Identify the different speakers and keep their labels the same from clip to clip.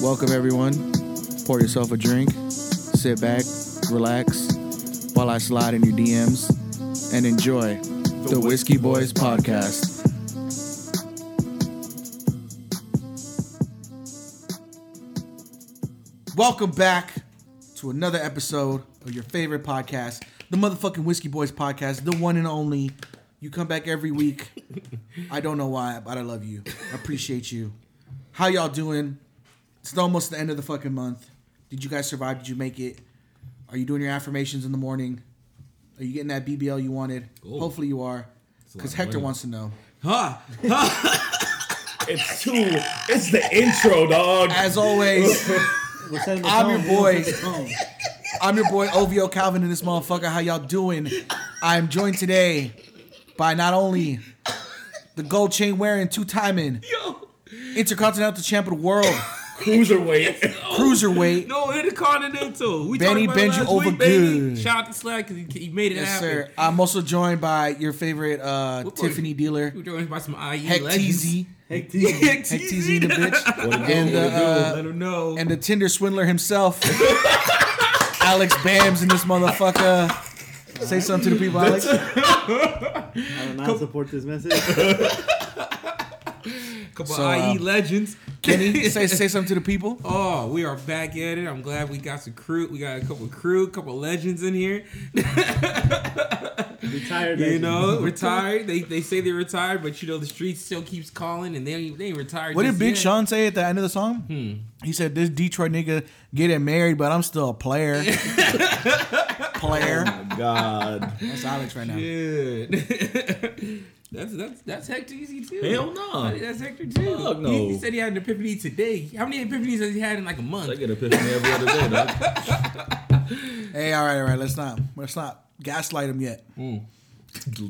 Speaker 1: Welcome, everyone. Pour yourself a drink, sit back, relax while I slide in your DMs, and enjoy the Whiskey Boys podcast. Welcome back to another episode of your favorite podcast, the motherfucking Whiskey Boys podcast, the one and only. You come back every week. I don't know why, but I love you. I appreciate you. How y'all doing? It's almost the end of the fucking month. Did you guys survive? Did you make it? Are you doing your affirmations in the morning? Are you getting that BBL you wanted?
Speaker 2: Ooh.
Speaker 1: Hopefully you are, because
Speaker 2: of
Speaker 1: Hector
Speaker 2: money.
Speaker 1: wants to know.
Speaker 3: It's too. It's the intro, dog.
Speaker 1: As always, I'm your boy. I'm your boy OVO Calvin and this motherfucker. How y'all doing? I'm joined today by not only the gold chain wearing, two timing,
Speaker 2: Yo,
Speaker 1: intercontinental champ of the world,
Speaker 3: Cruiserweight.
Speaker 1: cruiserweight.
Speaker 2: Oh. no, Intercontinental. We
Speaker 1: Benny
Speaker 2: talked about it
Speaker 1: Benji
Speaker 2: last
Speaker 1: over
Speaker 2: week, baby.
Speaker 1: good.
Speaker 2: Shout out to Slack because he, he made it
Speaker 1: Yes,
Speaker 2: happen.
Speaker 1: sir. I'm also joined by your favorite uh,
Speaker 2: What boy?
Speaker 1: Tiffany dealer,
Speaker 2: We were joined by some IE
Speaker 1: Heck
Speaker 2: legends.
Speaker 1: TZ,
Speaker 2: Heck TZ. Heck
Speaker 1: Heck TZ the bitch, and the, uh,
Speaker 2: Let him know.
Speaker 1: and the Tinder swindler himself, Alex Bams, and this motherfucker. Say something to the people, Alex.
Speaker 4: I do not support this message.
Speaker 2: a couple
Speaker 1: so,
Speaker 2: IE
Speaker 1: uh,
Speaker 2: legends.
Speaker 1: Kenny, say say something to the people.
Speaker 2: Oh, we are back at it. I'm glad we got some crew. We got a couple crew, couple legends in here.
Speaker 4: Retired.
Speaker 2: You
Speaker 4: legend.
Speaker 2: know, retired. They they say they're retired, but you know the street still keeps calling, and they ain't, they ain't retired.
Speaker 1: What did
Speaker 2: just
Speaker 1: Big
Speaker 2: yet.
Speaker 1: Sean say at the end of the song?
Speaker 2: Hmm.
Speaker 1: He said, "This Detroit nigga getting married, but I'm still a player."
Speaker 4: Oh
Speaker 1: player.
Speaker 3: God.
Speaker 1: That's Alex right now.
Speaker 2: Yeah. that's that's that's Hector easy too.
Speaker 3: Hell no.
Speaker 2: I think That's Hector too.
Speaker 3: Fuck no.
Speaker 2: He, he said he had an epiphany today. How many epiphanies has he had in like a
Speaker 3: I
Speaker 2: month?
Speaker 3: get a epiphany every other day, dog.
Speaker 1: Hey, all right, all right. Let's not let's not gaslight him yet.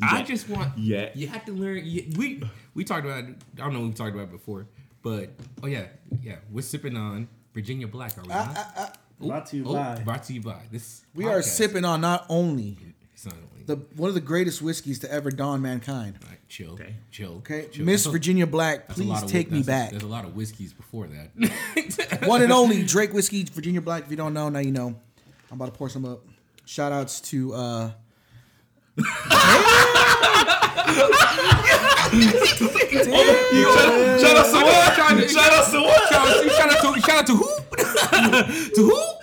Speaker 2: I just want
Speaker 3: Yeah.
Speaker 2: You have to learn. You, we we talked about. it- I don't know. We talked about it before, but oh yeah, yeah. We're sipping on Virginia Black. Are we not?
Speaker 4: Brought to you
Speaker 2: Oh,
Speaker 4: by.
Speaker 2: brought to you by this.
Speaker 1: Ah, We are
Speaker 2: podcast.
Speaker 1: sipping on not only
Speaker 2: It's not only-
Speaker 1: the one of the greatest whiskeys to ever dawn mankind.
Speaker 2: all right, chill, chill.
Speaker 1: Okay,
Speaker 2: chill.
Speaker 1: Miss
Speaker 2: That's a-
Speaker 1: Virginia Black,
Speaker 2: that's a lot
Speaker 1: please
Speaker 2: of
Speaker 1: take
Speaker 2: whi-
Speaker 1: me
Speaker 2: that's a-
Speaker 1: back.
Speaker 2: There's a lot of whiskeys before that.
Speaker 1: one and only Drake whiskey, Virginia Black. If you don't know, now you know. I'm about to pour some up. Shout outs to uh
Speaker 3: Shout out to what? Shout out to what?
Speaker 2: shout, out, shout out to shout out to who? to who?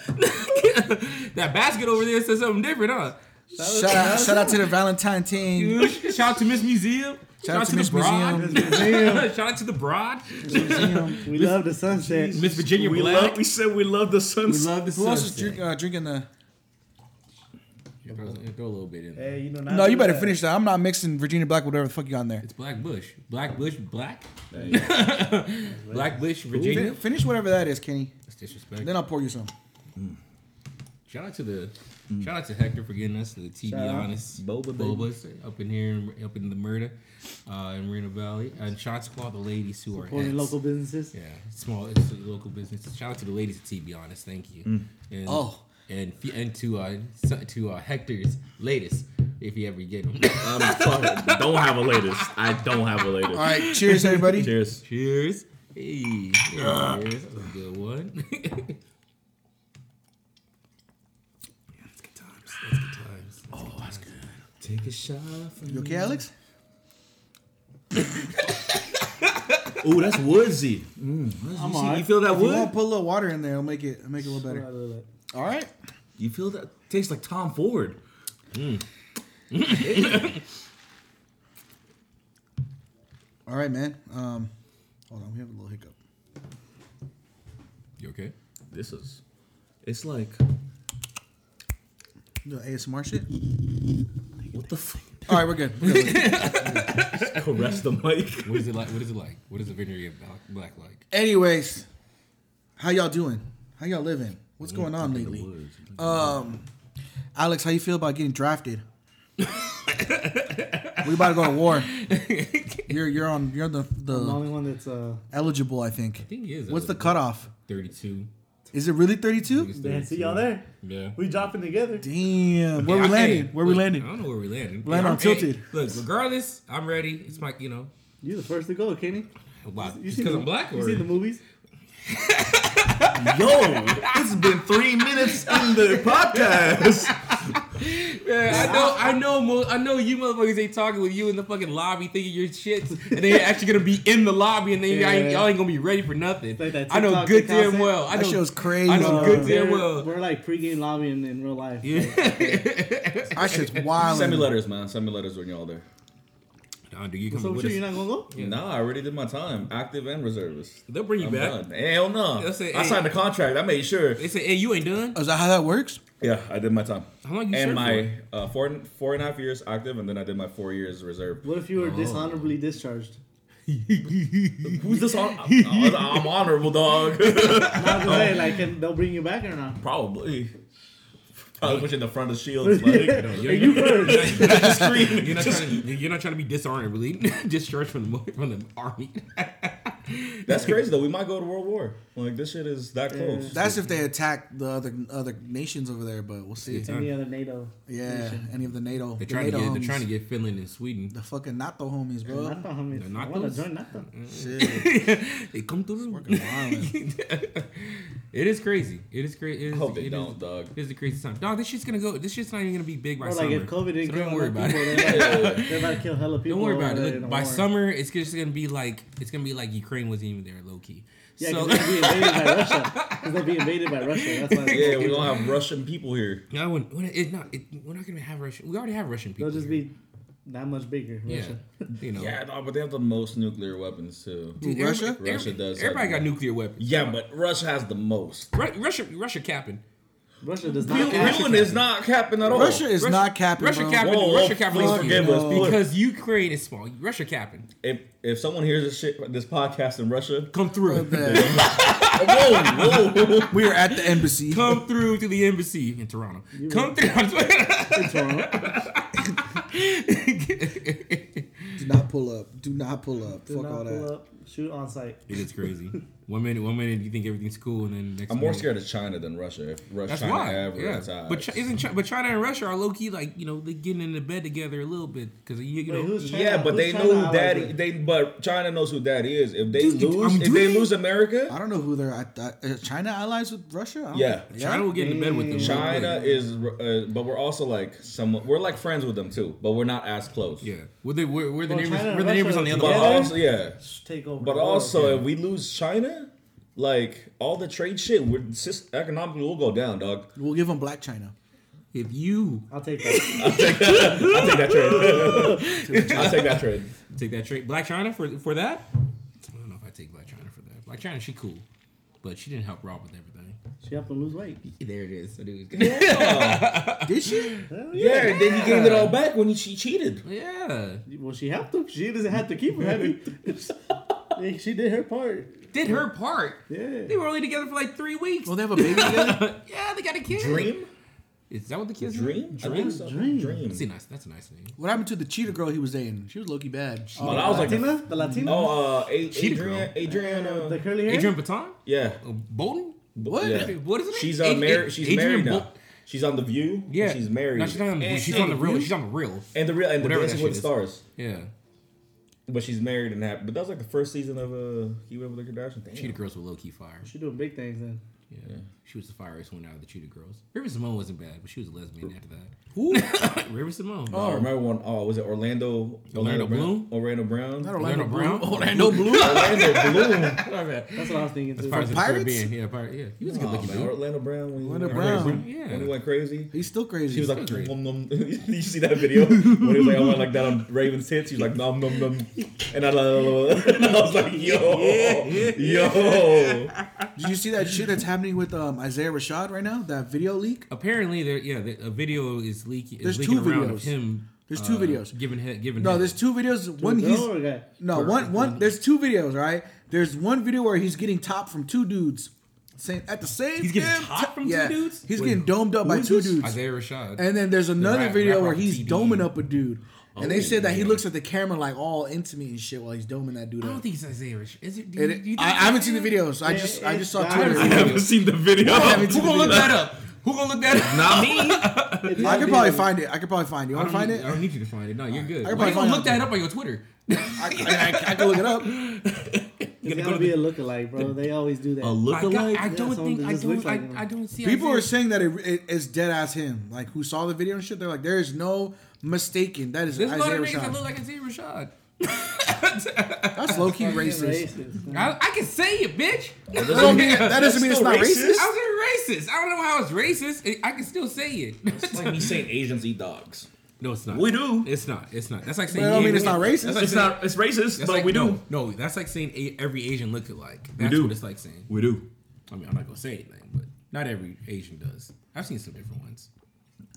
Speaker 2: that basket over there says something different, huh?
Speaker 1: shout out, shout out to the Valentine team.
Speaker 2: Shout out to Miss Museum. Shout, out to,
Speaker 1: Miss
Speaker 2: the broad.
Speaker 4: Museum.
Speaker 2: shout out to the broad.
Speaker 4: We love the sunset.
Speaker 2: Miss Virginia
Speaker 3: We
Speaker 2: Black.
Speaker 3: love. We said we love the
Speaker 4: We
Speaker 3: sunset.
Speaker 4: love the
Speaker 1: Who else is
Speaker 4: sunset.
Speaker 1: drink, uh, drinking the?
Speaker 2: throw, throw a little bit in. there.
Speaker 4: Hey, you know, not
Speaker 1: No, you
Speaker 4: do
Speaker 1: better
Speaker 4: that.
Speaker 1: finish that. I'm not mixing Virginia Black with whatever the fuck you got in there.
Speaker 2: It's Black Bush. Black Bush. Black. Black Bush. Virginia.
Speaker 1: Fin- finish whatever that is, Kenny.
Speaker 2: That's disrespect.
Speaker 1: Then I'll pour you some.
Speaker 2: Shout out to the. Shout out to Hector for getting us the TV
Speaker 4: Shout out.
Speaker 2: honest
Speaker 3: Boba baby.
Speaker 2: Bobas up in here, in- up in the murder, uh, in Moreno Valley, and shout out to all the ladies who are
Speaker 4: Supporting
Speaker 2: ex.
Speaker 4: local businesses.
Speaker 2: Yeah, small it's a local business. Shout out to the ladies at TB Honest. Thank you. And,
Speaker 1: Oh.
Speaker 2: and f- and to uh so- to uh, Hector's latest, if you ever get them.
Speaker 3: I'm fucking- don't have a latest. I don't have a latest.
Speaker 1: All right, cheers, everybody.
Speaker 3: Cheers.
Speaker 2: Cheers. Hey, yeah, cheers. That's a good one. yeah, that's good times. That's good times. That's oh, that's good.
Speaker 3: Take a shot.
Speaker 1: You okay, Alex?
Speaker 3: Ooh, that's woodsy.
Speaker 4: I'm
Speaker 3: See, you
Speaker 4: on.
Speaker 3: feel that
Speaker 1: If you want,
Speaker 3: wood?
Speaker 1: put a little water in there. It'll make it it'll make it a little better. All right.
Speaker 3: You feel that? Tastes like Tom Ford.
Speaker 1: All right, man. Um, hold on, we have a little hiccup.
Speaker 2: You okay?
Speaker 3: This is. It's like
Speaker 1: Do ASMR shit.
Speaker 3: what the fuck?
Speaker 1: All right, we're good. We're good.
Speaker 3: Caress the mic.
Speaker 2: What is it like? What is it like? What is the Vineyard of Black- Black like?
Speaker 1: Anyways, how y'all doing? How y'all living? What's going on lately?
Speaker 3: woods.
Speaker 1: Um, Alex, how you feel about getting drafted? we about to go to war. You're you're on you're the
Speaker 4: I'm the
Speaker 1: the
Speaker 4: only one that's uh,
Speaker 1: eligible, I think.
Speaker 2: think he is
Speaker 1: What's the
Speaker 2: eligible.
Speaker 1: cutoff?
Speaker 2: Thirty-two.
Speaker 1: Is it really 32?
Speaker 4: man. See y'all there.
Speaker 2: Yeah.
Speaker 4: We dropping together.
Speaker 1: Damn. Where we
Speaker 2: Yeah, I-
Speaker 1: landing?
Speaker 2: hey,
Speaker 1: Where we
Speaker 2: look,
Speaker 1: landing?
Speaker 2: I don't know where we landing.
Speaker 1: Land
Speaker 2: Yeah,
Speaker 1: on
Speaker 2: I'm- hey,
Speaker 1: Tilted.
Speaker 2: Look, regardless, I'm ready. It's my, you know,
Speaker 4: You're the first to go, Kenny.
Speaker 2: why?
Speaker 4: You
Speaker 2: Just
Speaker 4: seen
Speaker 2: because
Speaker 4: the-
Speaker 2: I'm black
Speaker 4: You
Speaker 2: or
Speaker 4: seen the movies?
Speaker 3: Yo, it's been three minutes in the podcast.
Speaker 2: Yeah, I know, I know, mo- I know you motherfuckers ain't talking with you in the fucking lobby thinking your shit, and then you're actually gonna be in the lobby, and then y'all, ain't,
Speaker 4: Yeah.
Speaker 2: y'all ain't gonna be ready for nothing.
Speaker 4: Like that
Speaker 2: I know
Speaker 4: TikTok
Speaker 2: good damn
Speaker 4: concept?
Speaker 2: well. I know,
Speaker 1: That shit was crazy.
Speaker 2: I know
Speaker 1: bro.
Speaker 2: good damn
Speaker 4: Uh, we're,
Speaker 2: well.
Speaker 4: we're like pregame lobbying in real life.
Speaker 1: That shit's wild.
Speaker 5: Send me letters, man. Send me letters when y'all there.
Speaker 2: Nah, dude, you
Speaker 4: So
Speaker 2: coming
Speaker 4: I'm
Speaker 2: with
Speaker 4: sure
Speaker 2: us?
Speaker 4: you're not gonna go.
Speaker 5: Nah, I already did my time. Active and reservist.
Speaker 2: They'll bring you
Speaker 5: I'm
Speaker 2: back.
Speaker 5: done. Hell no.
Speaker 2: They'll say,
Speaker 5: I
Speaker 2: hey.
Speaker 5: signed the contract. I made sure.
Speaker 2: They say, "Hey, you ain't done."
Speaker 1: Is that how that works?
Speaker 5: Yeah, I did my time.
Speaker 2: How long you
Speaker 5: And
Speaker 2: served
Speaker 5: my uh, four and- four and a half years active, and then I did my four years reserve.
Speaker 4: What if you were dishonorably discharged?
Speaker 5: Who's this on? I'm, I'm honorable, dog.
Speaker 4: Not the way, like, can they'll bring you back or not?
Speaker 5: Probably. Probably pushing the front of shields. Like,
Speaker 2: You're, you first.
Speaker 5: screaming.
Speaker 2: you're, not trying to, you're not trying to be disarmed, really. Discharged from the mo- from the army.
Speaker 5: That's crazy though. We might go to World War. Like this shit is that close.
Speaker 1: That's if they attack the other other nations over there, but we'll see.
Speaker 4: Any other NATO?
Speaker 1: Yeah, any of the NATO.
Speaker 2: They're
Speaker 1: the
Speaker 2: trying to
Speaker 1: NATO
Speaker 2: get. They're
Speaker 1: homies.
Speaker 2: trying to get Finland and Sweden.
Speaker 1: the fucking NATO homies, bro.
Speaker 4: NATO, homies.
Speaker 2: not
Speaker 4: I want
Speaker 2: those.
Speaker 4: to join NATO.
Speaker 1: Shit,
Speaker 2: They come through.
Speaker 1: fucking wild.
Speaker 2: It is crazy. It is crazy. It is,
Speaker 5: hope they
Speaker 2: it is-
Speaker 5: don't, dog.
Speaker 2: It is the craziest time. Dog, this shit's gonna go. This shit's not even gonna be big by
Speaker 4: Or
Speaker 2: summer.
Speaker 4: like if COVID didn't
Speaker 2: so
Speaker 4: kill
Speaker 2: don't worry
Speaker 4: enough
Speaker 2: about
Speaker 4: people,
Speaker 2: it.
Speaker 4: they're about- they're about to kill hella people.
Speaker 2: Don't worry about
Speaker 4: over
Speaker 2: it.
Speaker 4: in a
Speaker 2: Look, by
Speaker 4: war.
Speaker 2: summer, it's just gonna be like it's gonna be like Ukraine wasn't even there, low key.
Speaker 4: Yeah,
Speaker 2: so
Speaker 4: because they'll be invaded by Russia. 'Cause they'll be invaded by Russia. That's why.
Speaker 5: Yeah, we don't have Russian people here.
Speaker 2: no, when, when it- it's not, it, we're not gonna have Russian. We already have Russian people.
Speaker 4: They'll just be that much bigger.
Speaker 2: here.
Speaker 4: Russia.
Speaker 2: yeah, you know.
Speaker 5: Yeah, no, but they have the most nuclear weapons too.
Speaker 1: Dude,
Speaker 2: Everybody-
Speaker 1: Russia?
Speaker 2: every-
Speaker 5: Russia does have
Speaker 2: Everybody got
Speaker 5: that.
Speaker 2: nuclear weapons.
Speaker 5: Yeah, but Russia has the most.
Speaker 2: Ru- Russia, Russia capping.
Speaker 4: Russia does
Speaker 5: Putin
Speaker 4: not. act-
Speaker 5: Putin is not capping at all.
Speaker 1: Russia is
Speaker 2: Russia-
Speaker 1: not capping.
Speaker 2: Russia
Speaker 1: bro.
Speaker 2: capping.
Speaker 5: Whoa,
Speaker 2: Russia
Speaker 5: whoa,
Speaker 2: capping
Speaker 5: fuck,
Speaker 2: is huge.
Speaker 5: forgive us, Putin.
Speaker 2: because Ukraine is small. Russia capping.
Speaker 5: If if someone hears this shit, this podcast in Russia,
Speaker 2: Come
Speaker 1: Oh,
Speaker 2: through.
Speaker 1: man.
Speaker 5: whoa, whoa,
Speaker 1: we are at the embassy.
Speaker 2: Come through to the embassy in Toronto. Come through.
Speaker 1: Do not pull up. Do not pull up.
Speaker 4: Do
Speaker 1: Fuck
Speaker 4: not
Speaker 1: all that.
Speaker 4: pull up. Shoot on site.
Speaker 2: It is crazy. One minute, one minute you think everything's cool, and then next
Speaker 5: I'm more
Speaker 2: minute-
Speaker 5: scared of China than Russia. If Russia,
Speaker 2: Mm-hmm. That's
Speaker 5: China
Speaker 2: why.
Speaker 5: ever
Speaker 2: yeah.
Speaker 5: attacks.
Speaker 2: But Chi- isn't Chi- but China and Russia are low key like you know they getting in the bed together a little bit because you, you
Speaker 4: Wait,
Speaker 2: know
Speaker 4: who's China?
Speaker 5: yeah, but
Speaker 4: Who's
Speaker 5: they
Speaker 4: China
Speaker 5: know
Speaker 4: allies
Speaker 5: who daddy.
Speaker 4: with?
Speaker 5: They but China knows who daddy is. If they
Speaker 2: Dude,
Speaker 5: lose,
Speaker 2: I'm
Speaker 5: if they
Speaker 2: doing-
Speaker 5: lose America,
Speaker 1: I don't know who they're at. That. Is China allies with Russia? I don't-
Speaker 5: Yeah.
Speaker 2: China will get in the bed with them. real
Speaker 5: China
Speaker 2: quick.
Speaker 5: is, uh, but we're also like some. We're like friends with them too, but we're not as close.
Speaker 2: Yeah, we're the we're, we're the
Speaker 4: Well,
Speaker 2: neighbors.
Speaker 4: China and
Speaker 2: we're the neighbors
Speaker 4: Russia
Speaker 2: on the other
Speaker 5: But
Speaker 4: together?
Speaker 2: wall.
Speaker 5: also, yeah.
Speaker 4: Just Take over.
Speaker 5: But
Speaker 4: the world.
Speaker 5: also, if we lose China, like all the trade shit, we're just, economically we'll go down, dog.
Speaker 1: We'll give them Black China.
Speaker 2: If you
Speaker 4: I'll take that.
Speaker 5: I'll take that trade. I'll take that trade.
Speaker 2: take that trade, Black China for for that, I don't know if I take Black China for that. Black China, she cool, but she didn't help Rob with everything.
Speaker 4: She have to lose weight.
Speaker 2: There it is.
Speaker 1: Did she?
Speaker 4: Hell
Speaker 5: Yeah, and then you gave it all back when she cheated.
Speaker 2: yeah,
Speaker 4: Well, she have to. She doesn't have to keep her heavy. Like, she did her part.
Speaker 2: did her part.
Speaker 4: Yeah.
Speaker 2: They were only together for like three weeks.
Speaker 1: Well, they have a baby together.
Speaker 2: yeah, they got a kid.
Speaker 5: Dream,
Speaker 2: Is that what the kid's
Speaker 5: dream,
Speaker 2: Name?
Speaker 5: I think so.
Speaker 4: Dream.
Speaker 5: dream.
Speaker 2: That's a nice. That's a nice name.
Speaker 1: What happened to the cheetah girl he was dating? She was low key bad.
Speaker 4: Oh.
Speaker 5: But I was like,
Speaker 4: Latina? The Latina?
Speaker 5: oh, uh, A-
Speaker 2: Cheetah girl.
Speaker 5: Adrian,
Speaker 4: the
Speaker 5: Adrian,
Speaker 4: curly hair?
Speaker 2: Adrian Baton.
Speaker 5: yeah,
Speaker 2: Bolton?
Speaker 5: What? Yeah.
Speaker 2: Uh, What is it?
Speaker 5: She's uh, married. She's married
Speaker 2: Bol-
Speaker 5: now. She's on the View. and
Speaker 2: Yeah.
Speaker 5: she's married.
Speaker 2: No, she's not on the,
Speaker 5: And-
Speaker 2: she's on the real. She's on the real.
Speaker 5: And the real and the
Speaker 2: Whatever
Speaker 5: Dancing
Speaker 2: that
Speaker 5: with the
Speaker 2: shit
Speaker 5: Stars.
Speaker 2: Yeah.
Speaker 5: But she's married and happy. But that was like the first season of uh Keep Up with the Kardashians. Damn.
Speaker 2: Cheetah Girls were low key fire.
Speaker 4: She doing big things then.
Speaker 2: Yeah. She was the fieriest one out of the Cheetah Girls. River Simone wasn't bad, but she was a lesbian after that.
Speaker 1: Who?
Speaker 2: River Simone.
Speaker 5: Oh, I remember one oh was it Orlando?
Speaker 2: Orlando Bloom?
Speaker 5: Brown? Orlando Brown.
Speaker 1: Not
Speaker 2: Orlando Brown.
Speaker 1: Orlando Blue.
Speaker 5: Orlando Bloom.
Speaker 2: Sorry, man.
Speaker 4: That's what I was thinking too.
Speaker 2: Pirates of the
Speaker 1: Pirates?
Speaker 2: Caribbean. Yeah, pirate. Yeah. He was a good
Speaker 5: Oh,
Speaker 2: looking
Speaker 5: man,
Speaker 2: dude.
Speaker 5: Orlando Brown. When he
Speaker 1: Orlando
Speaker 5: went-
Speaker 1: Brown.
Speaker 2: Yeah.
Speaker 5: When he went crazy.
Speaker 1: He's still crazy.
Speaker 5: She was like,
Speaker 2: crazy.
Speaker 5: nom, nom. Did you see that video when he was like, I went like that on Raven's hits? She's like, nom, nom, nom. And I, and I was like, yo, yo.
Speaker 1: Did you see that shit that's happening with um, Isaiah Rashad right now? That video leak.
Speaker 2: Mm-hmm. Apparently, there. Yeah, the, a video is leaking.
Speaker 1: There's
Speaker 2: is leaking
Speaker 1: two
Speaker 2: around of
Speaker 1: videos.
Speaker 2: him. uh,
Speaker 1: There's two videos.
Speaker 2: Giving head. Giving
Speaker 1: No,
Speaker 2: head.
Speaker 1: there's two videos. One
Speaker 4: Girl
Speaker 1: he's
Speaker 4: or guy?
Speaker 1: no one one. There's two videos, right? There's one video where he's getting top from two dudes, same at the same.
Speaker 2: He's getting
Speaker 1: damn
Speaker 2: top
Speaker 1: ti-
Speaker 2: from two dudes?
Speaker 1: He's
Speaker 2: Wait,
Speaker 1: getting domed up by
Speaker 2: is
Speaker 1: two
Speaker 2: this?
Speaker 1: dudes.
Speaker 2: Isaiah Rashad.
Speaker 1: And then there's another
Speaker 2: rap-
Speaker 1: video
Speaker 2: rapper
Speaker 1: where
Speaker 2: off
Speaker 1: he's
Speaker 2: TDE.
Speaker 1: doming up a dude. And they
Speaker 2: Oh,
Speaker 1: said that he
Speaker 2: man.
Speaker 1: looks at the camera like all intimate and shit while he's doming that dude
Speaker 2: I don't
Speaker 1: up.
Speaker 2: think it's Isaiah Rashad. Is it? Do you,
Speaker 1: It-
Speaker 2: do you think
Speaker 1: I, I haven't seen the
Speaker 2: video.
Speaker 1: videos. I
Speaker 4: It-
Speaker 1: just I
Speaker 4: it's
Speaker 1: just saw
Speaker 4: not-
Speaker 1: Twitter.
Speaker 4: I
Speaker 1: videos.
Speaker 5: seen the video.
Speaker 1: I haven't
Speaker 2: Who
Speaker 1: seen the
Speaker 2: gonna look
Speaker 1: video.
Speaker 2: that up? Who gonna look that up? Not me.
Speaker 4: It's
Speaker 1: I
Speaker 4: gotta
Speaker 1: could
Speaker 4: be
Speaker 1: probably
Speaker 4: the-
Speaker 1: find it. I could probably find it. You
Speaker 2: I
Speaker 1: want
Speaker 2: don't,
Speaker 1: to find
Speaker 2: need,
Speaker 1: it?
Speaker 2: I don't need you to find it. No, you're good.
Speaker 1: I can
Speaker 2: Why you
Speaker 1: probably find
Speaker 2: gonna look
Speaker 1: it.
Speaker 2: that up on your Twitter?
Speaker 1: I, I, I could look it up.
Speaker 2: You're
Speaker 4: It's
Speaker 2: gonna
Speaker 4: gotta
Speaker 2: go
Speaker 4: be
Speaker 2: to
Speaker 4: a lookalike, bro. They always do
Speaker 3: A
Speaker 4: that.
Speaker 2: the- I, got,
Speaker 3: lookalike?
Speaker 2: I
Speaker 4: Yeah,
Speaker 2: don't
Speaker 4: someone
Speaker 2: think
Speaker 4: that
Speaker 2: I
Speaker 4: just
Speaker 2: don't
Speaker 4: looks like him.
Speaker 2: I, I don't see.
Speaker 1: People
Speaker 2: I
Speaker 1: are
Speaker 2: see
Speaker 1: saying that it, it- it's dead ass him. Like who saw the video and shit, they're like, there is no mistaken. That is
Speaker 2: there's a lot
Speaker 1: Isaiah
Speaker 2: of niggas that look
Speaker 1: Rashad.
Speaker 2: like Isaiah Rashad.
Speaker 1: That's low key racist.
Speaker 4: Racist.
Speaker 2: I, I can say it, bitch. That
Speaker 1: doesn't mean- that doesn't mean it's not
Speaker 5: That's still
Speaker 1: racist.
Speaker 2: I was racist. I don't know how it's racist. It- I can still say it.
Speaker 5: It's like me saying Asians eat dogs.
Speaker 2: no, it's not.
Speaker 5: We do.
Speaker 2: It's not. It's not. That's like
Speaker 1: But
Speaker 2: saying.
Speaker 1: I don't mean it's
Speaker 2: yeah,
Speaker 1: not racist.
Speaker 2: That's like
Speaker 5: It's
Speaker 2: saying-
Speaker 5: not. It's racist,
Speaker 2: that's
Speaker 5: but
Speaker 2: like-
Speaker 5: we do.
Speaker 2: No, no, that's like saying a, every Asian look alike. That's
Speaker 5: do.
Speaker 2: what it's like saying.
Speaker 5: We do.
Speaker 2: I mean, I'm not gonna say anything, but not every Asian does. I've seen some different ones.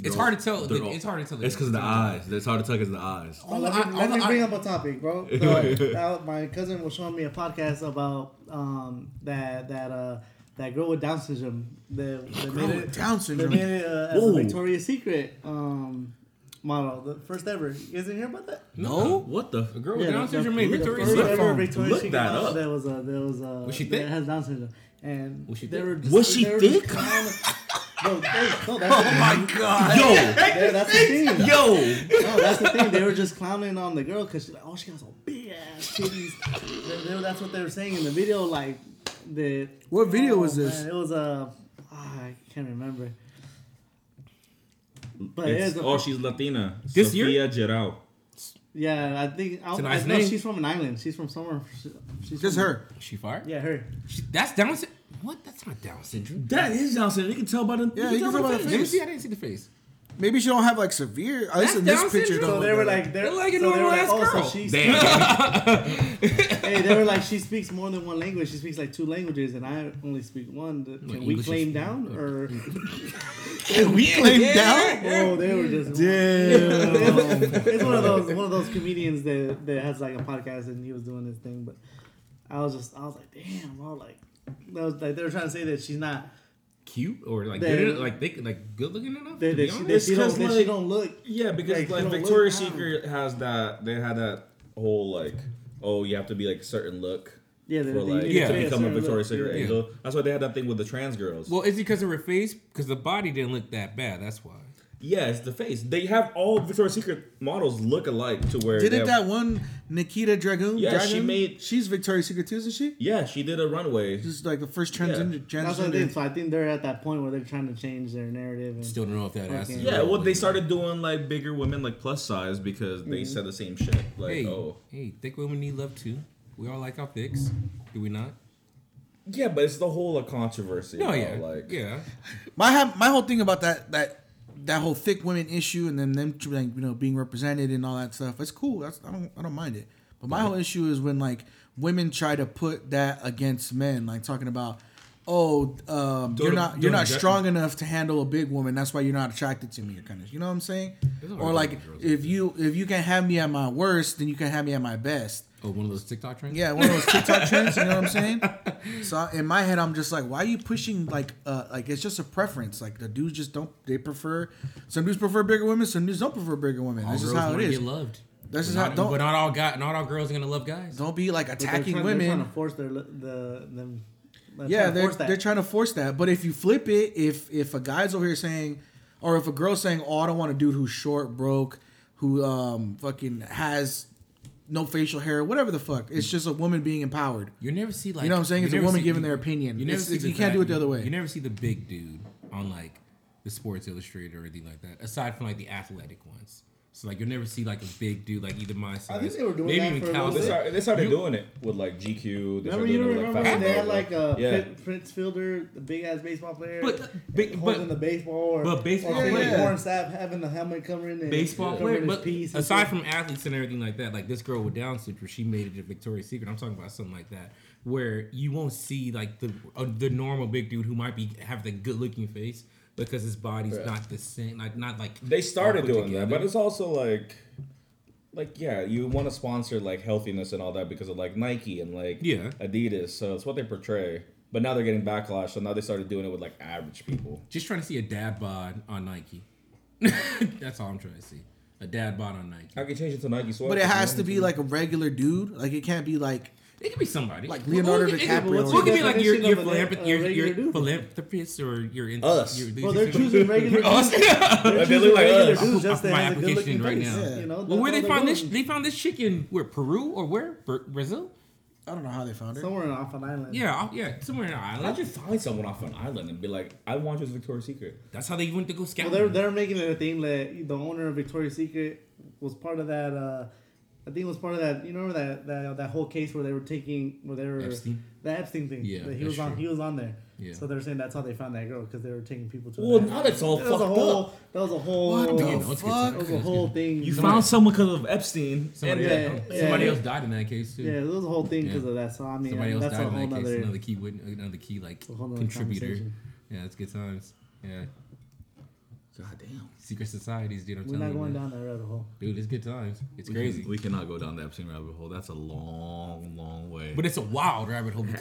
Speaker 2: It's
Speaker 5: They're
Speaker 2: hard
Speaker 5: all-
Speaker 2: to tell.
Speaker 5: they're
Speaker 2: the-
Speaker 5: all-
Speaker 2: It's hard to tell.
Speaker 5: It's because of the
Speaker 2: difference.
Speaker 5: eyes. It's hard to tell because of the eyes.
Speaker 4: Oh, let me,
Speaker 2: I-
Speaker 4: let me
Speaker 2: I-
Speaker 4: bring up a topic, bro. So, uh, my cousin was showing me a podcast about um, that that uh, that girl with Down syndrome. That, that
Speaker 1: Girl
Speaker 4: made
Speaker 1: with
Speaker 4: it,
Speaker 1: Down syndrome.
Speaker 4: That made it uh, as a
Speaker 5: Whoa.
Speaker 4: Victoria's Secret um, model, the first ever. You guys didn't hear about that?
Speaker 5: No. What the?
Speaker 2: A girl with Down
Speaker 4: the-
Speaker 2: syndrome
Speaker 4: the-
Speaker 2: made
Speaker 4: the
Speaker 2: Victoria's
Speaker 4: first
Speaker 2: Secret.
Speaker 4: ever
Speaker 1: phone.
Speaker 4: Victoria's
Speaker 5: Look
Speaker 4: Secret
Speaker 5: that
Speaker 4: model
Speaker 5: up.
Speaker 4: That was a that was a
Speaker 2: Was she
Speaker 4: that
Speaker 2: thick?
Speaker 4: has Down syndrome and
Speaker 2: Was she
Speaker 4: they
Speaker 2: thick?
Speaker 4: were just-
Speaker 5: Was she
Speaker 4: they were
Speaker 5: thick?
Speaker 4: just kind of- Bro, they- no, that's the thing.
Speaker 5: Yo,
Speaker 4: They- that's the thing.
Speaker 5: yo.
Speaker 4: No, that's the thing. They were just clowning on the girl because she's like, oh, she got so big ass titties. They- they- that's what they were saying in the video. Like, the
Speaker 1: What video
Speaker 4: oh,
Speaker 1: was this?
Speaker 4: man, it was a ah, I can't remember. But
Speaker 5: It's-
Speaker 4: it's,
Speaker 5: oh, she's Latina.
Speaker 2: This
Speaker 5: Sofia
Speaker 2: year?
Speaker 5: Gerao.
Speaker 4: yeah, I think I,
Speaker 2: a
Speaker 4: I
Speaker 2: nice
Speaker 4: know
Speaker 2: name.
Speaker 4: she's from an island. She's from somewhere. She, she's
Speaker 1: Just
Speaker 4: from-
Speaker 1: her.
Speaker 2: She far?
Speaker 4: Yeah, her.
Speaker 2: She, that's Down syndrome. What? That's not Down syndrome.
Speaker 5: That is Down syndrome. You can tell by the.
Speaker 1: Yeah, you can tell by the
Speaker 2: Let me
Speaker 1: face.
Speaker 2: see. I didn't see the face.
Speaker 1: Maybe she don't have like severe. At least in this
Speaker 2: Down
Speaker 1: picture,
Speaker 2: syndrome?
Speaker 1: though.
Speaker 4: So they were like, they're
Speaker 2: They're like a
Speaker 4: so they were
Speaker 2: normal-ass
Speaker 4: "Oh, so
Speaker 2: girl."
Speaker 4: she
Speaker 5: Damn.
Speaker 4: Hey, they were like, she speaks more than one language. She speaks like two languages, and I only speak one. Can
Speaker 2: Well,
Speaker 4: we
Speaker 2: English
Speaker 4: claim
Speaker 2: is-
Speaker 4: down or?
Speaker 2: we
Speaker 1: claimed down?
Speaker 4: Oh, they were just. it's one of those one of those comedians that that has like a podcast and he was doing his thing, but I was just I was like, damn, bro, like that was like they were trying to say that she's not
Speaker 2: Cute or like
Speaker 4: They-
Speaker 2: good, like they like good looking enough.
Speaker 4: that,
Speaker 2: to be
Speaker 4: that, she,
Speaker 2: honest?
Speaker 4: that
Speaker 5: It's
Speaker 4: she don't
Speaker 5: 'cause,
Speaker 4: that
Speaker 5: like-
Speaker 4: she don't look.
Speaker 5: Yeah, because
Speaker 4: Like,
Speaker 5: like
Speaker 4: you don't
Speaker 5: Victoria's
Speaker 4: look down.
Speaker 5: Secret has that. They had that whole like, oh, you have to be like certain look.
Speaker 4: Yeah, they-
Speaker 5: for
Speaker 4: they-
Speaker 5: like
Speaker 4: they
Speaker 2: Yeah.
Speaker 5: to
Speaker 2: play a
Speaker 5: become a
Speaker 4: certain
Speaker 5: Victoria's
Speaker 4: look.
Speaker 5: Secret
Speaker 2: Yeah.
Speaker 5: angel. That's why they had that thing with the trans girls.
Speaker 2: Well, is it because of her face? Because the body didn't look that bad. That's why.
Speaker 5: yeah, it's the face. They have all Victoria's Secret models look alike to where. they
Speaker 1: Didn't
Speaker 5: have-
Speaker 1: that one Nikita Dragoon?
Speaker 5: Yeah, she
Speaker 1: Dragoon?
Speaker 5: made-
Speaker 1: She's Victoria's Secret too, isn't she?
Speaker 5: Yeah, she did a runway.
Speaker 1: She's like the first transgender.
Speaker 4: That's what I think.
Speaker 1: transgender.
Speaker 4: So I think they're at that point where they're trying to change their narrative. And,
Speaker 2: Still don't know if that ass. is
Speaker 4: Fucking-
Speaker 5: Yeah,
Speaker 2: real,
Speaker 5: well, they
Speaker 2: but-
Speaker 5: started doing like bigger women, like plus size, because they said the same shit. Like,
Speaker 2: Hey,
Speaker 5: oh,
Speaker 2: hey, thick women need love too. We all like our thicks, do we not?
Speaker 5: yeah, but it's the whole like, controversy.
Speaker 2: No,
Speaker 5: about,
Speaker 2: yeah,
Speaker 5: like,
Speaker 2: yeah.
Speaker 1: My ha- my whole thing about that that that whole thick women issue and then them like, you know being represented and all that stuff. It's cool. That's I don't I don't mind it. But my whole issue is when like women try to put that against men, like talking about. Oh, um, you're
Speaker 5: Don't-
Speaker 1: not you're
Speaker 5: don't
Speaker 1: not
Speaker 5: judge-
Speaker 1: strong enough to handle a big woman. That's why you're not attracted to me. Or kind of, you know what I'm saying?
Speaker 2: There's a lot
Speaker 1: Or
Speaker 2: of
Speaker 1: like,
Speaker 2: girls
Speaker 1: if you if you can have me at my worst, then you can have me at my best.
Speaker 2: Oh, one of those TikTok trends.
Speaker 1: Yeah, one of those TikTok trends. You know what I'm saying? So in my head, I'm just like, why are you pushing like, uh, like it's just a preference. Like the dudes just don't. They prefer some dudes prefer bigger women. Some dudes don't prefer bigger women.
Speaker 2: all
Speaker 1: That's just
Speaker 2: girls
Speaker 1: how it
Speaker 2: wanna Get
Speaker 1: is.
Speaker 2: loved.
Speaker 1: That's just
Speaker 2: But
Speaker 1: how.
Speaker 2: not, but
Speaker 1: Don't
Speaker 2: not all guy, not all girls are gonna love guys.
Speaker 1: don't be like
Speaker 4: but they're
Speaker 1: attacking
Speaker 4: trying- They're trying
Speaker 1: women.
Speaker 4: to force their lo- the them. they're
Speaker 1: Yeah,
Speaker 4: trying to
Speaker 1: they're
Speaker 4: force that.
Speaker 1: they're trying to force that. But if you flip it, if if a guy's over here saying, or if a girl's saying, oh, I don't want a dude who's short, broke, who um fucking has no facial hair, whatever the fuck. It's just a woman being empowered.
Speaker 2: You never see like
Speaker 1: You know what I'm saying? It's a
Speaker 2: never
Speaker 1: woman
Speaker 2: see-
Speaker 1: giving their opinion.
Speaker 2: You never
Speaker 1: It's-
Speaker 2: see
Speaker 1: you can't do it the other way.
Speaker 2: You never see the big dude on like the Sports Illustrated or anything like that, aside from like the athletic ones. So like you'll never see like a big dude like either my size,
Speaker 4: think they were doing
Speaker 2: maybe
Speaker 4: that
Speaker 2: even
Speaker 4: for a
Speaker 2: Cal.
Speaker 4: little
Speaker 5: They
Speaker 4: bit.
Speaker 5: started, they started doing it with like GQ. They
Speaker 4: Remember
Speaker 5: started
Speaker 4: you
Speaker 5: doing
Speaker 4: don't
Speaker 5: it with,
Speaker 4: remember
Speaker 5: like,
Speaker 4: when they
Speaker 5: Fat
Speaker 4: had
Speaker 5: Boy.
Speaker 4: like a
Speaker 5: Yeah.
Speaker 4: Prin- Prince Fielder, the big ass baseball player,
Speaker 2: But, uh, big-
Speaker 4: holding
Speaker 2: but-
Speaker 4: the baseball, or,
Speaker 2: but baseball
Speaker 4: or
Speaker 2: player-
Speaker 4: yeah. Warren Sapp having the helmet covering and
Speaker 2: baseball
Speaker 4: covering
Speaker 2: player,
Speaker 4: his
Speaker 2: but
Speaker 4: piece and
Speaker 2: aside
Speaker 4: shit.
Speaker 2: from athletes and everything like that, like this girl with Down syndrome, she made it to Victoria's Secret. I'm talking about something like that, where you won't see like the uh, the normal big dude who might be have the good looking face because his body's not the same, like not like
Speaker 5: They started
Speaker 2: all put
Speaker 5: doing that,
Speaker 2: together.
Speaker 5: but it's also like, like yeah, you want to sponsor like healthiness and all that because of like Nike and like
Speaker 2: Yeah.
Speaker 5: Adidas. So it's what they portray. But now they're getting backlash. So now they started doing it with like average people.
Speaker 2: Just trying to see a dad bod on Nike. That's all I'm trying to see. A dad bod on Nike.
Speaker 5: I can change it to Nike sweat.
Speaker 1: But it has to be like a regular dude. Like it can't be like
Speaker 2: It could be somebody.
Speaker 1: Like Leonardo
Speaker 2: Well, it could- it could-
Speaker 1: DiCaprio.
Speaker 2: Well, it could be like your,
Speaker 4: Definition
Speaker 2: your,
Speaker 4: of a-
Speaker 2: philanthrop-
Speaker 4: a
Speaker 2: your,
Speaker 4: regular
Speaker 2: your
Speaker 4: dude.
Speaker 2: philanthropist or your... In-
Speaker 5: Us.
Speaker 2: Your,
Speaker 4: Well, they're choosing regular
Speaker 2: Us.
Speaker 4: dudes. They're
Speaker 5: They look
Speaker 4: choosing
Speaker 5: like
Speaker 4: regular
Speaker 5: us.
Speaker 4: dudes just
Speaker 2: I'll
Speaker 4: to
Speaker 2: put my
Speaker 4: have a good
Speaker 2: application
Speaker 4: looking
Speaker 2: right
Speaker 4: face.
Speaker 2: now.
Speaker 4: You know,
Speaker 2: well,
Speaker 4: that's
Speaker 2: where they
Speaker 4: all
Speaker 2: found
Speaker 4: they're
Speaker 2: this?
Speaker 4: doing.
Speaker 2: They found this chick in where Peru or where Br- Brazil?
Speaker 1: I don't know how they found it.
Speaker 4: Somewhere off an island.
Speaker 2: Yeah, I'll- yeah, somewhere in the
Speaker 5: How'd
Speaker 2: island.
Speaker 5: you find someone off an island and be like, I want you as Victoria's Secret?
Speaker 2: That's how they went to go scout.
Speaker 4: Well, they're they're making it a thing that the owner of Victoria's Secret was part of that. Uh, I think it was part of that. You remember that that, that whole case where they were taking where they were
Speaker 2: Epstein?
Speaker 4: the Epstein thing.
Speaker 2: Yeah,
Speaker 4: that he
Speaker 2: that's
Speaker 4: was on.
Speaker 2: true.
Speaker 4: He was on there.
Speaker 2: Yeah.
Speaker 4: So they're saying that's how they found that girl because they were taking people to.
Speaker 5: Well,
Speaker 4: that.
Speaker 5: now that's all
Speaker 4: that was a
Speaker 5: fucked
Speaker 4: whole.
Speaker 5: up.
Speaker 4: That was a whole.
Speaker 1: What
Speaker 2: Yeah, no,
Speaker 1: the
Speaker 2: it's good.
Speaker 1: fuck?
Speaker 4: that was a whole thing.
Speaker 3: You found someone because of Epstein.
Speaker 2: Somebody,
Speaker 4: Yeah,
Speaker 2: else,
Speaker 4: yeah.
Speaker 2: somebody else died in that case too.
Speaker 4: Yeah, it was a whole thing because
Speaker 2: Yeah.
Speaker 4: of that. So I mean,
Speaker 2: somebody else
Speaker 4: that's
Speaker 2: died
Speaker 4: a
Speaker 2: in
Speaker 4: whole
Speaker 2: that case.
Speaker 4: nother.
Speaker 2: Another key witness, another key like
Speaker 4: a whole nother
Speaker 2: contributor.
Speaker 4: conversation.
Speaker 2: Yeah, that's good times. Yeah,
Speaker 5: God damn.
Speaker 2: secret societies, dude. I'm
Speaker 4: We're
Speaker 2: telling
Speaker 4: not
Speaker 2: you,
Speaker 4: going
Speaker 2: man.
Speaker 4: down that rabbit hole.
Speaker 2: dude. It's good times. It's crazy,
Speaker 5: We cannot go down the Epstein rabbit hole. That's a long, long way.
Speaker 2: but it's a wild rabbit hole because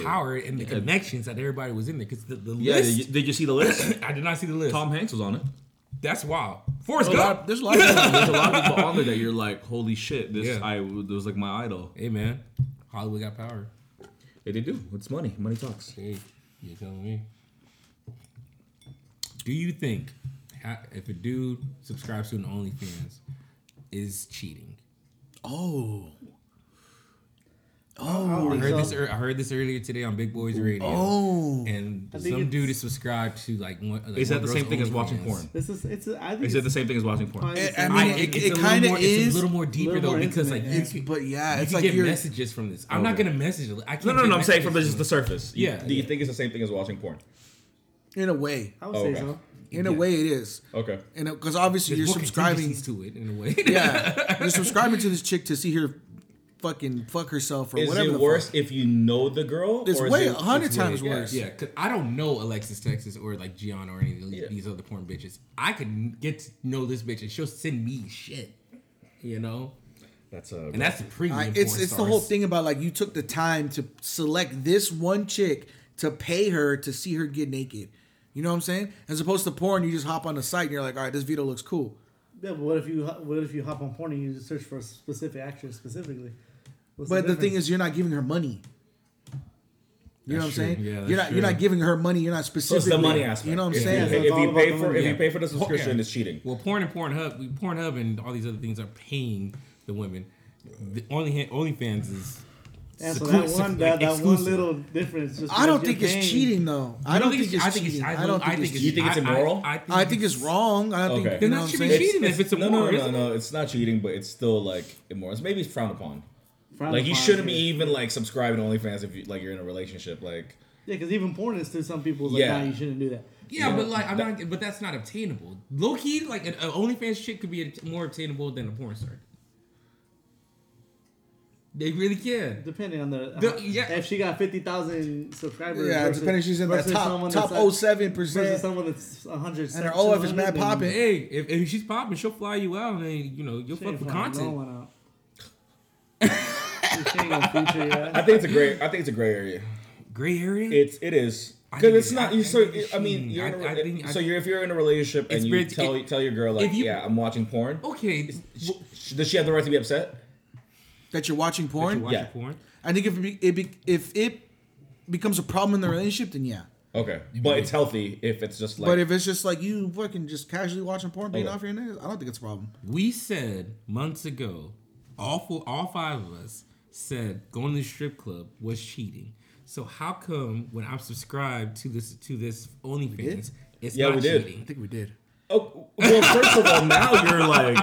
Speaker 5: Absolutely.
Speaker 2: the power and the
Speaker 5: Yeah.
Speaker 2: connections that everybody was in there. Because the, the
Speaker 5: yeah, did you,
Speaker 2: list,
Speaker 5: did you see the list?
Speaker 2: I did not see the list.
Speaker 5: Tom Hanks was on it.
Speaker 2: That's wild. Forrest
Speaker 5: There's a
Speaker 2: Gump.
Speaker 5: lot, there's a lot of people, there's a lot of people on there that you're like, holy shit, this
Speaker 2: Yeah.
Speaker 5: I it was like my idol.
Speaker 2: Hey man, Hollywood got power.
Speaker 5: They did do. It's money. Money talks.
Speaker 2: Hey, you telling me? Do you think ha- if a dude subscribes to an OnlyFans is cheating?
Speaker 1: Oh.
Speaker 2: I
Speaker 4: I
Speaker 2: heard
Speaker 4: think
Speaker 2: this.
Speaker 4: so.
Speaker 2: ear Oh, I heard this earlier today on Big Boys Radio.
Speaker 1: Oh.
Speaker 2: and
Speaker 4: I think
Speaker 2: some dude
Speaker 4: it's-
Speaker 2: is subscribed to like. One,
Speaker 5: Is
Speaker 2: like one
Speaker 5: that the
Speaker 2: girl's
Speaker 5: same thing as
Speaker 2: OnlyFans.
Speaker 5: watching porn?
Speaker 4: This is it's. I think
Speaker 5: Is
Speaker 4: it's
Speaker 5: it the same thing as watching porn?
Speaker 4: probably the
Speaker 1: It-
Speaker 4: same
Speaker 1: I mean,
Speaker 4: thing.
Speaker 1: it-
Speaker 2: it's a little
Speaker 1: kinda
Speaker 2: more- It's
Speaker 1: is.
Speaker 2: a little more deeper
Speaker 4: Little
Speaker 2: though
Speaker 4: more
Speaker 2: because like
Speaker 4: intimate,
Speaker 2: you
Speaker 1: It's,
Speaker 2: can-
Speaker 1: but yeah,
Speaker 2: you
Speaker 1: it's
Speaker 2: can
Speaker 1: like
Speaker 2: get
Speaker 1: you're.
Speaker 2: messages from this. I'm not gonna message. it. I can't
Speaker 5: No, no,
Speaker 2: get
Speaker 5: no. I'm saying
Speaker 2: messages
Speaker 5: from the, just the
Speaker 2: this.
Speaker 5: surface. You-
Speaker 2: Yeah,
Speaker 5: Do you
Speaker 2: yeah.
Speaker 5: think it's the same thing as watching porn?
Speaker 1: In a way,
Speaker 4: I would
Speaker 5: Oh,
Speaker 4: say
Speaker 5: okay.
Speaker 4: so.
Speaker 1: in a
Speaker 2: Yeah.
Speaker 1: way, it is.
Speaker 5: Okay.
Speaker 1: And because obviously
Speaker 2: There's
Speaker 1: you're
Speaker 2: more
Speaker 1: subscribing.
Speaker 2: contingencies to it in a way.
Speaker 1: Yeah, you're subscribing to this chick to see her fucking fuck herself or
Speaker 5: Is
Speaker 1: whatever. the
Speaker 5: it
Speaker 1: fuck.
Speaker 5: worse if you know the girl?
Speaker 1: It's
Speaker 5: or is
Speaker 1: way
Speaker 5: it-
Speaker 1: a hundred
Speaker 5: it's way-
Speaker 1: times
Speaker 5: yeah.
Speaker 1: worse.
Speaker 2: Yeah, because I don't know Alexis Texas or like Gianna or any of these,
Speaker 5: Yeah.
Speaker 2: these other porn bitches. I could get to know this bitch and she'll send me shit, you know.
Speaker 5: That's a.
Speaker 2: And that's the premium.
Speaker 1: I, it's
Speaker 2: porn
Speaker 1: it's the whole
Speaker 2: stars.
Speaker 1: thing about like you took the time to select this one chick to pay her to see her get naked. You know what I'm saying? As opposed to porn, you just hop on the site and you're like, all right, this video looks cool.
Speaker 4: Yeah, but what if you what if you hop on porn and you just search for a specific actress specifically? What's
Speaker 1: But the thing
Speaker 4: difference?
Speaker 1: is, you're not giving her money. You know what I'm
Speaker 2: That's
Speaker 1: saying?
Speaker 2: true. Yeah, that's
Speaker 1: you're not you're
Speaker 2: true.
Speaker 1: not giving her money. You're not
Speaker 5: So
Speaker 1: specifically.
Speaker 5: it's the money aspect.
Speaker 1: You know what I'm
Speaker 5: If
Speaker 1: saying?
Speaker 5: If,
Speaker 4: Yeah, it's all
Speaker 5: you
Speaker 4: about
Speaker 5: pay
Speaker 4: the
Speaker 5: for
Speaker 4: money.
Speaker 5: if you
Speaker 2: Yeah.
Speaker 5: pay for the
Speaker 2: Por-
Speaker 5: subscription,
Speaker 2: yeah.
Speaker 5: it's cheating.
Speaker 2: Well, porn and Pornhub, we- Pornhub and all these other things are paying the women. The only OnlyFans is.
Speaker 4: Yeah, so
Speaker 2: seclu-
Speaker 4: that
Speaker 2: sec-
Speaker 4: one,
Speaker 2: like,
Speaker 4: that, that one
Speaker 2: exclusive.
Speaker 4: little difference. Just
Speaker 1: I don't
Speaker 4: because
Speaker 1: think
Speaker 4: you're
Speaker 1: it's
Speaker 4: paying-
Speaker 1: cheating though. I don't think it's cheating. I don't think it's
Speaker 5: You
Speaker 1: cheating.
Speaker 5: think it's immoral?
Speaker 2: I,
Speaker 1: I think it's wrong. I don't
Speaker 5: Okay.
Speaker 1: think. You
Speaker 2: Then
Speaker 1: know
Speaker 2: that
Speaker 1: what I'm
Speaker 2: should be
Speaker 1: saying?
Speaker 2: cheating if it's
Speaker 5: no, no,
Speaker 2: immoral.
Speaker 5: no,
Speaker 2: isn't it?
Speaker 5: no. It's not cheating, but it's still like immoral. It's maybe it's frowned upon.
Speaker 4: frowned
Speaker 5: Like you
Speaker 4: upon,
Speaker 5: shouldn't be
Speaker 4: yeah.
Speaker 5: even like subscribing to OnlyFans if you like you're in a relationship. Like
Speaker 4: Yeah, because even porn is to some people like,
Speaker 5: Yeah.
Speaker 4: nah, you shouldn't do that.
Speaker 2: Yeah,
Speaker 5: Yeah.
Speaker 2: but like I'm not. But that's not obtainable. Low key, like an, an OnlyFans shit could be a, more obtainable than a porn star. They really can.
Speaker 4: Depending on the,
Speaker 2: The- yeah.
Speaker 4: if she got fifty thousand subscribers,
Speaker 1: Yeah,
Speaker 4: versus,
Speaker 1: depending. if She's in the
Speaker 4: versus
Speaker 1: top
Speaker 4: someone
Speaker 1: top
Speaker 4: that's, like-
Speaker 1: 07
Speaker 4: versus
Speaker 1: percent.
Speaker 4: someone that's hundred.
Speaker 1: And her OF is mad popping.
Speaker 2: Hey, if, if she's popping, she'll fly you out, and then, you know you'll fuck for content.
Speaker 5: I think it's a great. I think it's a gray area.
Speaker 2: Gray area.
Speaker 5: It's it is
Speaker 2: I
Speaker 5: because
Speaker 2: think
Speaker 5: it's
Speaker 2: it-
Speaker 5: not.
Speaker 2: I
Speaker 5: you
Speaker 2: think
Speaker 5: so
Speaker 2: it's
Speaker 5: I mean, you're in
Speaker 2: cheating.
Speaker 5: a,
Speaker 2: I- I think- I-
Speaker 5: so you're if you're in a relationship and
Speaker 2: It's
Speaker 5: you
Speaker 2: very-
Speaker 5: tell
Speaker 2: it-
Speaker 5: tell your girl like,
Speaker 2: if you- Oh,
Speaker 5: yeah, I'm watching porn.
Speaker 2: okay.
Speaker 5: sh-
Speaker 2: well,
Speaker 5: sh- Does she have the right to be upset?
Speaker 1: That you're watching
Speaker 2: you
Speaker 1: porn.
Speaker 2: watch
Speaker 5: Yeah.
Speaker 2: porn.
Speaker 1: I think if it, be, it be, if it becomes a problem in the relationship, then yeah.
Speaker 5: Okay, but it's healthy if it's just like.
Speaker 1: but if it's just like you fucking just casually watching porn, being
Speaker 5: Okay.
Speaker 1: off your niggas, I don't think it's a problem.
Speaker 2: We said months ago, all four, all five of us said going to the strip club was cheating. So how come when I'm subscribed to this to this OnlyFans, it's
Speaker 5: Yeah,
Speaker 2: not
Speaker 5: we did.
Speaker 2: cheating?
Speaker 1: think we did.
Speaker 5: oh, well, first of all, now you're like,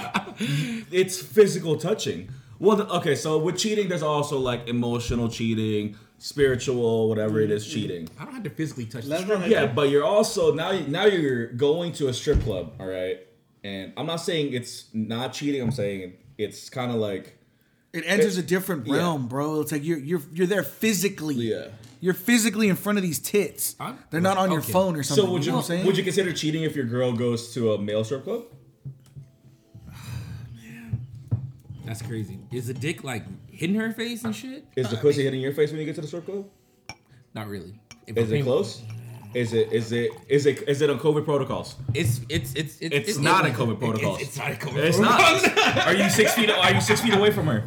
Speaker 5: it's physical touching. Well, the- okay, so with cheating, there's also like emotional cheating, spiritual, whatever it is, cheating.
Speaker 2: I don't have to physically touch the
Speaker 4: That's
Speaker 2: strip.
Speaker 4: not
Speaker 5: Yeah, but you're also now now you're going to a strip club, all right? And I'm not saying it's not cheating. I'm saying it's kind of like
Speaker 1: It enters
Speaker 5: It-
Speaker 1: a different
Speaker 5: yeah.
Speaker 1: realm, bro. It's like you're you're you're there physically.
Speaker 5: Yeah.
Speaker 1: You're physically in front of these tits.
Speaker 2: I'm-
Speaker 1: They're not on your
Speaker 2: okay.
Speaker 1: phone or something.
Speaker 5: so. Would
Speaker 1: you
Speaker 5: you
Speaker 1: know what I'm saying?
Speaker 5: would you consider cheating if your girl goes to a male strip club?
Speaker 2: That's crazy. Is the dick like hitting her face and shit?
Speaker 5: Is the pussy hitting your face when you get to the strip club?
Speaker 2: Not really. If
Speaker 5: Is
Speaker 2: I'm
Speaker 5: it
Speaker 2: being-
Speaker 5: close? Is it is it is it is it on COVID protocols?
Speaker 2: It's it's it's it's,
Speaker 5: It's not in COVID
Speaker 2: it-
Speaker 5: protocols.
Speaker 2: It's, it's not a COVID
Speaker 5: It's not.
Speaker 2: protocols.
Speaker 5: are you six feet? Are you six feet away from her?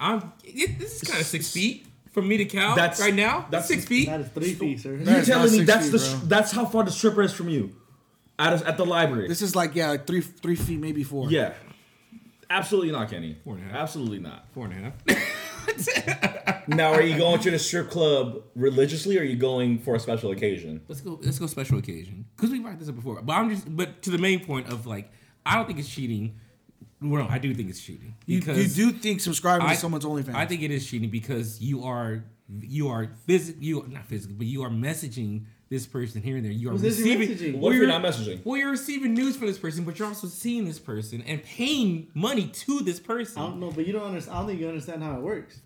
Speaker 2: I'm. It, this is kind of six feet from me to Cal.
Speaker 5: That's-
Speaker 2: right now.
Speaker 5: that's-
Speaker 2: That's six feet.
Speaker 4: That is three feet, sir.
Speaker 1: That is not six feet,
Speaker 5: str-
Speaker 1: bro.
Speaker 5: that's how far the stripper is from you, at a- at the library.
Speaker 1: This is like yeah, like three three feet, maybe four.
Speaker 5: yeah, absolutely not, Kenny.
Speaker 2: Four and a half.
Speaker 5: Absolutely not.
Speaker 2: Four and a half.
Speaker 5: now, are you going to the strip club religiously, or are you going for a special occasion?
Speaker 2: Let's go. Let's go special occasion because we brought this up before. But I'm just. But to the main point of like, I don't think it's cheating. Well, no, I do think it's cheating
Speaker 1: You, you do think subscribing
Speaker 2: I-
Speaker 1: to someone's OnlyFans?
Speaker 2: I think it is cheating because you are you are physical. You not physical, but you are messaging this person here and there. You are
Speaker 4: Who's this
Speaker 2: receiving.
Speaker 4: messaging?
Speaker 5: What if you're
Speaker 2: We're-
Speaker 5: not messaging?
Speaker 2: Well, you're receiving news from this person, but you're also seeing this person and paying money to this person.
Speaker 4: I don't know, but you don't understand. I don't think you understand how it works.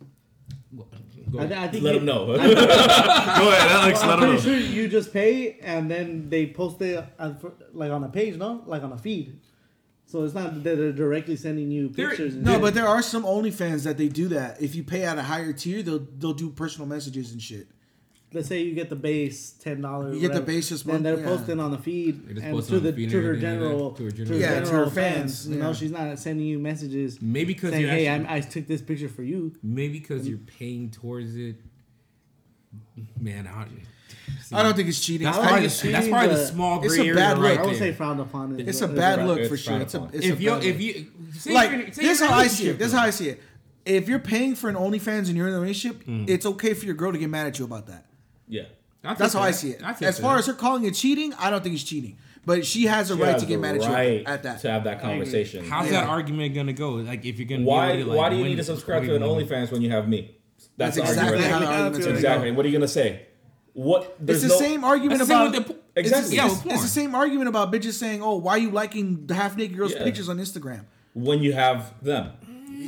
Speaker 2: Well, go
Speaker 4: I,
Speaker 2: ahead.
Speaker 4: th- I think
Speaker 5: Let
Speaker 4: you-
Speaker 5: him know. Go ahead, Alex.
Speaker 4: I'm
Speaker 5: Let
Speaker 4: pretty
Speaker 5: him know.
Speaker 4: sure you just pay and then they post it on, fr- like on a page, no, like on a feed. So it's not that they're directly sending you
Speaker 2: There-
Speaker 4: pictures. and
Speaker 1: no,
Speaker 4: shit.
Speaker 1: but there are some OnlyFans that they do that. If you pay at a higher tier, they'll they'll do personal messages and shit.
Speaker 4: let's say you get the base ten dollars.
Speaker 1: You get the base this month,
Speaker 4: and they're
Speaker 1: yeah.
Speaker 4: posting on the feed
Speaker 2: They're just
Speaker 4: and
Speaker 2: posting
Speaker 4: to
Speaker 2: on the
Speaker 4: the,
Speaker 2: feed and
Speaker 4: to her
Speaker 2: everything like that,
Speaker 4: general
Speaker 2: to her
Speaker 4: to her
Speaker 2: general-
Speaker 1: Yeah, to her
Speaker 4: general
Speaker 1: fans,
Speaker 4: fans. You know,
Speaker 1: yeah.
Speaker 4: she's not sending you messages
Speaker 2: Maybe because
Speaker 4: saying,
Speaker 2: you're
Speaker 4: "Hey,
Speaker 2: actually-
Speaker 4: I'm, I took this picture for you."
Speaker 2: maybe because
Speaker 1: Mm.
Speaker 2: you're paying towards it. Man, I don't.
Speaker 1: I don't think it's cheating.
Speaker 2: That's
Speaker 1: I
Speaker 2: probably,
Speaker 1: think
Speaker 2: the,
Speaker 1: it's
Speaker 2: that's
Speaker 4: cheating,
Speaker 2: probably the
Speaker 4: but
Speaker 2: small
Speaker 1: it's a
Speaker 2: gray area
Speaker 1: bad look.
Speaker 2: right
Speaker 4: I would
Speaker 2: there.
Speaker 4: say frowned upon. Is
Speaker 1: It's a
Speaker 4: what-
Speaker 1: bad
Speaker 5: right.
Speaker 1: look
Speaker 5: It's
Speaker 1: for sure.
Speaker 5: frowned
Speaker 1: It's a
Speaker 5: upon.
Speaker 1: it's
Speaker 2: if
Speaker 1: a
Speaker 2: you
Speaker 1: bad
Speaker 2: if
Speaker 1: look.
Speaker 2: you say you're
Speaker 1: like
Speaker 2: in- say
Speaker 1: this is
Speaker 2: you're in
Speaker 1: how
Speaker 2: a
Speaker 1: I see
Speaker 2: relationship,
Speaker 1: it. This is
Speaker 2: though.
Speaker 1: how I see it. If you're paying for an OnlyFans and you're in a relationship,
Speaker 2: Hmm.
Speaker 1: it's okay for your girl to get mad at you about that.
Speaker 5: Yeah.
Speaker 2: I take
Speaker 1: That's how
Speaker 2: that.
Speaker 1: I see it.
Speaker 2: take
Speaker 1: As
Speaker 2: that.
Speaker 1: far as her calling it cheating, I don't think it's cheating. But she has a
Speaker 5: You
Speaker 1: right
Speaker 5: have
Speaker 1: to get
Speaker 5: the
Speaker 1: mad at you
Speaker 5: right
Speaker 1: at that.
Speaker 5: To have that conversation.
Speaker 2: how's
Speaker 1: Yeah.
Speaker 2: that argument gonna go? Like if you're gonna
Speaker 5: Why?
Speaker 2: be able to, like,
Speaker 5: why do you
Speaker 2: win-
Speaker 5: need to subscribe to
Speaker 2: win-
Speaker 5: an OnlyFans when you have me?
Speaker 1: That's
Speaker 5: That's, the argument.
Speaker 1: exactly
Speaker 5: right
Speaker 1: how the
Speaker 5: there.
Speaker 1: argument's gonna go.
Speaker 4: Exactly.
Speaker 5: Exactly. What are you gonna say? What?
Speaker 1: It's
Speaker 5: there's
Speaker 1: the
Speaker 5: no-
Speaker 1: same argument
Speaker 2: That's the same
Speaker 1: about
Speaker 2: with the po-
Speaker 5: Exactly.
Speaker 1: It's,
Speaker 2: Yeah,
Speaker 1: the-
Speaker 2: with
Speaker 1: it's the
Speaker 2: porn.
Speaker 1: same argument about bitches saying, "Oh, why you liking the half naked girls'
Speaker 5: Yeah.
Speaker 1: pictures on Instagram?"
Speaker 5: when you have them.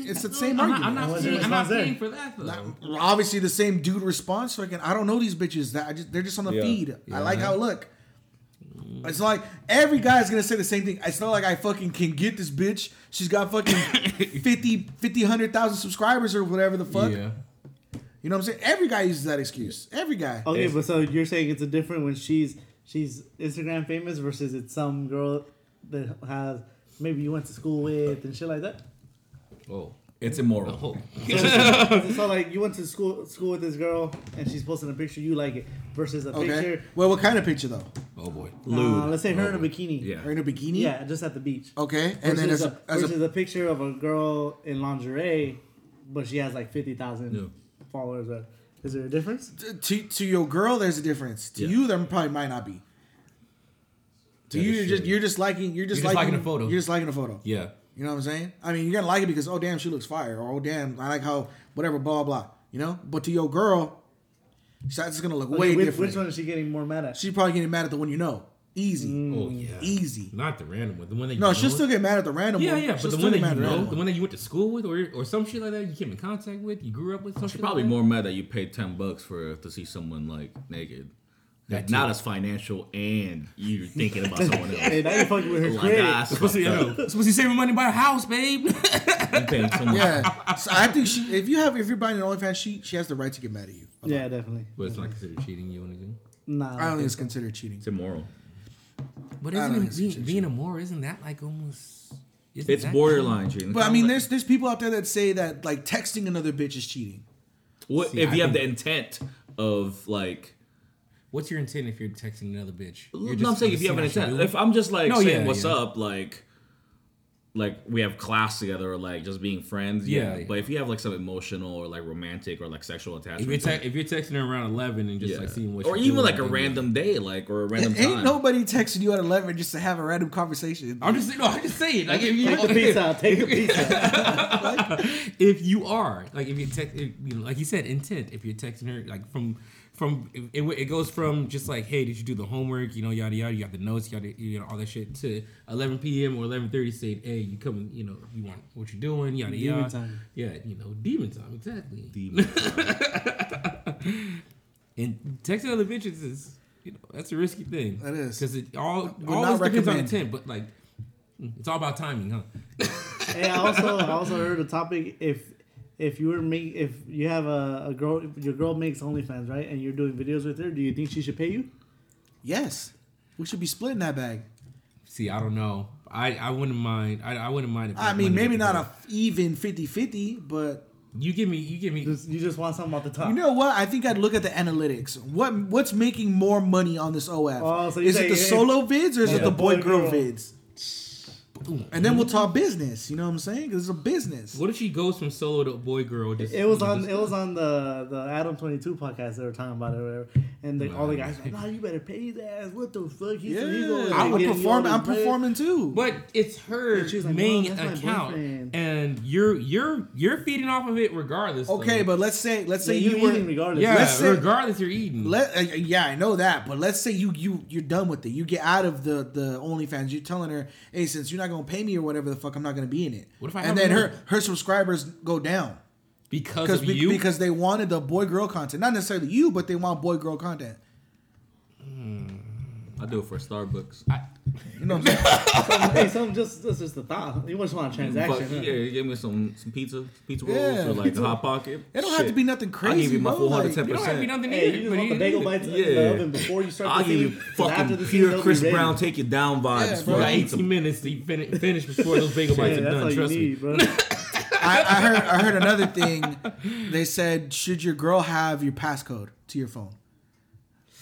Speaker 1: It's the same
Speaker 2: I'm not,
Speaker 1: argument.
Speaker 2: I'm not
Speaker 4: wasn't
Speaker 2: paying- I'm not
Speaker 4: response there.
Speaker 2: paying for that though.
Speaker 1: Well, obviously the same dude response. Fucking, I don't know these bitches. That I just, they're just on the
Speaker 5: Yeah.
Speaker 1: feed.
Speaker 2: Yeah.
Speaker 1: I like how it look. It's like every guy's gonna say the same thing. It's not like I fucking can get this bitch. She's got fucking 50, 50 100,000 subscribers or whatever the fuck.
Speaker 2: yeah.
Speaker 1: You know what I'm saying? Every guy uses that excuse. Every guy.
Speaker 4: Okay,
Speaker 5: It's-
Speaker 4: but so you're saying it's a different when she's she's Instagram famous versus it's some girl that has maybe you went to school with and shit like that.
Speaker 2: Oh.
Speaker 5: It's immoral.
Speaker 2: Oh.
Speaker 4: so like you went to school school with this girl and she's posting a picture you like it versus a
Speaker 1: Okay.
Speaker 4: picture.
Speaker 1: Well, what kind of picture though?
Speaker 2: Oh boy.
Speaker 4: Uh, let's say her in a bikini.
Speaker 2: Yeah.
Speaker 1: Or in a bikini?
Speaker 4: Yeah, just at the beach.
Speaker 1: Okay. Oh, And then as
Speaker 4: versus,
Speaker 1: a,
Speaker 4: a,
Speaker 1: as
Speaker 4: versus
Speaker 1: a
Speaker 4: a picture of a girl in lingerie, but she has like fifty thousand followers. Uh, Is there a difference?
Speaker 1: to, to your girl, there's a difference. To
Speaker 5: Yeah.
Speaker 1: you, there probably might not be. To
Speaker 2: Yeah,
Speaker 1: you, you're
Speaker 2: that's
Speaker 1: just
Speaker 2: true.
Speaker 1: you're just liking you're just,
Speaker 2: You're just
Speaker 1: liking,
Speaker 2: liking a photo.
Speaker 1: You're just liking a photo.
Speaker 2: Yeah.
Speaker 1: You know what I'm saying? I mean, you're gonna like it because oh damn, she looks fire, or oh damn, I like how whatever, blah blah. You know, but to your girl, that's gonna look way
Speaker 4: Okay, which,
Speaker 1: different.
Speaker 4: which one is she getting more mad at?
Speaker 1: She's probably getting mad at the one you know, easy,
Speaker 2: Oh yeah.
Speaker 1: easy.
Speaker 2: Not the random one. The one that you
Speaker 1: No,
Speaker 2: know
Speaker 1: she'll
Speaker 2: of.
Speaker 1: still get mad at the random
Speaker 2: Yeah,
Speaker 1: one.
Speaker 2: yeah,
Speaker 1: She'll
Speaker 2: but the
Speaker 1: still
Speaker 2: one
Speaker 1: get mad at
Speaker 2: that you
Speaker 1: the
Speaker 2: know,
Speaker 1: random
Speaker 2: the
Speaker 1: one.
Speaker 2: one that you went to school with, or or some shit like that, you came in contact with, you grew up with. Some
Speaker 5: She's
Speaker 2: shit
Speaker 5: probably
Speaker 2: like that.
Speaker 5: more mad that you paid ten bucks for to see someone like naked.
Speaker 2: That
Speaker 5: not as financial, and you're thinking about someone else.
Speaker 4: Hey, now you're fucking
Speaker 2: Oh
Speaker 4: with her
Speaker 5: Like,
Speaker 4: credit.
Speaker 5: ah,
Speaker 2: Supposed to, you know, supposed to saving money by a house, babe.
Speaker 5: you paying someone.
Speaker 1: Yeah, so I think she. If you have, if you're buying an OnlyFans, she she has the right to get mad at you.
Speaker 4: yeah, definitely.
Speaker 2: but it's not considered cheating you or anything.
Speaker 4: Nah,
Speaker 1: I don't think it's considered cheating.
Speaker 5: It's immoral.
Speaker 2: But
Speaker 1: I don't
Speaker 2: isn't
Speaker 1: think
Speaker 2: it,
Speaker 1: it's
Speaker 2: being,
Speaker 1: cheating.
Speaker 2: being a more isn't that like almost? isn't
Speaker 5: It's
Speaker 2: that
Speaker 5: borderline cheating.
Speaker 1: But I mean, there's there's people out there that say that like texting another bitch is cheating.
Speaker 5: what
Speaker 2: See,
Speaker 5: if
Speaker 2: I
Speaker 5: you have
Speaker 2: think-
Speaker 5: the intent of like?
Speaker 2: What's your intent if you're texting another bitch? You're
Speaker 5: no, I'm
Speaker 2: just-
Speaker 5: saying
Speaker 2: you're
Speaker 5: if you have an
Speaker 2: just seeing
Speaker 5: intent.
Speaker 2: how she
Speaker 5: If I'm just like
Speaker 2: No,
Speaker 5: saying
Speaker 2: yeah,
Speaker 5: what's
Speaker 2: yeah.
Speaker 5: up, like, like we have class together, or like just being friends. Yeah,
Speaker 2: Yeah, yeah.
Speaker 5: But if you have like some emotional or like romantic or like sexual
Speaker 2: doing. if
Speaker 5: attachment,
Speaker 2: you're, te- if you're texting her around eleven and just
Speaker 5: yeah.
Speaker 2: like seeing what,
Speaker 5: or
Speaker 2: she's
Speaker 5: even
Speaker 2: doing,
Speaker 5: like a
Speaker 2: then-
Speaker 5: random day, like or a random
Speaker 1: Ain't
Speaker 5: time.
Speaker 1: nobody texting you at 11 just to have a random conversation.
Speaker 2: I'm just no, I'm just saying like if
Speaker 4: Take the
Speaker 2: you
Speaker 4: pizza out. Take the pizza out.
Speaker 2: if you are like if you text if, you know, like you said intent if you're texting her like from from it, it goes from just like hey did you do the homework you know yada yada you got the notes yada you know all that shit to 11 p.m. or 11:30 saying hey you coming you know you want what you're doing yada
Speaker 4: Demon
Speaker 2: yada
Speaker 4: time.
Speaker 2: yeah you know demon time exactly
Speaker 5: Demon.
Speaker 2: and texting other bitches is you know that's a risky thing
Speaker 1: That is.
Speaker 2: because it all
Speaker 1: would
Speaker 2: all
Speaker 1: not
Speaker 2: depends on
Speaker 1: recommend.
Speaker 2: intent but like it's all about timing huh.
Speaker 4: Hey, I also I also heard a topic if if you were make if you have a, a girl if your girl makes OnlyFans right and you're doing videos with her, do you think she should pay you?
Speaker 1: Yes. We should be splitting that bag.
Speaker 2: See, I don't know. I, I wouldn't mind. I, I wouldn't mind. If
Speaker 1: I mean, maybe not
Speaker 2: a.
Speaker 1: a even 50 50, but
Speaker 2: You give me. You give me.
Speaker 4: Just, you just want something off the top.
Speaker 1: you know what? I think I'd look at the analytics. What What's making more money on this OF?
Speaker 4: Oh, so you
Speaker 1: is it
Speaker 4: say-
Speaker 1: the solo vids or is
Speaker 4: Yeah.
Speaker 1: it the boy girl vids? And then we'll talk business. You know what I'm saying? 'Cause it's a business.
Speaker 2: What if she goes from solo to boy girl? Just,
Speaker 4: It was
Speaker 2: you
Speaker 4: on
Speaker 2: just-
Speaker 4: it was on the the Adam Twenty Two podcast they were talking about it, or whatever. and the, all the guys were like, "Nah, you better pay his ass. What the fuck? He's
Speaker 1: Yeah,
Speaker 4: illegal.
Speaker 1: I would
Speaker 4: Give you all
Speaker 1: perform.
Speaker 4: this
Speaker 1: I'm
Speaker 4: bread."
Speaker 1: performing too.
Speaker 2: But it's her
Speaker 4: And she was like,
Speaker 2: main
Speaker 4: "Mom, that's my
Speaker 2: account,
Speaker 4: boyfriend."
Speaker 2: and you're you're you're feeding off of it regardless. though.
Speaker 1: Okay, but let's say let's
Speaker 4: So
Speaker 1: say
Speaker 4: you
Speaker 1: you were
Speaker 4: eating regardless.
Speaker 2: yeah,
Speaker 1: let's say-
Speaker 2: regardless you're eating.
Speaker 1: Let uh, yeah, I know that, but let's say you you you're done with it. You get out of the the OnlyFans. You're telling her, hey, since you're not gonna pay me or whatever the fuck, I'm not gonna be in it.
Speaker 2: What if I
Speaker 1: and
Speaker 2: have
Speaker 1: then
Speaker 2: no-
Speaker 1: her her subscribers go down
Speaker 2: because
Speaker 1: because
Speaker 2: of
Speaker 1: be,
Speaker 2: you.
Speaker 1: because they wanted the boy girl content, not necessarily you, but they want boy girl content.
Speaker 5: I do it for Starbucks.
Speaker 1: You know, what I'm saying?
Speaker 4: hey, some just that's just a thought. You just want a
Speaker 5: Fuck,
Speaker 4: transaction.
Speaker 5: yeah,
Speaker 4: huh?
Speaker 5: you give me some some pizza, pizza rolls,
Speaker 1: Yeah,
Speaker 5: or like
Speaker 1: pizza-
Speaker 5: a hot pocket.
Speaker 1: it don't have to
Speaker 5: Shit.
Speaker 1: be nothing
Speaker 5: I'll
Speaker 1: crazy.
Speaker 5: give you my
Speaker 1: bro.
Speaker 5: full hundred
Speaker 1: Like,
Speaker 5: ten
Speaker 2: you don't have to be
Speaker 5: percent.
Speaker 2: nothing
Speaker 4: Hey,
Speaker 2: either,
Speaker 4: you just
Speaker 2: but
Speaker 4: want
Speaker 2: you
Speaker 4: the bagel
Speaker 2: need
Speaker 4: bites
Speaker 5: it.
Speaker 4: in
Speaker 5: Yeah.
Speaker 4: the oven before you start.
Speaker 5: I'll
Speaker 4: the
Speaker 5: give you
Speaker 4: scene, 'cause after
Speaker 5: fucking
Speaker 4: the scene,
Speaker 5: pure
Speaker 4: they'll be
Speaker 5: Chris
Speaker 4: ready.
Speaker 5: Brown take you down vibes.
Speaker 1: Yeah,
Speaker 5: for
Speaker 1: bro.
Speaker 2: You got
Speaker 5: like some-
Speaker 2: 18 minutes to finish, finish before those bagel bites are
Speaker 4: Yeah, that's all
Speaker 2: done.
Speaker 4: you
Speaker 2: Trust me.
Speaker 4: need, bro.
Speaker 1: I, I heard I heard another thing. They said, should your girl have your passcode to your phone?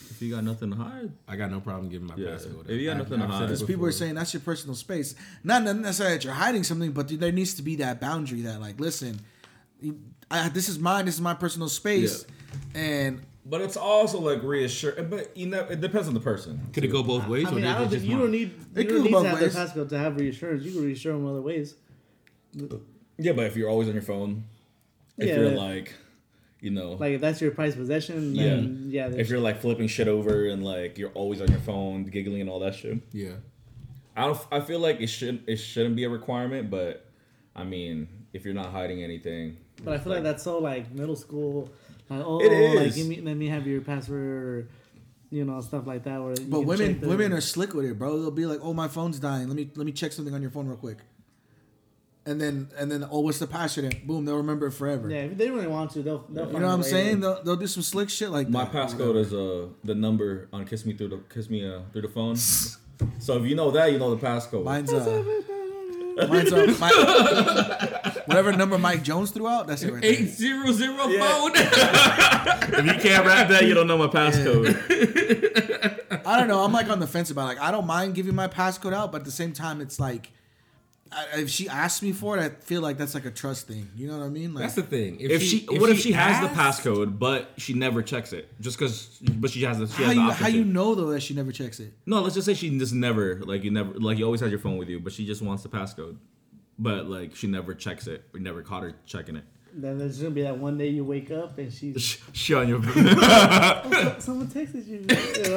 Speaker 5: If you got nothing to hide,
Speaker 2: I got no problem giving my
Speaker 5: Yeah.
Speaker 2: passcode.
Speaker 5: If you got
Speaker 2: I've-
Speaker 5: nothing to
Speaker 2: I've said
Speaker 5: hide.
Speaker 2: this
Speaker 1: Because people
Speaker 2: before.
Speaker 1: are saying that's your personal space. Not not necessarily that you're hiding something, but there needs to be that boundary that, like, listen, you- I, this is mine, this is my personal space. And
Speaker 5: but it's also like reassuring. But you know, it depends on the person.
Speaker 2: could it go both ways?
Speaker 4: I
Speaker 2: or
Speaker 4: mean,
Speaker 2: is
Speaker 4: I
Speaker 2: it
Speaker 4: don't think
Speaker 2: just
Speaker 4: you
Speaker 2: one?
Speaker 4: don't need
Speaker 1: It
Speaker 4: you
Speaker 1: could
Speaker 4: don't need
Speaker 1: go
Speaker 4: to have their
Speaker 1: both
Speaker 4: passcode to have reassurance. You can reassure them other ways.
Speaker 5: Yeah, but if you're always on your phone, if
Speaker 4: Yeah.
Speaker 5: you're like, you know,
Speaker 4: Like if that's your prized possession,
Speaker 5: Yeah.
Speaker 4: then yeah,
Speaker 5: if you're like flipping shit over and like you're always on your phone, giggling and all that shit.
Speaker 2: Yeah.
Speaker 5: I don't. I feel like it should. It shouldn't be a requirement, but I mean, if you're not hiding anything,
Speaker 4: But I feel like that's so like middle school. Like oh,
Speaker 5: It is.
Speaker 4: like give me, let me have your password, or, you know, stuff like that. Where you
Speaker 1: but
Speaker 4: can
Speaker 1: women
Speaker 4: check the-
Speaker 1: women are slick with it, bro. They'll be like, Oh, my phone's dying. Let me let me check something on your phone real quick. And then and then oh what's the passionate? Boom, they'll remember it forever.
Speaker 4: yeah. If they really want to, they'll, they'll
Speaker 1: You know what I'm saying? They'll, they'll do some slick shit like
Speaker 5: my
Speaker 1: that.
Speaker 5: passcode is uh the number on Kiss Me through the Kiss Me uh, through the phone. so if you know that, you know the passcode.
Speaker 1: Mine's uh, mine's uh, my- whatever number Mike Jones threw out. That's it right there.
Speaker 2: Eight zero zero phone.
Speaker 5: if you can't rap that, you don't know my passcode.
Speaker 1: I don't know. I'm like on the fence about it. like I don't mind giving my passcode out, but at the same time, it's like I- if she asks me for it, I feel like that's like a trust thing. You know what I mean? Like
Speaker 2: That's the thing.
Speaker 5: if she, what if she has the
Speaker 2: asks-
Speaker 5: passcode, but she never checks it, just because? But she has the. She
Speaker 1: how
Speaker 5: has the
Speaker 1: you
Speaker 5: option
Speaker 1: how
Speaker 5: to.
Speaker 1: you know though that she never checks it?
Speaker 5: No, let's just say she just never like you never like you always had your phone with you, but she just wants the passcode. But like she never checks it. We never caught her checking it.
Speaker 4: Then there's gonna be that one day you wake up and she's
Speaker 5: Sh- She on your
Speaker 4: someone texted you. you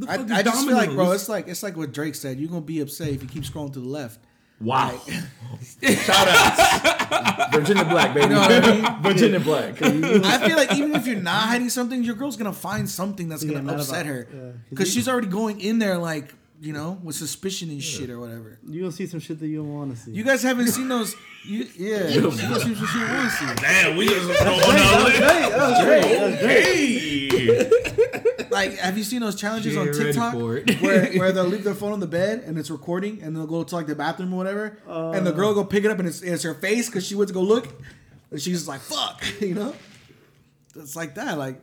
Speaker 4: know?
Speaker 1: I,
Speaker 2: fuck
Speaker 1: I
Speaker 2: is
Speaker 1: just feel like, bro,
Speaker 2: Domino's?
Speaker 1: it's like it's like what Drake said. You're gonna be upset if you keep scrolling to the left.
Speaker 5: wow. Shout outs. Virginia Black, baby.
Speaker 1: You know what I mean?
Speaker 5: Virginia Black.
Speaker 1: I feel like even if you're not hiding something, your girl's gonna find something that's
Speaker 4: Yeah,
Speaker 1: gonna
Speaker 4: not
Speaker 1: upset
Speaker 4: about-
Speaker 1: her
Speaker 4: yeah.
Speaker 1: because she's already going in there like you know with suspicion and shit or whatever.
Speaker 4: You gonna see some shit that you don't want to see.
Speaker 1: You guys haven't seen those? You, yeah, she goes, she- she- she wants to.
Speaker 5: Damn, we just
Speaker 4: Hey, that was great. That was great.
Speaker 1: Like, have you seen those challenges
Speaker 2: Get
Speaker 1: on
Speaker 2: ready
Speaker 1: TikTok
Speaker 2: for it.
Speaker 1: where, where they'll leave their phone on the bed and it's recording and they'll go to like the bathroom or whatever and the girl
Speaker 2: Uh.
Speaker 1: will go pick it up and it's, it's her face because she went to go look and she's just like fuck, you know? It's like that. Like,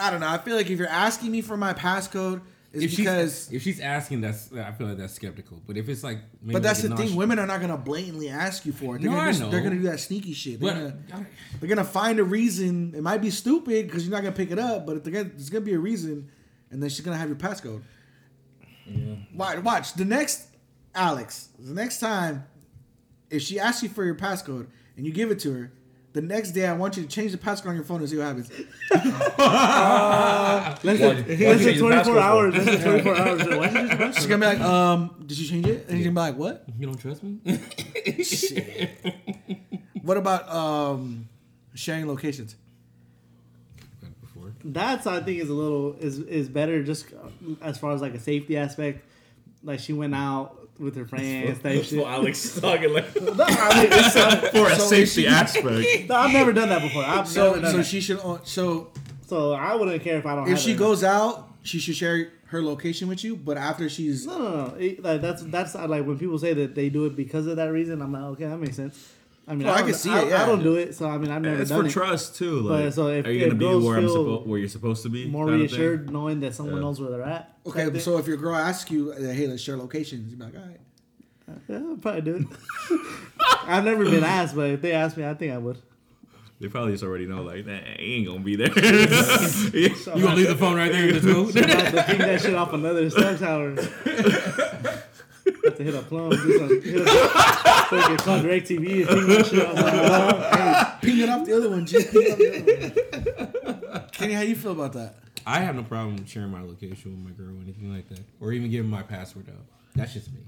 Speaker 1: I don't know. I feel like if you're asking me for my passcode,
Speaker 2: If
Speaker 1: it's
Speaker 2: she's,
Speaker 1: because.
Speaker 2: if she's asking, that's I feel like that's skeptical. But if it's like, maybe
Speaker 1: But that's the
Speaker 2: like a
Speaker 1: thing.
Speaker 2: nonch-
Speaker 1: Women are not gonna blatantly ask you for it. They're,
Speaker 2: No,
Speaker 1: gonna,
Speaker 2: I
Speaker 1: just-
Speaker 2: know.
Speaker 1: they're gonna do that sneaky shit. They're,
Speaker 2: But,
Speaker 1: gonna, they're gonna find a reason. It might be stupid because you're not gonna pick it up, but if they're gonna, there's gonna be a reason, and then she's gonna have your passcode. Watch, watch the next Alex. The next time, if she asks you for your passcode and you give it to her, the next day I want you to change the passcode on your phone and see what happens.
Speaker 4: Less
Speaker 5: Why'd
Speaker 4: than,
Speaker 5: you- why'd you
Speaker 4: less than
Speaker 5: change the
Speaker 4: 24
Speaker 5: password?
Speaker 4: hours. Less than 24 hours. Why did you change the
Speaker 1: She's
Speaker 4: password?
Speaker 1: gonna be like, um, did you change it? And you're gonna be like, what?
Speaker 2: you don't trust me.
Speaker 1: What about um, sharing locations?
Speaker 2: Before.
Speaker 4: That's I think is a little is is better just as far as like a safety aspect. Like she went out with her friends, type shit.
Speaker 5: So Alex is talking like for
Speaker 4: No, I mean, it's, uh,
Speaker 5: a safety aspect.
Speaker 4: no, I've never done that before. I've
Speaker 1: So,
Speaker 4: never done
Speaker 1: so
Speaker 4: that.
Speaker 1: she should. on- So
Speaker 4: so I wouldn't care if I don't.
Speaker 1: if
Speaker 4: have
Speaker 1: she
Speaker 4: it.
Speaker 1: goes out, she should share her location with you. But after she's
Speaker 4: no, no, no. It- like, that's that's I, like when people say that they do it because of that reason. I'm like, okay, that makes sense. I mean,
Speaker 1: Well, Oh, I
Speaker 4: I, don't,
Speaker 1: can see
Speaker 4: I,
Speaker 1: it, yeah.
Speaker 4: I don't do it, so I mean, I've never
Speaker 5: It's
Speaker 4: done
Speaker 5: for
Speaker 4: it.
Speaker 5: trust too.
Speaker 4: But,
Speaker 5: Like,
Speaker 4: so if-
Speaker 5: are you
Speaker 4: if
Speaker 5: gonna be
Speaker 4: girls
Speaker 5: where I'm
Speaker 4: feel
Speaker 5: suppo- where you're supposed to be?
Speaker 4: More
Speaker 5: kinda thing?
Speaker 4: reassured knowing that someone knows where they're at.
Speaker 1: okay.
Speaker 4: type thing.
Speaker 1: So if your girl asks you, uh, "Hey, let's share locations," you're like, "All right."
Speaker 4: Yeah, I'd probably do it. I've never been asked, but if they asked me, I think I would.
Speaker 5: They probably just already know like that ain't gonna be there. Yeah.
Speaker 4: So
Speaker 2: You gonna leave the phone right there and just go?
Speaker 4: I'll have to ping that shit off another cell tower. have to hit a plumb, do something. Hit a, fucking call direct TV and ping that shit off.
Speaker 1: Ping it off the other one. Just ping it off the other one. Kenny, how you feel about that?
Speaker 2: I have no problem sharing my location with my girl or anything like that, or even giving my password out. That's just me.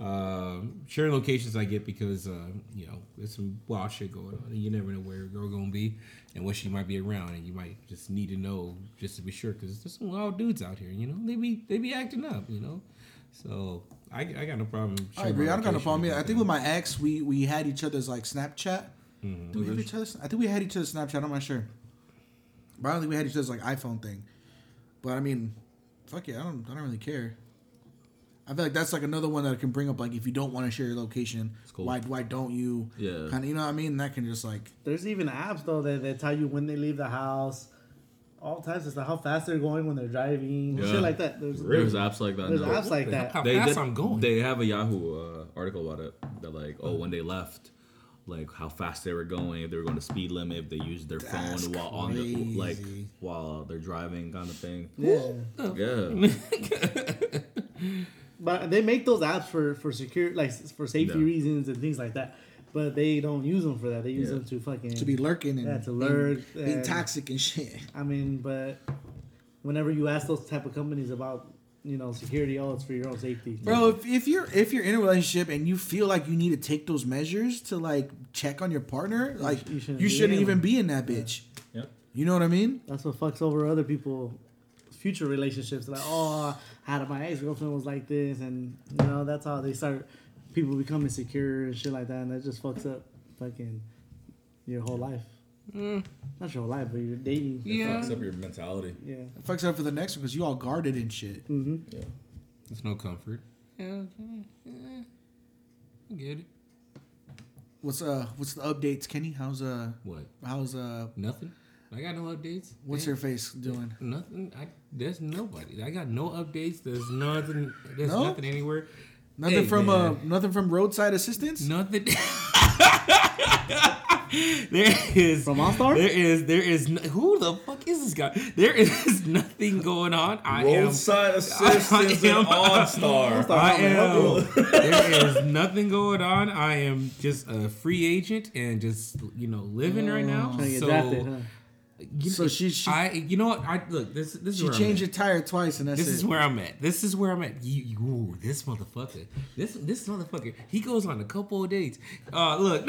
Speaker 2: Um, sharing locations I get because uh, you know there's some wild shit going on, and you never know where a girl gonna be and what she might be around, and you might just need to know just to be sure because there's some wild dudes out here. You know they be they be acting up. You know, so I, I got no problem.
Speaker 1: I
Speaker 2: sharing my
Speaker 1: agree. I don't got no
Speaker 2: location
Speaker 1: problem.
Speaker 2: with
Speaker 1: I
Speaker 2: that.
Speaker 1: think with my ex, we we had each other's like Snapchat.
Speaker 5: Mm-hmm.
Speaker 1: Do we have each other's? I think we had each other's Snapchat. I'm not sure. But I don't think we had each other's like iPhone thing. But I mean, fuck it. I don't. I don't really care. I feel like that's like another one that I can bring up. Like if you don't want to share your location,
Speaker 5: cool.
Speaker 1: why why don't you?
Speaker 5: Yeah.
Speaker 1: Kind of, you know what I mean. That can just like
Speaker 4: There's even apps though that, that tell you when they leave the house, all types of stuff, how fast they're going when they're driving,
Speaker 5: Yeah.
Speaker 4: shit like that. There's
Speaker 5: There's apps like that.
Speaker 4: there's
Speaker 5: now.
Speaker 4: apps like that.
Speaker 2: How fast I'm going.
Speaker 5: They have a Yahoo uh, article about it. They're like, oh, when they left, like how fast they were going, if they were going to speed limit, if they used their
Speaker 1: That's
Speaker 5: phone while on the like
Speaker 1: crazy.
Speaker 5: while they're driving, kind of thing.
Speaker 4: Yeah.
Speaker 5: Yeah,
Speaker 4: But they make those apps for for secure like s- for safety
Speaker 5: Yeah.
Speaker 4: reasons and things like that. But they don't use them for that. They use
Speaker 5: Yeah.
Speaker 4: them to fucking
Speaker 1: to be lurking and
Speaker 4: Yeah, to
Speaker 1: being-
Speaker 4: lurk
Speaker 1: being,
Speaker 4: and-
Speaker 1: toxic and shit.
Speaker 4: I mean, but whenever you ask those type of companies about you know security, oh, it's for your own safety.
Speaker 1: Bro, if, if you're if you're in a relationship and you feel like you need to take those measures to like check on your partner, like
Speaker 4: you
Speaker 1: you
Speaker 4: shouldn't
Speaker 1: shouldn't,
Speaker 4: be in
Speaker 1: even
Speaker 4: one.
Speaker 1: be in that bitch.
Speaker 5: yeah.
Speaker 1: You know what I mean?
Speaker 4: That's what fucks over other people. Future relationships, like oh, I had my ex girlfriend was like this, and you know that's how they start. People become insecure and shit like that, and that just fucks up fucking your whole life. Not your whole life, but your dating.
Speaker 2: Yeah.
Speaker 5: Fucks up your mentality.
Speaker 4: Yeah.
Speaker 1: It fucks up for the next one because you all guarded and shit.
Speaker 4: Mm-hmm.
Speaker 2: There's no comfort. Yeah, yeah. I get it.
Speaker 1: What's uh what's the updates, Kenny? How's uh
Speaker 2: What?
Speaker 1: how's uh
Speaker 2: Nothing. I got no updates.
Speaker 1: what's
Speaker 2: Damn.
Speaker 1: her face doing?
Speaker 2: Nothing. I, there's nobody. I got no updates. There's nothing. There's
Speaker 1: No?
Speaker 2: nothing anywhere.
Speaker 1: Nothing
Speaker 2: Hey,
Speaker 1: from uh
Speaker 2: man.
Speaker 1: nothing from roadside assistance?
Speaker 2: Nothing. there is
Speaker 4: From OnStar?
Speaker 2: There is. There is. No, who the fuck is this guy? There is nothing going on. I am.
Speaker 5: Roadside assistance
Speaker 2: am-
Speaker 5: and All Star.
Speaker 2: I
Speaker 4: How may I
Speaker 2: am. there is nothing going on. I am just a free agent and just you know living right now.
Speaker 4: Trying to get
Speaker 2: so
Speaker 4: drafted, huh?
Speaker 2: you,
Speaker 1: So she- she-
Speaker 2: I you know what I look this this is
Speaker 1: She
Speaker 2: where I'm
Speaker 1: changed
Speaker 2: at.
Speaker 1: her tire twice and that's
Speaker 2: This
Speaker 1: it.
Speaker 2: is where I'm at. This is where I'm at. You, you- ooh, this motherfucker. This this motherfucker. He goes on a couple of dates. Uh, look,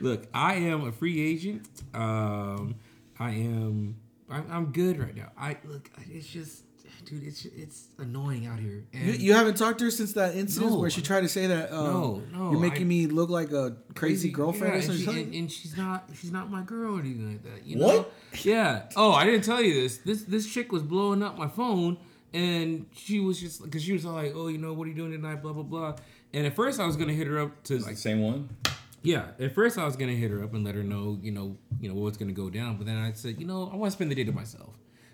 Speaker 2: look. I am a free agent. Um, I am. I'm, I'm good right now. I look. It's just, dude. It's it's annoying out here. And
Speaker 1: you, you haven't talked to her since that incident
Speaker 2: No.
Speaker 1: where she tried to say that um,
Speaker 2: No, no,
Speaker 1: you're
Speaker 2: I-
Speaker 1: making me look like a crazy girlfriend or
Speaker 2: yeah, and
Speaker 1: something.
Speaker 2: she- And, and she's not she's not my girl or anything like that. You
Speaker 5: What?
Speaker 2: know? Yeah. Oh, I didn't tell you this. This this chick was blowing up my phone, and she was just because she was all like, "Oh, you know, what are you doing tonight?" Blah blah blah. And at first, I was gonna hit her up to like,
Speaker 5: Same one.
Speaker 2: yeah. At first, I was gonna hit her up and let her know, you know, you know what's gonna go down. But then I said, you know, I want to spend the day to myself.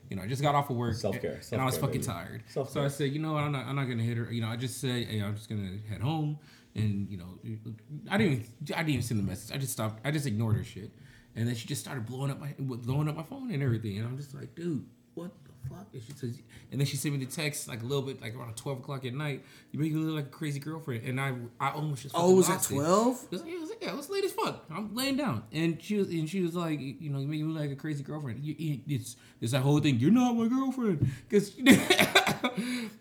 Speaker 2: You know, I just got off of work
Speaker 5: Self-care,
Speaker 2: and, and I was
Speaker 5: self-care,
Speaker 2: fucking
Speaker 5: baby.
Speaker 2: tired. So
Speaker 5: Self-care.
Speaker 2: I said, you know what, I'm not, I'm not gonna hit her. You know, I just said, hey, I'm just gonna head home, and you know, I didn't, even, I didn't even send the message. I just stopped. I just ignored her shit, and then she just started blowing up my, blowing up my phone and everything. And I'm just like, dude, what the fuck? And she says, and then she sent me the text like a little bit, like around 12 o'clock at night. You make me look like a crazy girlfriend, and I, I almost just.
Speaker 1: Oh,
Speaker 2: fucking
Speaker 1: it was at
Speaker 2: lost it.
Speaker 1: 12?
Speaker 2: It was, it was, yeah, it was late as fuck. I'm laying down, and she was, and she was like, you know, you make me look like a crazy girlfriend. You, you- it's, it's that whole thing. You're not my girlfriend, because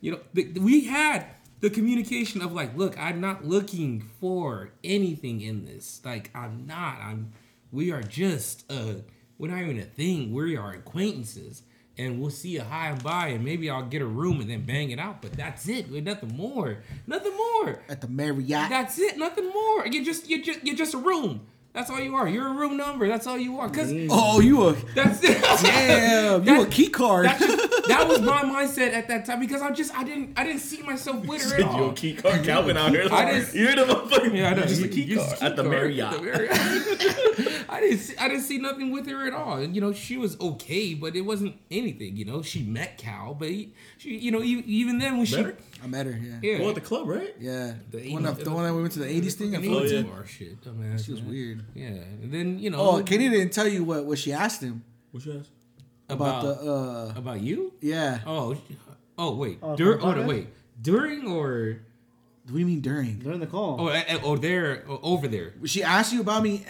Speaker 2: you know the, we had the communication of like, look, I'm not looking for anything in this. Like, I'm not. I'm. We are just uh, we're not even a thing. We are acquaintances. And we'll see a high and by, and maybe I'll get a room and then bang it out. But that's it. We're nothing more. Nothing more.
Speaker 1: At the Marriott.
Speaker 2: That's it. Nothing more. You're just you're just you're just a room. That's all you are. You're a room number. That's all you are. Cause
Speaker 1: oh, you a
Speaker 2: that's it.
Speaker 1: damn, you a
Speaker 2: That-
Speaker 1: key card.
Speaker 2: That's just, that was my mindset at that time because I just I didn't I didn't see myself with her at
Speaker 5: Yo,
Speaker 2: all.
Speaker 5: key card Calvin out here.
Speaker 2: I just-
Speaker 5: you're the motherfucker.
Speaker 2: Yeah, I know.
Speaker 5: You're just a
Speaker 2: You-
Speaker 5: key
Speaker 2: you're
Speaker 5: card
Speaker 2: just a
Speaker 5: at the
Speaker 2: key card.
Speaker 5: Marriott.
Speaker 2: I didn't see, I didn't see nothing with her at all. And you know, she was okay, but it wasn't anything. You know, she met Cal, but he, she, you know, e- even then when she,
Speaker 5: Better?
Speaker 1: I met her. Yeah.
Speaker 2: yeah,
Speaker 5: Well, at the club, right?
Speaker 1: Yeah.
Speaker 2: The
Speaker 1: The one, that,
Speaker 2: 80s.
Speaker 1: the one that we went to the 80s thing? I
Speaker 2: An
Speaker 1: flew
Speaker 5: Oh,
Speaker 1: to.
Speaker 5: yeah.
Speaker 2: ATM bar shit. Dumbass,
Speaker 1: She was
Speaker 2: man.
Speaker 1: weird.
Speaker 2: Yeah, and then you know
Speaker 1: Oh, Katie didn't tell you what, what she asked him
Speaker 5: What you ask?
Speaker 1: about,
Speaker 2: about
Speaker 1: the, uh,
Speaker 2: about you.
Speaker 1: yeah.
Speaker 2: Oh, sh- oh wait,
Speaker 4: Oh,
Speaker 2: Dur-
Speaker 4: for
Speaker 2: oh no,
Speaker 4: Barbara?
Speaker 2: wait, during or
Speaker 1: What do you mean during?
Speaker 4: During the call.
Speaker 2: oh a- a- oh there oh, over there.
Speaker 1: She asked you about me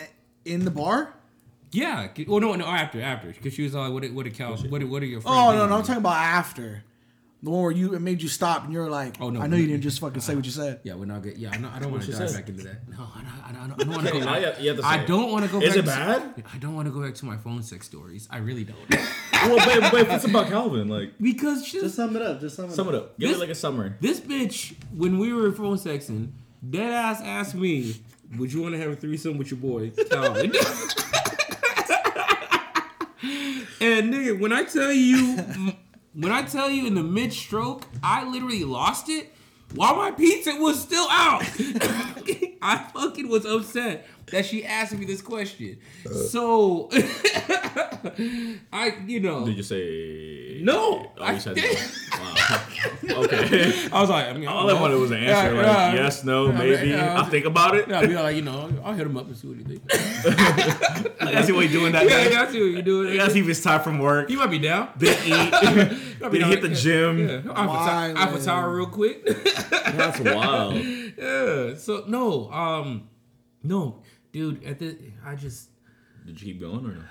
Speaker 1: in the bar?
Speaker 2: Yeah. c- Well, no, no, after after because she was all like, "What, a- what a Cal? What, a- what are your friends?"
Speaker 1: Oh, no,
Speaker 2: doing?"
Speaker 1: no. I'm talking about after. The one where you it made you stop and you're like,
Speaker 2: Oh, no,
Speaker 1: I know
Speaker 2: no,
Speaker 1: you didn't just fucking say what you said.
Speaker 2: Yeah, we're not good. Yeah, I don't, I don't want
Speaker 5: she
Speaker 2: to dive
Speaker 5: said.
Speaker 2: back into that. No, I don't, I don't, I don't want to go.
Speaker 5: now you have- you have to
Speaker 2: I
Speaker 5: say it.
Speaker 2: don't want to go.
Speaker 5: Is
Speaker 2: back
Speaker 5: it
Speaker 2: to-
Speaker 5: bad?
Speaker 2: I don't want to go back to my phone sex stories. I really don't.
Speaker 5: well, babe, babe, what's about Calvin? Like,
Speaker 2: Because she,
Speaker 4: Just sum it up. Just sum it
Speaker 5: sum it
Speaker 4: up.
Speaker 5: up. Give
Speaker 2: This-
Speaker 5: it like a summary.
Speaker 2: this bitch, when we were phone sexing, dead ass asked me, "Would you want to have a threesome with your boy Calvin?" and nigga, when I tell you, when I tell you in the mid stroke, I literally lost it. While my pizza was still out, I fucking was upset that she asked me this question. So, I, you know,
Speaker 5: Did you say
Speaker 2: No,
Speaker 5: Oh,
Speaker 2: I
Speaker 5: you said
Speaker 2: did.
Speaker 5: no. Wow. Okay.
Speaker 2: I was like, I mean,
Speaker 5: All I wanted was an answer,
Speaker 2: Yeah,
Speaker 5: like
Speaker 2: yeah.
Speaker 5: yes, no,
Speaker 2: Yeah,
Speaker 5: maybe.
Speaker 2: yeah.
Speaker 5: I'll think about it.
Speaker 2: Yeah, I'll be like, you know, I'll hit him up and see what he thinks.
Speaker 5: I see what he's doing that
Speaker 2: yeah,
Speaker 5: day.
Speaker 2: that's what you do.
Speaker 5: I see if he's tired from work.
Speaker 2: He might be down.
Speaker 5: Did he
Speaker 2: He might
Speaker 5: Did
Speaker 2: be
Speaker 5: he
Speaker 2: down.
Speaker 5: hit the gym?
Speaker 2: Yeah, I
Speaker 1: Why,
Speaker 2: for
Speaker 1: man?
Speaker 2: tower real quick.
Speaker 5: That's wild.
Speaker 2: yeah. So no, um, no, dude. At the, I just
Speaker 5: Did you keep going or no?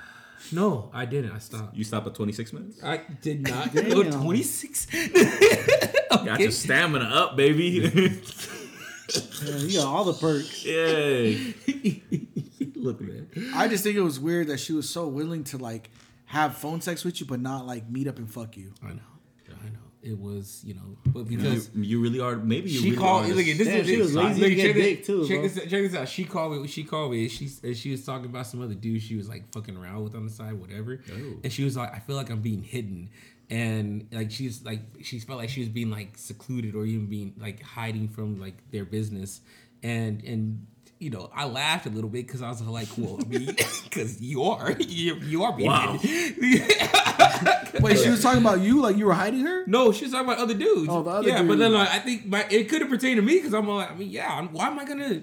Speaker 2: no, I didn't. I stopped.
Speaker 5: You stopped at 26 minutes?
Speaker 2: I did not go
Speaker 4: Damn.
Speaker 2: twenty six.
Speaker 5: Got your stamina up, baby.
Speaker 4: Yeah, you got all the perks.
Speaker 5: Yay.
Speaker 2: Look, man.
Speaker 1: I just think it was weird that she was so willing to like have phone sex with you, but not like meet up and fuck you.
Speaker 2: I know. I know. It was, you know, but because
Speaker 5: you really are. Maybe you
Speaker 2: She
Speaker 5: really
Speaker 2: called.
Speaker 5: are.
Speaker 2: Look,
Speaker 5: this-
Speaker 2: this
Speaker 4: Damn,
Speaker 2: is
Speaker 4: she was lazy
Speaker 2: look,
Speaker 4: to get
Speaker 2: check this-
Speaker 4: dick, too,
Speaker 2: Check
Speaker 4: bro.
Speaker 2: this, check this out. She called me. She called me. and She and she was talking about some other dude she was like fucking around with on the side, whatever.
Speaker 5: Oh.
Speaker 2: And she was like, I feel like I'm being hidden, and like she's like she felt like she was being like secluded or even being like hiding from like their business, and and. You know, I laughed a little bit because I was like, "Well, I mean, because you are, you, you are being
Speaker 5: Wow.
Speaker 2: hidden."
Speaker 1: Wait, she was talking about you like you were hiding her?
Speaker 2: No, she was talking about other dudes.
Speaker 1: Oh, the other
Speaker 2: yeah, but then
Speaker 1: dudes.
Speaker 2: like, I think my, it could have pertained to me because I'm like, I mean, yeah, I'm, why am I gonna?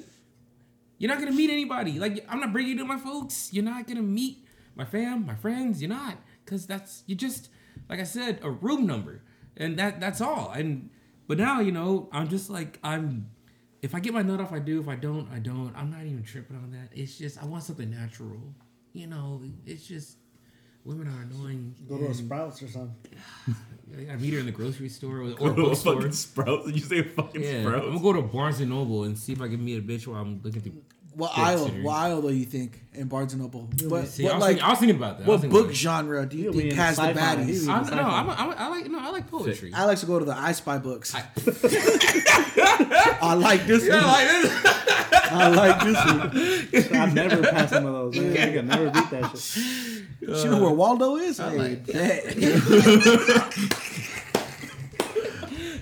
Speaker 2: You're not gonna meet anybody. Like, I'm not bringing you to my folks. You're not gonna meet my fam, my friends. You're not because that's you just like I said, a room number, and that that's all. And but now you know, I'm just like I'm. If I get my nut off, I do. If I don't, I don't. I'm not even tripping on that. It's just I want something natural. You know, it's just women are annoying.
Speaker 4: Go to a
Speaker 2: and-
Speaker 4: Sprouts or something.
Speaker 2: I meet her in the grocery store or, or a
Speaker 5: Little
Speaker 2: bookstore.
Speaker 5: fucking sprouts. Did you say fucking
Speaker 2: Yeah, I'm gonna
Speaker 5: sprouts?
Speaker 2: go to Barnes and Noble and see if I can meet a bitch while I'm looking through.
Speaker 1: What
Speaker 2: Yeah,
Speaker 1: aisle?
Speaker 2: serious.
Speaker 1: What aisle do you think in Barnes and Noble? What,
Speaker 2: See, I,
Speaker 1: what
Speaker 2: was
Speaker 1: like
Speaker 2: thinking, I was thinking about that. I was
Speaker 1: what
Speaker 2: thinking
Speaker 1: book genre do you
Speaker 4: You'll be
Speaker 1: think
Speaker 4: in
Speaker 1: has the
Speaker 4: sci-fi.
Speaker 1: baddies?
Speaker 4: You'll
Speaker 2: about
Speaker 4: be
Speaker 2: it.
Speaker 4: in
Speaker 2: I, no,
Speaker 4: sci-fi.
Speaker 2: I'm, I'm, I like no, I like poetry.
Speaker 1: I like to go to the I Spy books. I,
Speaker 2: I-
Speaker 1: like this one. I like this one.
Speaker 4: I've never passed one of those. Man. I could never beat that shit.
Speaker 1: She know where Waldo is? Hey,
Speaker 2: like
Speaker 1: bet.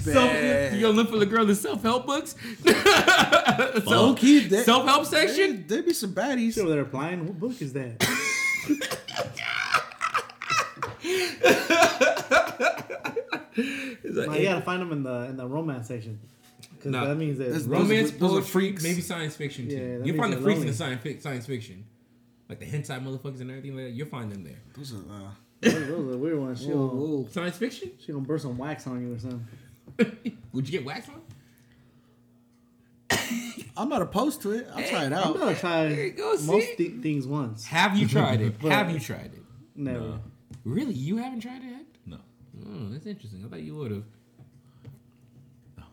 Speaker 2: Self, you gonna look for the girl in self help books? self
Speaker 1: Low-key, they-
Speaker 2: help section.
Speaker 1: There'd be some baddies.
Speaker 4: Shit over there applying. What book is that?
Speaker 2: It's like,
Speaker 4: Like, you gotta find them in the in the romance section. Because
Speaker 2: Nah.
Speaker 4: that means that
Speaker 1: That's-
Speaker 2: romance,
Speaker 1: Those are- those are
Speaker 2: poetry,
Speaker 1: freaks.
Speaker 2: maybe science fiction too.
Speaker 4: Yeah, that
Speaker 2: You'll
Speaker 4: means
Speaker 2: find the
Speaker 4: they're
Speaker 2: freaks in
Speaker 4: lonely.
Speaker 2: the science, fic- science fiction, like the hentai motherfuckers and everything like that. You'll find them there.
Speaker 1: Those are, uh,
Speaker 4: those those are weird ones. She
Speaker 1: whoa,
Speaker 4: gonna,
Speaker 1: whoa.
Speaker 2: Science fiction?
Speaker 4: she gonna burst some wax on you or something.
Speaker 2: Would you get waxed on?
Speaker 1: I'm not opposed to it. I'll try it
Speaker 4: I'm
Speaker 1: out.
Speaker 4: gonna
Speaker 2: There you
Speaker 4: try
Speaker 2: go,
Speaker 4: most
Speaker 2: see?
Speaker 4: thi- things once.
Speaker 2: Have you tried it? Have you tried it?
Speaker 4: Never.
Speaker 5: No.
Speaker 2: Really? You haven't tried it?
Speaker 5: No.
Speaker 2: Oh, that's interesting. I thought you would have. Oh,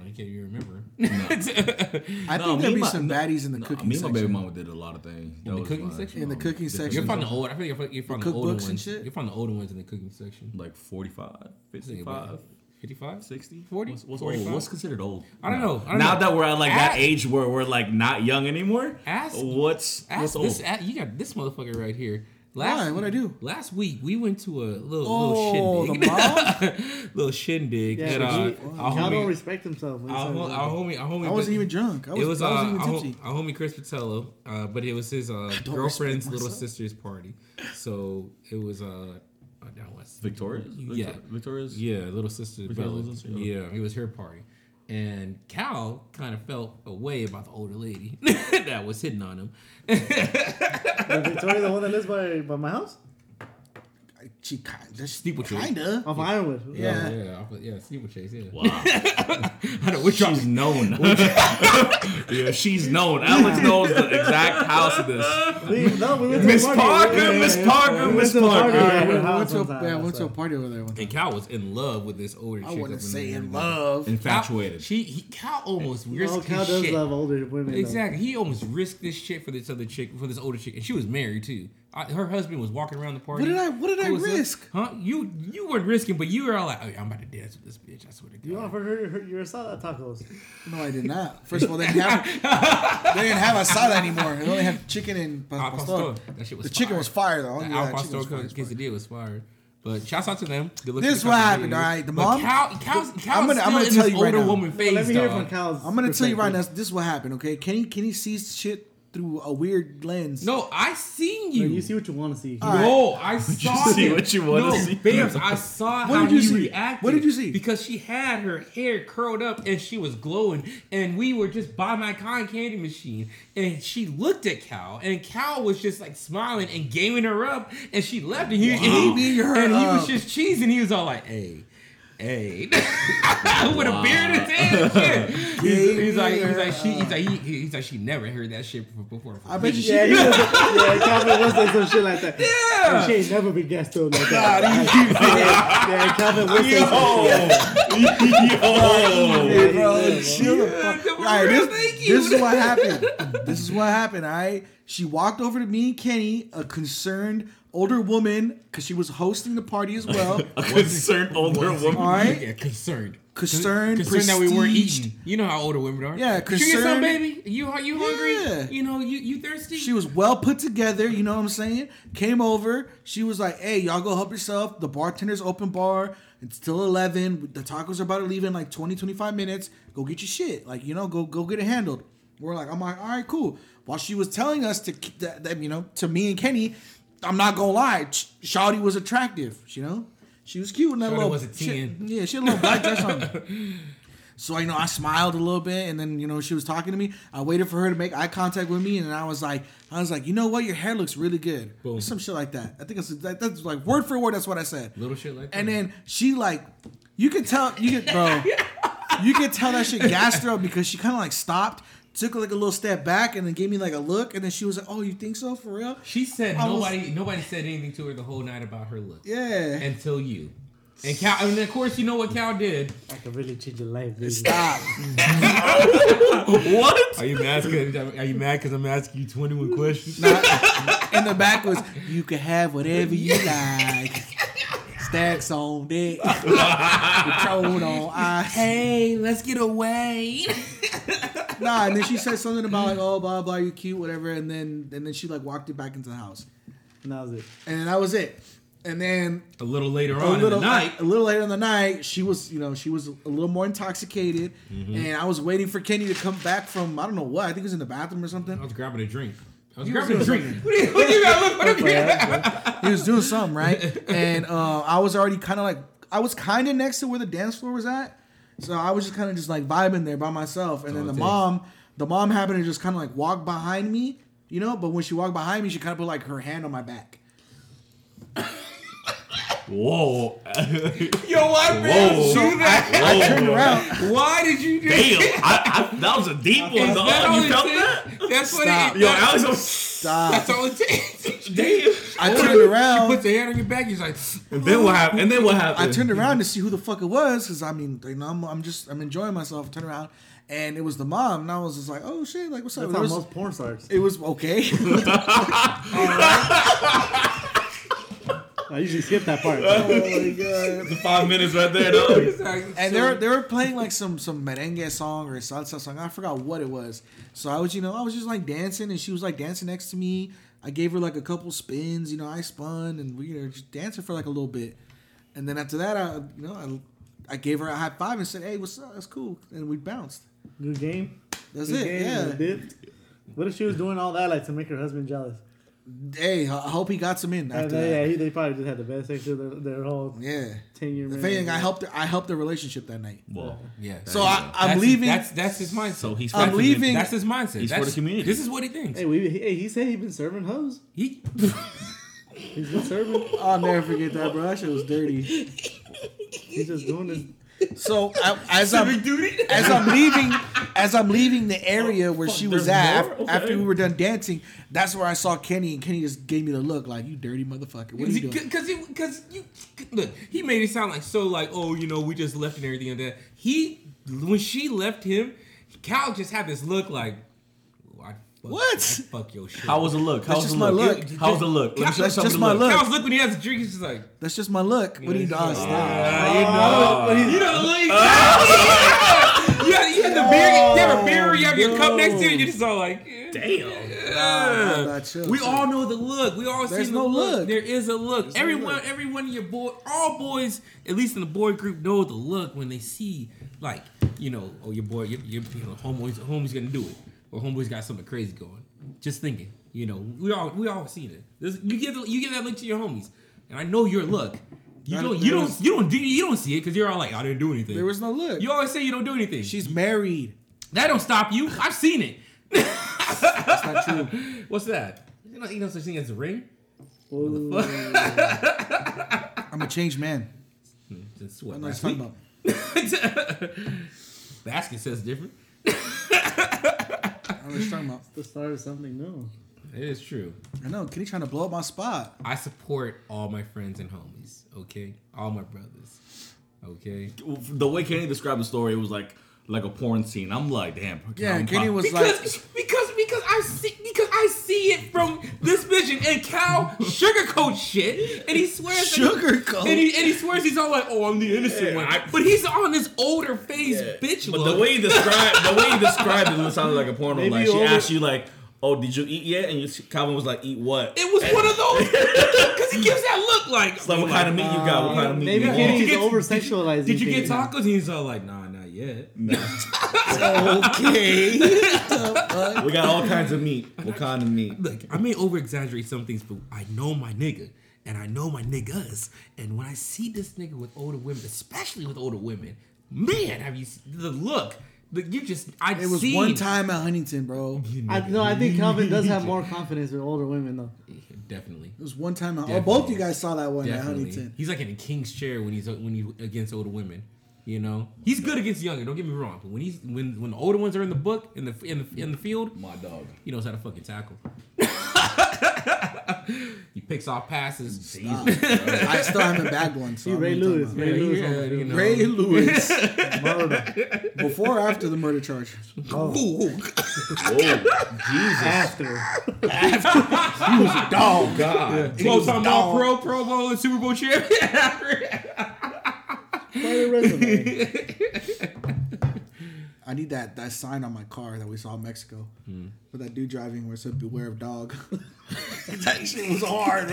Speaker 2: I can't even remember.
Speaker 1: I
Speaker 5: No,
Speaker 1: think there'd
Speaker 5: me
Speaker 1: be
Speaker 5: and my-
Speaker 1: some
Speaker 5: no,
Speaker 1: baddies in the
Speaker 5: no,
Speaker 1: cooking
Speaker 5: me and my
Speaker 1: section.
Speaker 5: baby mama did a lot of things. That
Speaker 2: the
Speaker 5: was
Speaker 2: cooking
Speaker 5: fun.
Speaker 2: section?
Speaker 1: In the cooking
Speaker 5: Different
Speaker 2: you'll
Speaker 1: section.
Speaker 2: find the old. I think you'll, you'll find the older
Speaker 1: cookbooks and
Speaker 2: ones.
Speaker 1: shit?
Speaker 2: You'll find the older ones in the cooking section.
Speaker 5: like 45, 55,
Speaker 2: 55?
Speaker 5: 60,
Speaker 2: 40?
Speaker 5: What's, what's,
Speaker 2: 45?
Speaker 5: old? what's considered old?
Speaker 2: I don't know. I don't
Speaker 5: now
Speaker 2: know.
Speaker 5: that we're at like
Speaker 2: Ask-
Speaker 5: that age where we're like not young anymore,
Speaker 2: Ask-
Speaker 5: what's
Speaker 2: Ask
Speaker 5: what's old?
Speaker 2: this. a- you got this motherfucker right here.
Speaker 1: Why? What'd I do?
Speaker 2: Last week we went to a little
Speaker 1: Oh,
Speaker 2: little
Speaker 1: the
Speaker 2: shindig,
Speaker 1: mall.
Speaker 2: little shindig.
Speaker 4: Yeah,
Speaker 2: and,
Speaker 4: but
Speaker 2: uh,
Speaker 4: he-
Speaker 2: our
Speaker 4: y'all don't
Speaker 2: homie,
Speaker 4: respect himself. when he
Speaker 2: our,
Speaker 4: started
Speaker 2: ho-
Speaker 4: drinking.
Speaker 2: our homie, our homie.
Speaker 1: I wasn't
Speaker 2: but-
Speaker 1: even drunk. I was,
Speaker 2: it was,
Speaker 1: I
Speaker 2: uh,
Speaker 1: wasn't
Speaker 2: our,
Speaker 1: even
Speaker 2: ho-
Speaker 1: tipsy.
Speaker 2: our homie Chris Patello, uh, but it was his uh,
Speaker 1: don't
Speaker 2: girlfriend's
Speaker 1: respect
Speaker 2: little
Speaker 1: myself.
Speaker 2: sister's party. So it was uh, uh that was
Speaker 5: Victoria's?
Speaker 2: Yeah.
Speaker 5: Victoria's?
Speaker 2: yeah, little sister
Speaker 5: Because
Speaker 2: Bella.
Speaker 5: little sister, yeah.
Speaker 2: Yeah, it was her party. And Cal kind of felt a way about the older lady that was hitting on him.
Speaker 4: Is Victoria the one that lives by, by my house?
Speaker 1: She kind of
Speaker 2: Sleep with you.
Speaker 1: Kinda.
Speaker 4: Off Ironwood.
Speaker 1: Yeah.
Speaker 2: yeah, I- yeah, Steeple Chase, yeah.
Speaker 5: Wow.
Speaker 2: I know which
Speaker 5: She's known. yeah, she's known. Alex knows the exact house of this.
Speaker 4: We, no, we went to
Speaker 5: Miss
Speaker 4: the party.
Speaker 5: Parker, Miss Parker,
Speaker 4: We went
Speaker 5: Miss
Speaker 4: to the party.
Speaker 5: Parker.
Speaker 4: at her
Speaker 1: We went
Speaker 4: house
Speaker 1: to a,
Speaker 4: one time,
Speaker 1: yeah, I went to
Speaker 4: so.
Speaker 1: a party over there one time.
Speaker 2: And Cal was in love with this older
Speaker 1: I
Speaker 2: chick.
Speaker 1: wouldn't
Speaker 2: up in
Speaker 1: say
Speaker 2: the-
Speaker 1: in love.
Speaker 2: Cal-
Speaker 5: Infatuated.
Speaker 2: She he, Cal almost risked
Speaker 4: Well, Cal
Speaker 2: his
Speaker 4: does
Speaker 2: shit.
Speaker 1: uh,
Speaker 4: love older women. though.
Speaker 2: Exactly. He almost risked this shit for this other chick, for this older chick, and she was married too. I, her husband was walking around the party.
Speaker 1: What did I- what did I
Speaker 2: Who was up?
Speaker 1: risk?
Speaker 2: Huh? You you weren't risking, but you were all like, oh, yeah, "I'm about to dance with this bitch." I swear to God.
Speaker 4: You offered her, her your salad tacos.
Speaker 1: No, I did not. First of all, they didn't have, they didn't have asada anymore. They only had chicken and pa-
Speaker 2: Al
Speaker 1: pastor.
Speaker 2: Ah, pastor. That shit was
Speaker 1: The chicken
Speaker 2: fire.
Speaker 1: was fire though.
Speaker 2: The
Speaker 1: Yeah,
Speaker 2: Al
Speaker 1: that chicken
Speaker 2: Pastor
Speaker 1: was fire as fuck.
Speaker 2: quesadilla was fired. But shouts out to them. Good looking
Speaker 1: This is
Speaker 2: couple
Speaker 1: what happened,
Speaker 2: dudes.
Speaker 1: all right? The
Speaker 2: But
Speaker 1: mom-
Speaker 2: Cal, Cal's, Cal's
Speaker 1: I'm gonna-
Speaker 2: still
Speaker 1: I'm gonna
Speaker 2: in
Speaker 1: tell
Speaker 2: this
Speaker 1: you right
Speaker 2: older
Speaker 1: now.
Speaker 2: woman phase,
Speaker 4: Let me hear
Speaker 2: dog.
Speaker 4: from Cal's.
Speaker 1: I'm gonna tell you right now.
Speaker 4: perspective.
Speaker 1: This is what happened. Okay, Kenny Kenny sees shit through a weird lens.
Speaker 2: No, I seen you.
Speaker 4: Man, You see what you want to see.
Speaker 1: right.
Speaker 2: No, I saw
Speaker 5: see
Speaker 2: it.
Speaker 5: what you wanna
Speaker 2: no,
Speaker 5: see?
Speaker 2: Babes, I saw
Speaker 1: What
Speaker 2: how
Speaker 1: did you
Speaker 2: you
Speaker 1: see?
Speaker 2: reacted.
Speaker 1: What did you see?
Speaker 2: Because she had her hair curled up and she was glowing, and we were just by my cotton candy machine, and she looked at Cal, and Cal was just like smiling and gaming her up, and she left, and he, and he,
Speaker 1: He beat her
Speaker 2: and he was
Speaker 1: up.
Speaker 2: just cheesing. He was all like, "Hey." Hey, with a beard in his hand, and shit. He's, he's like, he's like, she, he's like, he, he's like, she never heard that shit before.
Speaker 1: I bet you she.
Speaker 4: Yeah, he was, yeah, Calvin was like some shit like that. Yeah, and she ain't never been gassed up like that. yeah, yeah, Calvin was like some
Speaker 5: Oh.
Speaker 4: shit.
Speaker 1: Oh,
Speaker 5: Yo!
Speaker 4: Yeah, he
Speaker 1: Bro,
Speaker 4: was.
Speaker 1: chill the fuck.
Speaker 2: for
Speaker 1: All right,
Speaker 2: real,
Speaker 1: this,
Speaker 2: thank you.
Speaker 1: this is what happened. This is what happened. All right, she walked over to me and Kenny, a concerned older woman, because she was hosting the party as well.
Speaker 5: A concerned older
Speaker 1: All
Speaker 5: woman.
Speaker 1: right,
Speaker 2: Yeah, concerned.
Speaker 1: Concerned,
Speaker 2: concerned that we weren't
Speaker 1: prestiged.
Speaker 2: eating. You know how older women are.
Speaker 1: Yeah,
Speaker 2: Did You get
Speaker 1: concerned.
Speaker 2: some, baby. You hu- you hungry?
Speaker 1: Yeah.
Speaker 2: You know you you thirsty?
Speaker 1: She was well put together, you know what I'm saying? Came over, she was like, hey, y'all go help yourself. The bartender's open bar. It's till 11. The tacos are about to leave in like 20, 25 minutes. Go get your shit. Like, you know, go go get it handled. We're like, I'm like, all right, cool. While she was telling us to, k- that, that, you know, to me and Kenny, I'm not gonna lie, Sh- Shawty was attractive, you know? She was cute in that
Speaker 2: Shawty
Speaker 1: little.
Speaker 2: was a 10.
Speaker 1: She, yeah, she had a little black dress on. So you know, I smiled a little bit, and then you know she was talking to me. I waited for her to make eye contact with me, and I was like, I was like, you know what, your hair looks really good,
Speaker 2: Boom.
Speaker 1: some shit like that. I think it's that, that's like word for word. That's what I said.
Speaker 2: Little shit like
Speaker 1: And
Speaker 2: that.
Speaker 1: then she like, you could tell, you could bro, you could tell that shit gassed her up because she kind of like stopped, took like a little step back, and then gave me like a look, and then she was like, oh, you think so for real?
Speaker 2: she said
Speaker 1: I was-
Speaker 2: nobody nobody said anything to her the whole night about her look.
Speaker 1: Yeah.
Speaker 2: Until you. And Cal, and of course you know what Cal did.
Speaker 4: I could really change your life, baby.
Speaker 1: Stop.
Speaker 5: What?
Speaker 2: Are you mad? Are you mad? Because I'm asking you 21 questions.
Speaker 1: In the back was, you can have whatever you like. Stacks on deck. Patron on ice.
Speaker 2: Hey, let's get away.
Speaker 1: Nah, and then she said something about like, oh blah blah, you cute, whatever, and then and then she like walked it back into the house.
Speaker 4: And that was it.
Speaker 1: And then that was it. And then
Speaker 2: A little later
Speaker 1: a
Speaker 2: on
Speaker 1: little
Speaker 2: in the night,
Speaker 1: a little later in the night, she was, you know, she was a little more intoxicated.
Speaker 2: Mm-hmm.
Speaker 1: And I was waiting for Kenny to come back from I don't know what, I think it was in the bathroom or something.
Speaker 2: I was grabbing a drink. I was
Speaker 1: You
Speaker 2: grabbing a
Speaker 1: was-
Speaker 2: drink. What do you, what do you got? Look, what do
Speaker 1: he
Speaker 2: you
Speaker 1: was doing something right, and uh, I was already kind of like I was kind of next to where the dance floor was at, so I was just kind of just like vibing there by myself. And then
Speaker 2: all
Speaker 1: the
Speaker 2: it takes.
Speaker 1: mom, the mom happened to just kind of like walk behind me, you know. But when she walked behind me, she kind of put like her hand on my back.
Speaker 5: Whoa.
Speaker 2: Yo, why
Speaker 5: Whoa.
Speaker 2: babes do that?
Speaker 1: I
Speaker 4: Oh,
Speaker 1: turned around.
Speaker 2: Why did you do
Speaker 5: Damn. I, I, that was a deep one,
Speaker 2: Is
Speaker 5: dog.
Speaker 2: that all
Speaker 5: You
Speaker 2: it
Speaker 5: felt
Speaker 2: takes?
Speaker 5: that?
Speaker 2: That's what
Speaker 1: Stop.
Speaker 2: it
Speaker 5: Yo,
Speaker 2: that-
Speaker 5: Alex, was,
Speaker 1: Stop.
Speaker 2: That's all it takes. Damn.
Speaker 1: I turned
Speaker 2: She
Speaker 1: around.
Speaker 2: puts her hand on your back. He's like,
Speaker 5: and then what happened? And then what happened?
Speaker 1: I turned around to see who the fuck it was because I mean, you know, I'm, I'm just I'm enjoying myself. Turn around, and it was the mom, and I was just like, oh shit, like what's up?
Speaker 4: That's
Speaker 1: There
Speaker 4: how
Speaker 1: was-
Speaker 4: most porn stars.
Speaker 1: it was okay.
Speaker 4: All I usually skip that part.
Speaker 1: Oh
Speaker 4: But
Speaker 5: The five minutes right there, though.
Speaker 1: And they were they were playing like some some merengue song or salsa song. I forgot what it was. So I was you know I was just like dancing and she was like dancing next to me. I gave her like a couple spins. You know I spun and we were just dancing for like a little bit. And then after that I you know I I gave her a high five and said hey what's up that's cool and we bounced.
Speaker 4: good game.
Speaker 1: That's
Speaker 4: Good
Speaker 1: it.
Speaker 4: game.
Speaker 1: Yeah.
Speaker 4: good dip. What if she was doing all that like to make her husband jealous?
Speaker 1: Hey, I I hope he got some in
Speaker 4: And
Speaker 1: after
Speaker 4: they, yeah,
Speaker 1: that.
Speaker 4: he, they probably just had the best sex of their, their whole
Speaker 1: Yeah.
Speaker 4: ten year.
Speaker 1: If anything, I helped. Her, I helped the relationship that night.
Speaker 5: Well,
Speaker 2: Yeah.
Speaker 1: So
Speaker 2: That's-
Speaker 1: I, I'm
Speaker 2: that's-
Speaker 1: leaving.
Speaker 2: That's that's his mindset.
Speaker 5: So he's
Speaker 1: I'm
Speaker 5: for the-
Speaker 1: leaving.
Speaker 2: That's his mindset.
Speaker 5: He's for
Speaker 2: That's-
Speaker 5: the community.
Speaker 2: This is what he thinks.
Speaker 4: Hey, we, hey, he said he'd been serving hoes.
Speaker 2: He,
Speaker 4: He's been serving.
Speaker 1: I'll never forget that, bro. That shit was dirty.
Speaker 4: He's just doing this.
Speaker 1: So I, as I'm as I'm leaving, as I'm leaving the area where she was
Speaker 5: there's
Speaker 1: at
Speaker 5: more?
Speaker 1: af- after
Speaker 5: Okay.
Speaker 1: we were done dancing, that's where I saw Kenny, and Kenny just gave me the look like, "You dirty motherfucker, what are you doing?"
Speaker 2: Because because you look, he made it sound like so like oh you know we just left and everything and that. He when she left him, Cal just had this look like "Ooh, I fuck,
Speaker 1: What?
Speaker 2: I fuck your shit.
Speaker 5: how was the look? How
Speaker 1: That's
Speaker 5: was
Speaker 1: just
Speaker 5: the
Speaker 1: my
Speaker 5: look?
Speaker 1: look.
Speaker 5: How was the look? Let me show you
Speaker 1: That's
Speaker 5: something
Speaker 1: just
Speaker 5: to
Speaker 1: my look.
Speaker 2: Cal's look when he has a drink. He's just like
Speaker 1: That's just my look. What are you doing? "Oh,
Speaker 2: Yeah.
Speaker 1: Stop.
Speaker 2: you know the look. Uh. you, had, you had the beer. You have a beer. You have your cup next to you. and You're just all like eh.
Speaker 5: Damn.
Speaker 1: Nah, nah, nah, chill,
Speaker 2: we
Speaker 1: chill.
Speaker 2: all know the look. We all
Speaker 1: There's
Speaker 2: seen
Speaker 1: no
Speaker 2: the look.
Speaker 1: look.
Speaker 2: There is a look.
Speaker 1: no
Speaker 2: everyone,
Speaker 1: look.
Speaker 2: every one of your boy, all boys, at least in the boy group, know the look when they see like you know, oh your boy, your, your you know, homeboy's homeboy's gonna do it, or homeboy's got something crazy going. Just thinking, you know, we all we all seen it. This, you give the, you give that look to your homies, and I know your look. You
Speaker 1: That-
Speaker 2: don't,
Speaker 1: there
Speaker 2: you don't,
Speaker 1: was-
Speaker 2: you don't, do- you don't see it because you're all like, I didn't do anything.
Speaker 1: There was no look.
Speaker 2: you always say you don't do anything.
Speaker 1: She's married.
Speaker 2: that don't stop you. I've seen it.
Speaker 1: That's not true.
Speaker 2: What's that? You know, you know such thing as a ring.
Speaker 4: Ooh,
Speaker 1: I'm a changed man.
Speaker 2: That's what
Speaker 1: I'm not
Speaker 2: last
Speaker 1: talking
Speaker 2: week?
Speaker 1: about.
Speaker 2: Basket says different.
Speaker 1: I'm not talking about.
Speaker 4: the start of something new.
Speaker 2: It is true.
Speaker 1: I know Kenny trying to blow up my spot.
Speaker 2: I support all my friends and homies. Okay, all my brothers. Okay,
Speaker 5: The way Kenny described the story, it was like like a porn scene. I'm like, damn.
Speaker 1: Yeah,
Speaker 5: I'm-
Speaker 1: Kenny
Speaker 5: I'm-
Speaker 1: was like,
Speaker 2: because because because I see because I see it from this vision and Cal sugarcoats shit and he swears that he-
Speaker 1: Sugarcoat?
Speaker 2: and he, and he swears he's all like oh I'm the innocent
Speaker 5: Yeah,
Speaker 2: one
Speaker 5: I-
Speaker 2: but he's on his older phase bitch
Speaker 5: But
Speaker 2: look.
Speaker 5: the way you described the way you described it, it sounded like a porno.
Speaker 4: Maybe
Speaker 5: like
Speaker 4: you
Speaker 5: she
Speaker 4: over-
Speaker 5: asked you like, "Oh, did you eat yet?" And you, Calvin was like, "Eat what?"
Speaker 2: it was one of those because he gives that look like
Speaker 5: It's like, what kind of meat you got? What kind of meat?
Speaker 4: Maybe
Speaker 5: you
Speaker 2: Kenny-
Speaker 5: want?
Speaker 4: Kenny's
Speaker 2: get-
Speaker 4: over sexualizing.
Speaker 2: did you get tacos and he's all like nah not yet
Speaker 1: okay.
Speaker 5: We got all kinds of meat. What kind of meat?
Speaker 2: Look, I may over exaggerate some things, but I know my nigga and I know my niggas. And when I see this nigga with older women, especially with older women, man, have you s- the look? The, you just I
Speaker 1: It was
Speaker 2: seen,
Speaker 1: one time at Huntington, bro. It
Speaker 4: I, no, I think Calvin does have more confidence with older women though.
Speaker 2: Definitely.
Speaker 1: was one time. At, oh,
Speaker 2: Definitely.
Speaker 1: both you guys saw that one at
Speaker 2: Definitely.
Speaker 1: Huntington.
Speaker 2: He's like in a king's chair when he's when he's against older women. You know, he's good against younger. Don't get me wrong, but when he's when when the older ones are in the book in the in the in the field,
Speaker 5: My dog.
Speaker 2: he knows how to fucking tackle. he picks off passes.
Speaker 1: I still haven't bagged one. So
Speaker 4: See
Speaker 1: I'm
Speaker 4: Ray
Speaker 1: not talking
Speaker 4: Lewis.
Speaker 1: about
Speaker 4: Ray
Speaker 2: Yeah,
Speaker 4: Lewis.
Speaker 2: yeah, you
Speaker 1: it.
Speaker 2: know.
Speaker 1: Ray Lewis.
Speaker 4: Murder.
Speaker 1: Before or after the murder charge?
Speaker 2: Ooh, ooh.
Speaker 4: After.
Speaker 5: Oh God.
Speaker 2: Twelve time All Pro, Pro Bowl, and Super Bowl champion.
Speaker 4: Quite a resume.
Speaker 1: I need that that sign on my car that we saw in Mexico. With that dude driving where it said "Beware of dog." that shit was hard.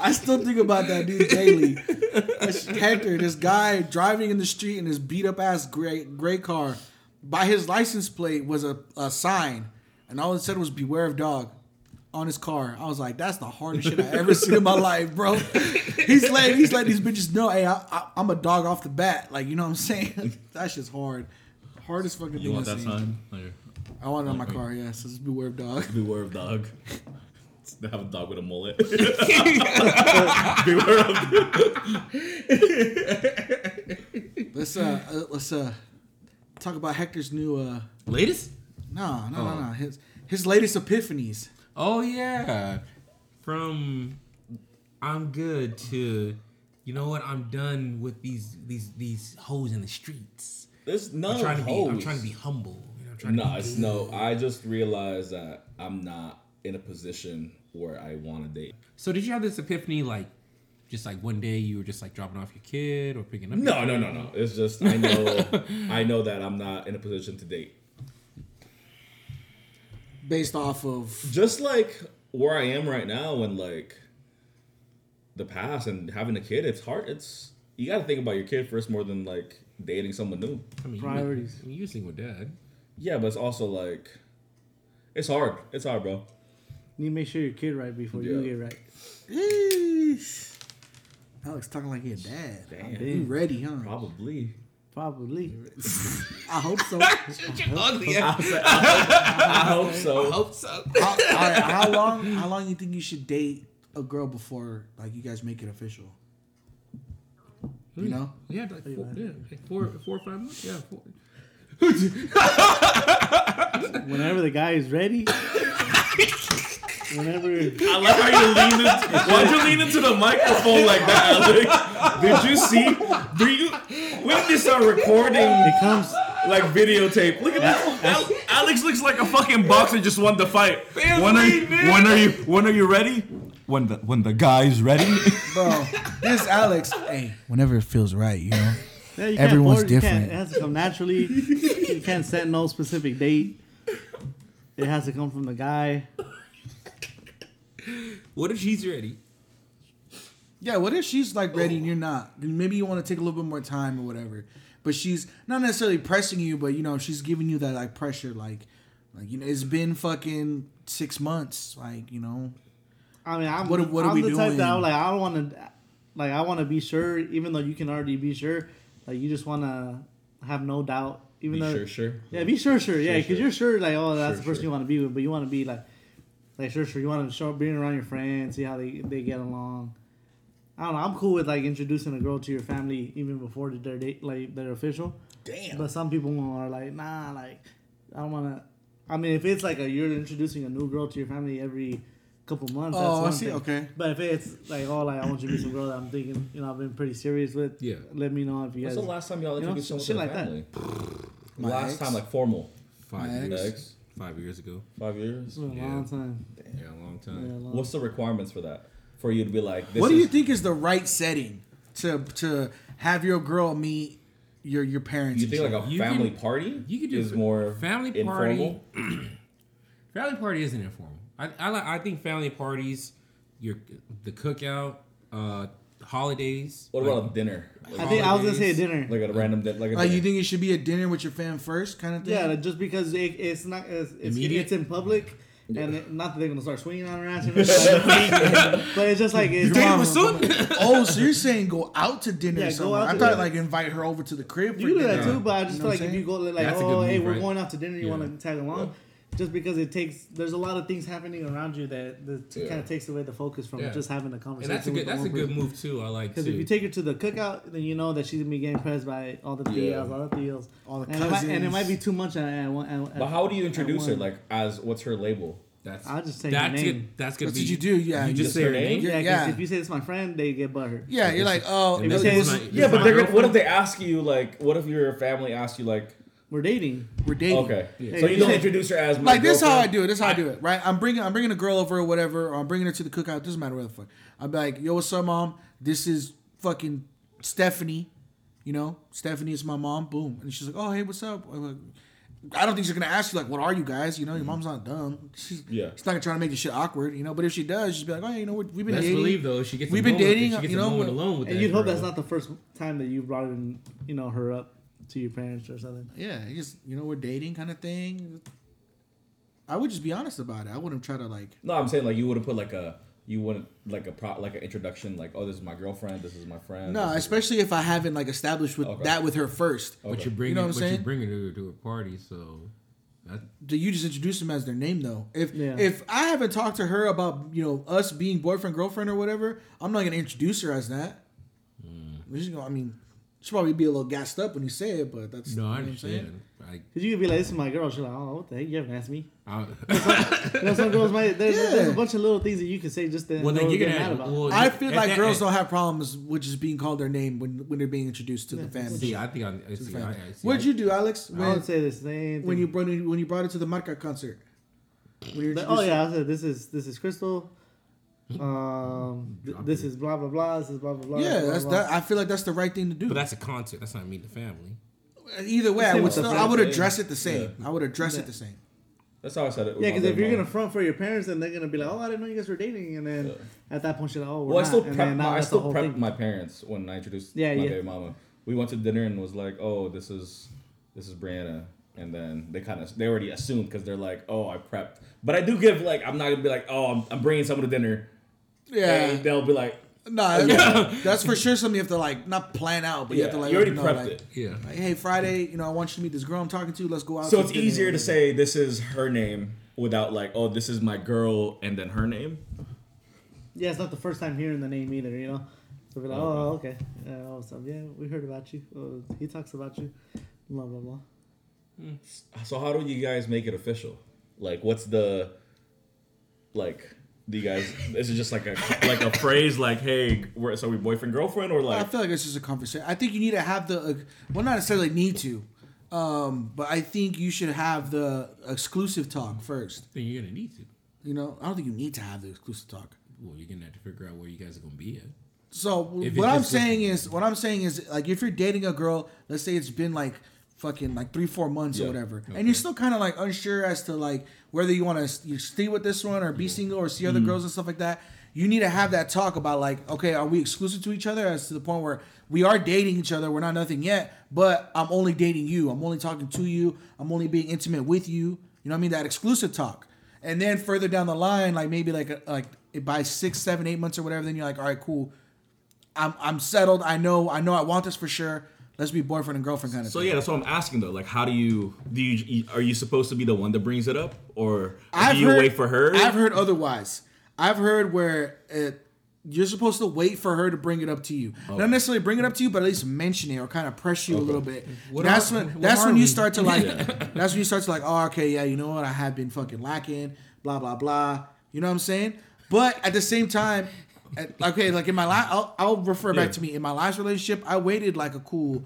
Speaker 1: I still think about that dude daily. This Hector, this guy driving in the street in his beat up ass gray gray car, by his license plate was a, a sign, and all it said was "Beware of dog." On his car, I was like, "That's the hardest shit I ever seen in my life, bro." He's letting he's letting these bitches know, "Hey, I, I, I'm a dog off the bat." Like, you know what I'm saying? that shit's hard, hardest fucking
Speaker 5: You
Speaker 1: thing
Speaker 5: want
Speaker 1: I've
Speaker 5: that
Speaker 1: seen.
Speaker 2: Um,
Speaker 5: sign?
Speaker 1: I want it on my car, yes. Yeah, so just beware of dog.
Speaker 5: Beware of dog. They have a dog with a mullet. Beware of.
Speaker 1: Let's uh, uh let's uh talk about Hector's new uh
Speaker 2: Latest?
Speaker 1: no no
Speaker 5: Oh.
Speaker 1: no no his his latest epiphanies.
Speaker 2: Oh yeah. From I'm good to you know what? I'm done with these these these hoes in the streets.
Speaker 5: There's no
Speaker 2: I'm trying to be I'm
Speaker 5: Oh, hoes.
Speaker 2: trying to be humble. You know, I'm trying to
Speaker 5: No,
Speaker 2: be
Speaker 5: it's
Speaker 2: good.
Speaker 5: no. I just realized that I'm not in a position where I want to date.
Speaker 2: So did you have this epiphany like Just like one day you were just like dropping off your kid or picking up. your
Speaker 5: No, no, no, no. It's just I know I know that I'm not in a position to date.
Speaker 1: based off of
Speaker 5: Just like where I am right now and like the past and having a kid, it's hard. It's you got to think about your kid first more than like dating someone new.
Speaker 2: I mean,
Speaker 4: Priorities.
Speaker 2: You, I mean, you single dad.
Speaker 5: Yeah, but it's also like it's hard. It's hard, bro.
Speaker 4: You make sure your kid right before you
Speaker 5: Yeah.
Speaker 4: get right.
Speaker 1: Eesh. Alex talking like he a dad.
Speaker 5: Damn.
Speaker 1: You ready, huh?
Speaker 5: Probably.
Speaker 4: Probably.
Speaker 1: I hope so.
Speaker 5: I hope so.
Speaker 2: Hope so.
Speaker 1: how, all right, how long? How long you think you should date a girl before like you guys make it official?
Speaker 5: Hmm.
Speaker 1: You know,
Speaker 2: Yeah, like four, yeah, like four, four or five months. Yeah, four.
Speaker 4: Whenever the guy is ready. Whenever
Speaker 5: I like how you lean. in- Why'd you lean into the microphone like that, Alex? Did you see? Do you? When did they start recording?
Speaker 4: it comes,
Speaker 5: like videotape. Look at that. Al- Alex looks like a fucking boxer just won the fight. When are, you, when are you? When are you ready? When the when the guy's ready.
Speaker 1: bro. This Alex. Hey, whenever it feels right, you know.
Speaker 4: yeah, you can't
Speaker 1: Everyone's
Speaker 4: force- you can't-
Speaker 1: different.
Speaker 4: It has to come naturally. you can't set no specific date. It has to come from the guy.
Speaker 2: What if she's ready?
Speaker 1: Yeah, what if she's like ready and you're not? Maybe you want to take a little bit more time or whatever. But she's not necessarily pressing you, but you know she's giving you that like pressure, like, like you know it's been fucking six months, like you know.
Speaker 4: I mean, I'm,
Speaker 1: What are- what are
Speaker 4: I'm
Speaker 1: we
Speaker 4: the type that
Speaker 1: doing?
Speaker 4: I'm like, I don't want to, like, I want to be sure, even though you can already be sure. Like, you just want to have no doubt, even though,
Speaker 5: sure.
Speaker 4: yeah, be sure, sure, yeah,
Speaker 5: Sure,
Speaker 4: because
Speaker 5: sure.
Speaker 4: you're sure, like, oh,
Speaker 5: Sure,
Speaker 4: that's the person
Speaker 5: sure.
Speaker 4: you want to be with, but you want to be like, like, sure, sure, you want to show up, being around your friends, see how they they get along. I don't know. I'm cool with like introducing a girl to your family even before their date, like they're official.
Speaker 1: Damn.
Speaker 4: But some people are like, nah, like, I don't want to. I mean, if it's like a you're introducing a new girl to your family every couple months, that's
Speaker 1: Oh, I
Speaker 4: one
Speaker 1: see,
Speaker 4: thing.
Speaker 1: okay.
Speaker 4: But if it's like, oh, like I want you to be some girl that I'm thinking, you know, I've been pretty serious with.
Speaker 2: Yeah.
Speaker 4: Let me know if you
Speaker 5: When's
Speaker 4: guys.
Speaker 5: the last time y'all
Speaker 4: You know,
Speaker 5: introduced someone to
Speaker 4: shit
Speaker 5: the
Speaker 4: like that.
Speaker 5: family?
Speaker 1: My
Speaker 5: last
Speaker 1: ex.
Speaker 5: time, like formal.
Speaker 2: Five
Speaker 1: My
Speaker 2: years.
Speaker 5: Ex.
Speaker 2: Five years ago.
Speaker 5: Five years.
Speaker 4: It's been a
Speaker 2: Yeah.
Speaker 4: long time.
Speaker 2: Yeah, a long
Speaker 4: Yeah,
Speaker 2: time.
Speaker 4: a long-
Speaker 5: What's the requirements for that? For you to be like, this
Speaker 1: what do you
Speaker 5: is-
Speaker 1: think is the right setting to to have your girl meet your your parents?
Speaker 5: You
Speaker 1: and
Speaker 5: think
Speaker 1: shit?
Speaker 5: like a
Speaker 2: You
Speaker 5: family
Speaker 2: can-
Speaker 5: party?
Speaker 2: you could do
Speaker 5: is
Speaker 2: fa-
Speaker 5: more
Speaker 2: family party.
Speaker 5: informal.
Speaker 2: Family party isn't informal. I I, li- I think family parties, your the cookout, uh, holidays.
Speaker 5: What about a dinner?
Speaker 4: I Oh,
Speaker 5: Like,
Speaker 4: think I was gonna say
Speaker 2: holidays?
Speaker 4: dinner.
Speaker 5: like a random dinner. Like a
Speaker 1: like you
Speaker 5: dinner.
Speaker 1: think it should be a dinner with your fam first kind of thing?
Speaker 4: yeah, like, just because it, it's not it's, it's,
Speaker 2: Immediate?
Speaker 4: it's in public. And it, not that they're gonna start swinging on her ass, or anything, but it's just like it's
Speaker 1: Your
Speaker 2: Damn,
Speaker 1: mom-
Speaker 2: was soon?
Speaker 1: oh, so you're saying go out to dinner
Speaker 4: Yeah,
Speaker 1: or
Speaker 4: go
Speaker 1: somewhere?
Speaker 4: out
Speaker 1: I
Speaker 4: to
Speaker 1: thought
Speaker 4: dinner.
Speaker 1: like invite her over to the crib.
Speaker 4: You
Speaker 1: for
Speaker 4: can do that
Speaker 1: dinner.
Speaker 4: too, but I just
Speaker 1: You know
Speaker 4: feel
Speaker 1: what I'm
Speaker 4: like if you go like,
Speaker 2: That's a good
Speaker 4: oh hey,
Speaker 2: move,
Speaker 4: we're
Speaker 2: right?
Speaker 4: going out to dinner, you
Speaker 2: Yeah.
Speaker 4: want to tag along, just because it takes. There's a lot of things happening around you that, that
Speaker 5: Yeah.
Speaker 4: kind of takes away the focus from
Speaker 2: Yeah.
Speaker 4: just having a
Speaker 2: And
Speaker 4: conversation.
Speaker 2: that's a
Speaker 4: with
Speaker 2: good.
Speaker 4: the
Speaker 2: That's a
Speaker 4: one
Speaker 2: good
Speaker 4: person.
Speaker 2: move too. I like too.
Speaker 4: Because if you take her to the cookout, then you know that she's gonna be getting pressed by all the
Speaker 5: Yeah.
Speaker 4: tios, all the tios,
Speaker 1: All the
Speaker 4: and it, might, and it
Speaker 1: cousins.
Speaker 4: might be too much. At, at, one- at,
Speaker 5: But how do you
Speaker 4: at
Speaker 5: introduce her?
Speaker 4: one.
Speaker 5: Like, as what's her label?
Speaker 2: that's
Speaker 4: I'll just say her
Speaker 2: that's
Speaker 4: name.
Speaker 2: good. That's gonna
Speaker 1: That's
Speaker 2: be.
Speaker 1: what you do, yeah,
Speaker 2: You
Speaker 1: you
Speaker 2: just
Speaker 1: just
Speaker 2: say her name.
Speaker 4: Yeah, 'cause
Speaker 1: Yeah.
Speaker 4: if you say it's my friend, they get butthurt.
Speaker 1: Yeah, you're like, oh,
Speaker 2: And
Speaker 1: it
Speaker 2: this
Speaker 1: was-
Speaker 2: is my-
Speaker 5: Yeah,
Speaker 2: Is
Speaker 5: but
Speaker 2: my
Speaker 5: they're gonna, what
Speaker 2: girlfriend-
Speaker 5: if they ask you like, what if your family asks you like,
Speaker 4: We're dating.
Speaker 1: we're dating.
Speaker 5: okay,
Speaker 2: Yeah.
Speaker 5: so you don't introduce her as my
Speaker 1: Like this is how I
Speaker 5: girlfriend?
Speaker 1: do it. This is how I do it. Right? I'm bringing I'm bringing a girl over or whatever, or I'm bringing her to the cookout. Doesn't matter where the fuck. I'm like, yo, what's up, mom? This is fucking Stephanie. You know, Stephanie is my mom. Boom, and she's like, oh hey, what's up? I'm like, I don't think she's gonna ask you like, what are you guys? You know,
Speaker 2: Mm-hmm.
Speaker 1: your mom's not dumb. She's
Speaker 5: Yeah.
Speaker 1: She's not gonna try to make this shit awkward. You know, but if she does, she's be like, oh, you know, we- we've been
Speaker 2: Best
Speaker 1: dating.
Speaker 2: believe though, she gets. a
Speaker 1: We've been
Speaker 2: moment-
Speaker 1: dating,
Speaker 2: She gets
Speaker 1: you
Speaker 2: a
Speaker 1: know,
Speaker 2: moment
Speaker 1: but-
Speaker 2: alone with
Speaker 4: And
Speaker 2: that
Speaker 4: you'd hope
Speaker 2: girl.
Speaker 4: that's not the first time that you brought in, you know, her up to your parents or something.
Speaker 1: Yeah, you just you know, we're dating kind of thing. I would just be honest about it. I wouldn't try to like.
Speaker 5: No, I'm saying like you would have put like a you wouldn't like a pro like an introduction like, oh, this is my girlfriend, this is my friend.
Speaker 1: No,
Speaker 5: this is-
Speaker 1: especially if I haven't like established with
Speaker 5: Okay.
Speaker 1: that with her first.
Speaker 2: But
Speaker 5: Okay.
Speaker 2: you bring.
Speaker 1: You know
Speaker 2: it-
Speaker 1: what I'm
Speaker 2: but
Speaker 1: saying?
Speaker 2: You bring her to, to a party, so. That,
Speaker 1: Do you just introduce them as their name though? If
Speaker 4: Yeah.
Speaker 1: if I haven't talked to her about you know us being boyfriend girlfriend or whatever, I'm not gonna introduce her as that.
Speaker 2: Hmm.
Speaker 1: We're just gonna- I mean, she'll probably be a little gassed up when you say it, but that's
Speaker 2: no,
Speaker 1: you
Speaker 2: I
Speaker 1: know what I'm saying?
Speaker 2: understand. Like,
Speaker 4: Cause you could be like, "This is my girl." She's like, "Oh, what the heck? You haven't asked me."
Speaker 2: I,
Speaker 4: You know, some girls might. There's,
Speaker 1: Yeah.
Speaker 4: there's a bunch of little things that you can say just to
Speaker 2: well, then
Speaker 4: they'll
Speaker 2: you're
Speaker 4: get
Speaker 2: gonna.
Speaker 4: mad about.
Speaker 2: well,
Speaker 1: I
Speaker 2: you- eh,
Speaker 1: feel
Speaker 2: at
Speaker 1: like
Speaker 2: that-
Speaker 1: girls
Speaker 2: at-
Speaker 1: don't have problems with just being called their name when when they're being introduced to the family.
Speaker 2: See, I think I'm. See, I, I, see,
Speaker 1: What'd you do, Alex?
Speaker 4: I
Speaker 1: When,
Speaker 4: would say this name
Speaker 1: when you brought it- when you brought it to the Marca concert? When you
Speaker 4: Oh
Speaker 1: introduced-
Speaker 4: yeah, I said this is this is Crystal. Um, th-
Speaker 2: Drop
Speaker 4: this
Speaker 2: it.
Speaker 4: is blah blah blah. This is blah blah blah.
Speaker 1: Yeah,
Speaker 4: blah,
Speaker 1: that's
Speaker 4: blah.
Speaker 1: that. I feel like that's the right thing to do.
Speaker 2: But that's a concert. That's not meeting the family.
Speaker 1: Either way, I would
Speaker 4: It's
Speaker 1: still,
Speaker 4: the
Speaker 1: I would
Speaker 5: same.
Speaker 1: address it the same. I would address
Speaker 4: Yeah.
Speaker 1: it the same.
Speaker 5: That's how I said it. with
Speaker 4: Yeah,
Speaker 5: my
Speaker 4: because if you're
Speaker 5: grandma.
Speaker 4: gonna front for your parents, then they're gonna be like, "Oh, I didn't know you guys were dating," and then at that point, you're like, "Oh, we're
Speaker 5: Well, I
Speaker 4: not."
Speaker 5: still
Speaker 4: and
Speaker 5: prep.
Speaker 4: then now
Speaker 5: My, I
Speaker 4: that's the
Speaker 5: still
Speaker 4: whole
Speaker 5: prep
Speaker 4: thing.
Speaker 5: my parents when I introduced
Speaker 4: Yeah,
Speaker 5: my
Speaker 4: yeah.
Speaker 5: baby mama. We went to dinner and was like, "Oh, this is this is Brianna," and then they kind of they already assumed because they're like, "Oh, I prepped." But I do give like I'm not gonna be like, "Oh, I'm, I'm bringing someone to dinner."
Speaker 1: Yeah,
Speaker 5: And they'll be like,
Speaker 1: nah, that's for sure something you have to like not plan out, but you
Speaker 5: "Yeah,
Speaker 1: have to
Speaker 5: you,
Speaker 1: like
Speaker 5: already
Speaker 1: know,
Speaker 5: prepped
Speaker 1: like,
Speaker 5: it."
Speaker 2: Yeah.
Speaker 1: like, hey, Friday, you know, I want you to meet this girl I'm talking to. Let's go out.
Speaker 5: So
Speaker 1: to
Speaker 5: it's
Speaker 1: dinner.
Speaker 5: easier to say this is her name without like, "Oh, this is my girl," and then her name.
Speaker 4: Yeah, it's not the first time hearing the name either. You know, so be like, "Oh, okay." Uh, all of a sudden, yeah, we heard about you. Oh, he talks about you. Blah blah blah.
Speaker 5: So how do you guys make it official? Like, what's the like? Do you guys? Is it just like a like a phrase like, "Hey, we're so we boyfriend girlfriend," or
Speaker 1: I
Speaker 5: like?
Speaker 1: feel like it's just a conversation. I think you need to have the uh, well, not necessarily need to, um, but I think you should have the exclusive talk first.
Speaker 2: Then you're gonna need to.
Speaker 1: You know, I don't think you need to have the exclusive talk.
Speaker 2: Well, you're gonna have to figure out where you guys are gonna be at.
Speaker 1: So
Speaker 2: If
Speaker 1: what
Speaker 2: it's
Speaker 1: I'm
Speaker 2: just-
Speaker 1: saying is, what I'm saying is, like, if you're dating a girl, let's say it's been like fucking like three, four months or
Speaker 5: Yeah.
Speaker 1: whatever, and you're still kind of like unsure as to like whether you want to you stay with this one or be single or see other girls and stuff like that. You need to have that talk about like, okay, are we exclusive to each other? As to the point where we are dating each other, we're not nothing yet, but I'm only dating you. I'm only talking to you. I'm only being intimate with you. You know what I mean? That exclusive talk. And then further down the line, like maybe like a- like by six, seven, eight months or whatever, then you're like, all right, cool. I'm I'm settled. I know I know I want this for sure. Let's be boyfriend and girlfriend kind of
Speaker 5: So
Speaker 1: thing.
Speaker 5: yeah, that's what I'm asking though. Like, how do you do? You are you supposed to be the one that brings it up, or do you wait for her?
Speaker 1: I've heard otherwise. I've heard where it, you're supposed to wait for her to bring it up to you.
Speaker 5: Oh.
Speaker 1: Not necessarily bring it up to you, but at least mention it or kind of press you a little bit.
Speaker 2: What
Speaker 1: that's
Speaker 2: are-
Speaker 1: when
Speaker 2: what
Speaker 1: that's
Speaker 2: are
Speaker 1: when you
Speaker 2: we?
Speaker 1: start to like that's when you start to like, oh okay, yeah, you know what, I have been fucking lacking, blah blah blah. You know what I'm saying? But at the same time, at- okay, like in my last, I'll, I'll refer back
Speaker 5: Yeah.
Speaker 1: to me. In my last relationship, I waited like a cool,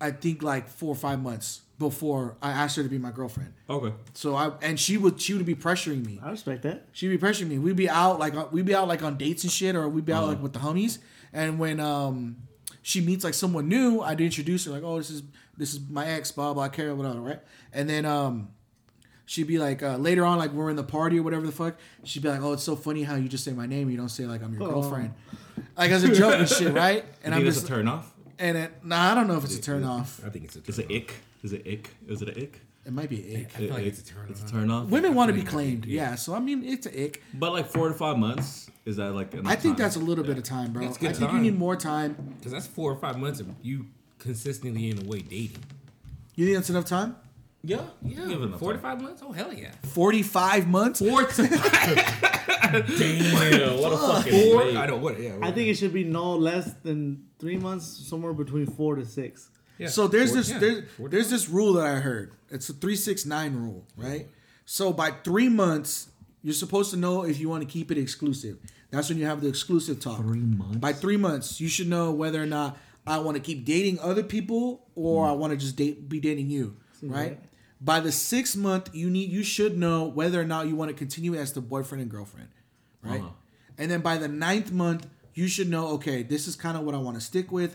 Speaker 1: I think like four or five months before I asked her to be my girlfriend.
Speaker 5: okay.
Speaker 1: So I and she would she would be pressuring me.
Speaker 4: I respect that.
Speaker 1: She'd be pressuring me. We'd be out like uh, we'd be out like on dates and shit, or we'd be out
Speaker 5: Uh-huh.
Speaker 1: like with the homies. And when um she meets like someone new, I'd introduce her like, oh, this is this is my ex, blah blah, Carol, whatever, right? And then um she'd be like uh, later on, like we're in the party or whatever the fuck. She'd be like, oh, it's so funny how you just say my name, you don't say like I'm your girlfriend, like as a joke and shit, right? And
Speaker 5: And
Speaker 1: I'm
Speaker 5: you think Oh. that's
Speaker 1: just
Speaker 5: a turn off?
Speaker 1: and it, nah, I don't know if it's a turn off.
Speaker 2: I think it's a.
Speaker 5: Is
Speaker 2: Turn
Speaker 5: it ick? Is it ick? Is it an ick?
Speaker 1: It might be an ick.
Speaker 2: I feel like
Speaker 5: It-
Speaker 2: it's a turn.
Speaker 5: It's a
Speaker 2: off.
Speaker 5: turn off.
Speaker 1: Women want to be claimed, yeah. So I mean, it's an ick.
Speaker 5: But like four to five months is that like? Enough
Speaker 1: I think
Speaker 5: time?
Speaker 1: that's a little bit of time, bro. I
Speaker 2: That's good
Speaker 1: think you
Speaker 2: time.
Speaker 1: need more time.
Speaker 2: Because that's four or five months of you consistently in a way dating.
Speaker 1: You think that's enough time?
Speaker 5: yeah. Yeah. Give it enough
Speaker 2: Four
Speaker 5: time.
Speaker 2: to five months? Oh, hell yeah.
Speaker 1: 45 months?
Speaker 2: Four to five.
Speaker 5: Damn, what a fucking
Speaker 2: Four?
Speaker 5: wait.
Speaker 2: I don't what. Yeah.
Speaker 4: I think it should be no less than three months, somewhere between four to six.
Speaker 2: yeah.
Speaker 1: So there's
Speaker 2: Four-
Speaker 1: this
Speaker 2: yeah,
Speaker 1: there's,
Speaker 2: four to
Speaker 1: there's
Speaker 2: five.
Speaker 1: this rule that I heard. It's a 369 rule, right? So by 3 months, you're supposed to know if you want to keep it exclusive. That's when you have the exclusive talk. 3 months. By 3 months, you should know whether or not I want to keep dating other people
Speaker 2: Mm.
Speaker 1: or I want to just date be dating you, right?
Speaker 4: right.
Speaker 1: By the 6th month, you need you should know whether or not you want to continue as the boyfriend and girlfriend, right? And then by the ninth month, you should know, okay, this is kind of what I want to stick with.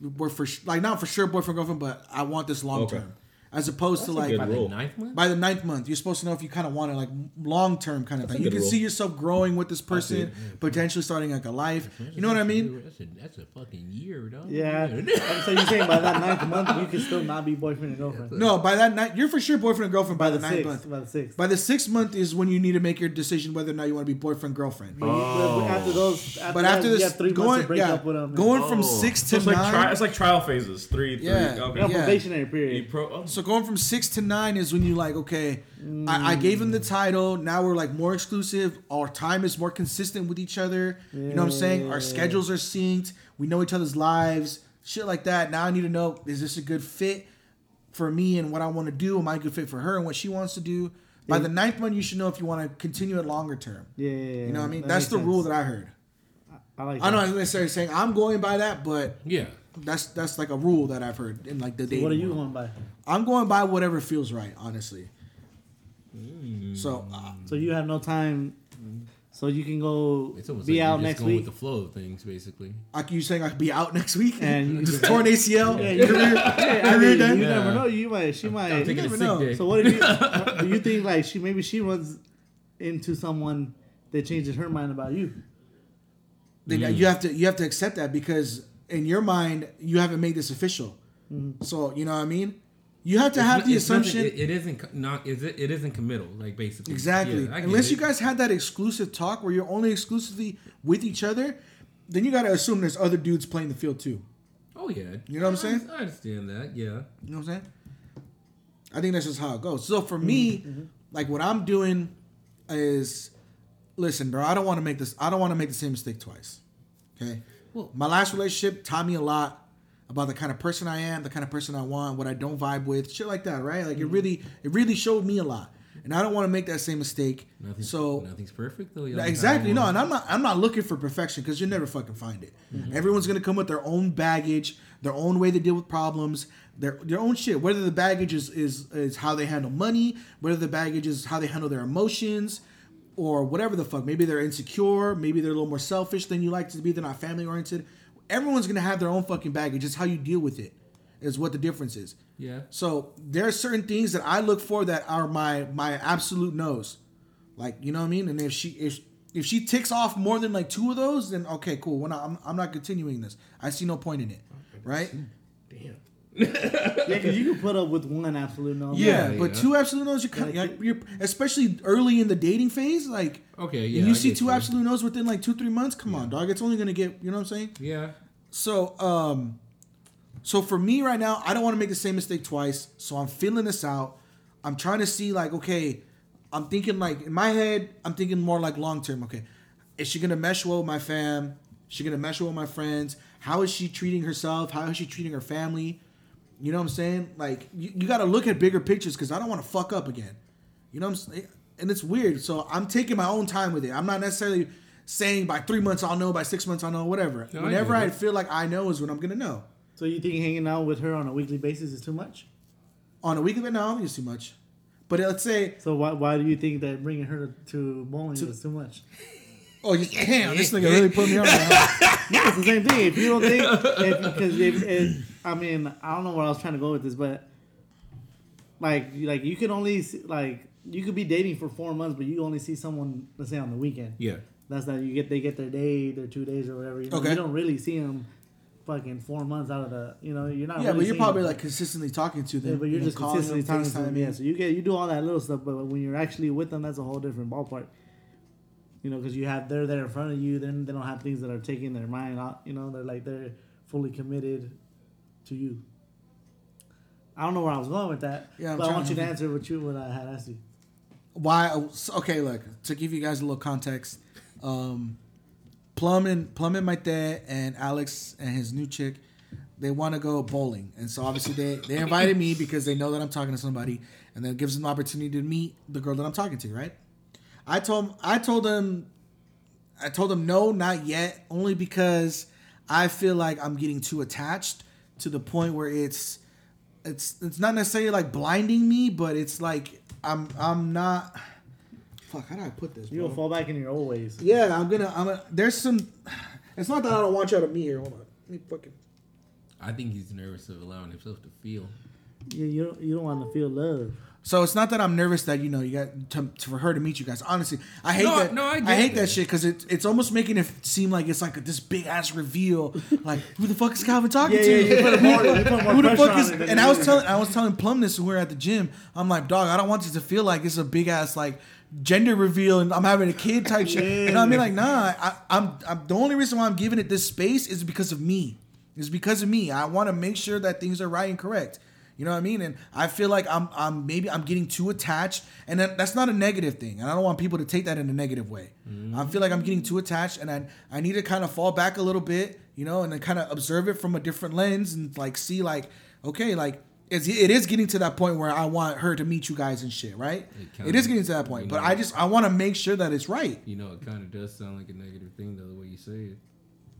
Speaker 1: We're for sh- like not for sure boyfriend girlfriend, but I want this long
Speaker 5: Okay.
Speaker 1: term. As opposed to
Speaker 5: a
Speaker 1: like
Speaker 5: good
Speaker 2: By
Speaker 5: rule.
Speaker 2: the ninth month?
Speaker 1: by the ninth month, you're supposed to know if you kind of want it like long term kind of thing. You
Speaker 5: good
Speaker 1: can
Speaker 5: rule.
Speaker 1: see yourself growing with this person, potentially starting like a life. You know what I mean?
Speaker 2: That's a, that's a fucking year, dog.
Speaker 4: Yeah. And so you're saying by that ninth month, you can still not be boyfriend and girlfriend.
Speaker 1: No, by that night, you're for sure boyfriend and girlfriend by, the,
Speaker 4: the
Speaker 1: ninth
Speaker 4: sixth,
Speaker 1: month.
Speaker 4: by the sixth.
Speaker 1: By the sixth month is when you need to make your decision whether or not you want to be boyfriend girlfriend.
Speaker 4: But you- but after those, after
Speaker 1: But after
Speaker 4: that, you
Speaker 1: this,
Speaker 4: have three months
Speaker 1: going,
Speaker 4: to break
Speaker 1: yeah,
Speaker 4: up with them.
Speaker 1: going
Speaker 5: Oh.
Speaker 1: from six
Speaker 5: So
Speaker 1: to
Speaker 5: it's
Speaker 1: nine,
Speaker 5: Like tri- it's like trial phases. Three, three.
Speaker 1: Yeah.
Speaker 5: Okay.
Speaker 4: yeah,
Speaker 1: Yeah.
Speaker 4: probationary
Speaker 5: You
Speaker 4: period.
Speaker 5: pro- oh,
Speaker 1: So going from six to nine is when you like, okay, I, I gave him the
Speaker 4: Mm.
Speaker 1: title. Now we're like more exclusive. Our time is more consistent with each other. You know what I'm saying? Our schedules are synced. We know each other's lives. Shit like that. Now I need to know is this a good fit for me and what I want to do? Am I a good fit for her and what she wants to do? By the ninth one, you should know if you want to continue it longer term.
Speaker 4: Yeah, yeah, yeah,
Speaker 1: You know what I mean?
Speaker 4: that
Speaker 1: That's
Speaker 4: makes
Speaker 1: the rule
Speaker 4: sense.
Speaker 1: that I heard.
Speaker 4: I like.
Speaker 1: I know
Speaker 4: that.
Speaker 1: I'm not necessarily saying I'm going by that, but
Speaker 2: Yeah.
Speaker 1: that's that's like a rule that I've heard in like the dating.
Speaker 4: What are you
Speaker 1: world.
Speaker 4: going by?
Speaker 1: I'm going by whatever
Speaker 4: Hmm.
Speaker 1: feels right, honestly. So uh, Mm-hmm.
Speaker 4: So you have no time So you can go
Speaker 2: It's almost
Speaker 4: be
Speaker 2: like
Speaker 4: out
Speaker 2: you're
Speaker 4: next
Speaker 2: just going
Speaker 4: week.
Speaker 2: with the flow of things, basically.
Speaker 1: Like you saying I could be out next week
Speaker 4: And you
Speaker 1: and just
Speaker 4: could-
Speaker 1: torn ACL.
Speaker 4: Yeah, you,
Speaker 1: Career-
Speaker 4: yeah, I
Speaker 1: career
Speaker 4: mean,
Speaker 1: done.
Speaker 4: you
Speaker 2: Yeah.
Speaker 4: never know. You might. She might.
Speaker 2: taking a
Speaker 1: never
Speaker 2: sick
Speaker 1: know.
Speaker 2: day.
Speaker 4: So what if you? do you think like she maybe she runs into someone that changes her mind about you?
Speaker 1: then uh, you have to you have to accept that because in your mind you haven't made this official.
Speaker 4: Mm-hmm.
Speaker 1: So you know what I mean. You have to have
Speaker 2: It's
Speaker 1: the
Speaker 2: no- it's nothing-
Speaker 1: assumption
Speaker 2: it- it isn't co- not is it, it isn't committal, like basically.
Speaker 1: exactly.
Speaker 2: Yeah, I get
Speaker 1: Unless you
Speaker 2: it.
Speaker 1: guys had that exclusive talk where you're only exclusively with each other, then you got to assume there's other dudes playing the field too.
Speaker 2: Oh yeah.
Speaker 1: You know what I'm
Speaker 2: I-
Speaker 1: saying?
Speaker 2: I understand that. Yeah.
Speaker 1: You know what I'm saying? I think that's just how it goes. So for me,
Speaker 2: Mm-hmm,
Speaker 1: like what I'm doing is, listen, bro, I don't want to make this. I don't want to make the same mistake twice. Okay.
Speaker 2: Well-
Speaker 1: my last relationship taught me a lot about the kind of person I am, the kind of person I want, what I don't vibe with, shit like that, right? Like
Speaker 2: Mm-hmm.
Speaker 1: it really, it really showed me a lot, and I don't want to make that same mistake.
Speaker 2: Nothing's,
Speaker 1: so
Speaker 2: nothing's perfect though.
Speaker 1: yeah, exactly. No, and I'm not. I'm not looking for perfection because you never fucking find it. Everyone's gonna come with their own baggage, their own way they deal with problems, their their own shit. Whether the baggage is is is how they handle money, whether the baggage is how they handle their emotions, or whatever the fuck. Maybe they're insecure. Maybe they're a little more selfish than you like to be. They're not family oriented. Everyone's gonna have their own fucking baggage. It's how you deal with it. Is what the difference is.
Speaker 2: Yeah.
Speaker 1: So there are certain things that I look for that are my my absolute no's. Like you know what I mean. And if she if if she ticks off more than like two of those, then okay, cool. We're not. I'm, I'm not continuing this. I see no point in it. Right.
Speaker 4: Yeah, because you can put up with one absolute no.
Speaker 1: Yeah,
Speaker 2: Yeah,
Speaker 1: but
Speaker 2: yeah.
Speaker 1: two absolute no's, you kind
Speaker 4: Like,
Speaker 1: of, you're especially early in the dating phase. Like,
Speaker 2: Okay, yeah,
Speaker 1: and you
Speaker 2: I
Speaker 1: see
Speaker 2: get
Speaker 1: two
Speaker 2: you.
Speaker 1: absolute no's within like two three months. Come on, dog. It's only gonna get. You know what I'm saying?
Speaker 2: Yeah.
Speaker 1: So, um, so for me right now, I don't want to make the same mistake twice. So I'm feeling this out. I'm trying to see like, okay, I'm thinking like in my head, I'm thinking more like long term. Okay, is she gonna mesh well with my fam? Is she gonna mesh well with my friends? How is she treating herself? How is she treating her family? You know what I'm saying? Like you, you got to look at bigger pictures because I don't want to fuck up again. You know what I'm saying? And it's weird. So I'm taking my own time with it. I'm not necessarily saying by three months I'll know, by six months I'll know, whatever.
Speaker 2: No, I
Speaker 1: Whenever
Speaker 2: get
Speaker 1: I
Speaker 2: it.
Speaker 1: feel like I know is when I'm gonna know.
Speaker 4: So you think hanging out with her on a weekly basis is too much?
Speaker 1: On a weekly, but no, I don't think it's too much. But let's say,
Speaker 4: So why why do you think that bringing her to bowling is too much?
Speaker 1: oh, you, damn, this nigga really put me on. Now.
Speaker 4: Yeah, it's the same thing. If you don't think, because if, if, I mean, I don't know where I was trying to go with this, but like, you- like you can only see, like you could be dating for four months, but you only see someone, let's say, on the weekend.
Speaker 2: Yeah.
Speaker 4: That's not you get. They get their day, their two days, or whatever. You, know?
Speaker 1: Okay.
Speaker 4: you don't really see them, fucking four months out of the. You know, you're not.
Speaker 1: Yeah,
Speaker 4: really
Speaker 1: but you're
Speaker 4: seeing
Speaker 1: probably
Speaker 4: them.
Speaker 1: like consistently talking to them.
Speaker 4: Yeah, but
Speaker 1: you
Speaker 4: you're
Speaker 1: know,
Speaker 4: just
Speaker 1: calling
Speaker 4: consistently
Speaker 1: them,
Speaker 4: talking to them.
Speaker 1: FaceTiming.
Speaker 4: Yeah, so you get you do all that little stuff, but when you're actually with them, that's a whole different ballpark. You know, because you have they're there in front of you. Then they don't have things that are taking their mind out. You know, they're like they're fully committed to you. I don't know where I was going with that.
Speaker 1: Yeah, I'm
Speaker 4: but I
Speaker 1: trying
Speaker 4: want
Speaker 1: to
Speaker 4: you to
Speaker 1: think.
Speaker 4: answer what you what I had asked you.
Speaker 1: why oh, so- okay look to give you guys a little context um plum and plum and my dad and alex and his new chick they want to go bowling and so obviously they they invited me because they know that i'm talking to somebody and that gives them an opportunity to meet the girl that i'm talking to right i told i told them i told them no not yet only because i feel like i'm getting too attached to the point where it's it's it's not necessarily like blinding me, but it's like I'm I'm not. Fuck, how do I put this?
Speaker 4: You'll
Speaker 1: Bro?
Speaker 4: fall back in your old ways.
Speaker 1: Yeah, I'm gonna I'm gonna, there's some. It's not that I don't want y'all to meet here. Hold on, let me fucking.
Speaker 2: I think he's nervous of allowing himself to feel.
Speaker 4: You you don't, you don't want to feel love.
Speaker 1: So it's not that I'm nervous that you know you got to, to- for her to meet you guys. Honestly, I hate
Speaker 2: No,
Speaker 1: that.
Speaker 2: no, I
Speaker 1: I,
Speaker 2: get
Speaker 1: hate
Speaker 2: that.
Speaker 1: that shit because it, it's almost making it seem like it's like this big ass reveal. like who the fuck is Calvin talking
Speaker 4: Yeah,
Speaker 1: to?
Speaker 4: yeah, you put a more, you put more
Speaker 1: Who the
Speaker 4: pressure
Speaker 1: fuck
Speaker 4: on
Speaker 1: is?
Speaker 4: it than
Speaker 1: And
Speaker 4: you
Speaker 1: I was
Speaker 4: do.
Speaker 1: telling I was telling Plum this when we were at the gym. I'm like, dog, I don't want this to feel like it's a big ass like gender reveal and I'm having a kid type shit. You know what I mean? Like, nah, I, I'm, I'm the only reason why I'm giving it this space is because of me. It's because of me. I want to make sure that things are right and correct. You know what I mean? And I feel like I'm, I'm maybe I'm getting too attached, and that, that's not a negative thing. And I don't want people to take that in a negative way. I feel like I'm getting too attached, and I, I need to kind of fall back a little bit, you know, and then kind of observe it from a different lens and like see like, okay, like it's, it is getting to that point where I want her to meet you guys and shit, right?
Speaker 2: It kinda-
Speaker 1: It is getting to that point,
Speaker 2: you
Speaker 1: but
Speaker 2: know.
Speaker 1: I just I want to make sure that it's right.
Speaker 2: You know, it kind of does sound like a negative thing though, the way you say it.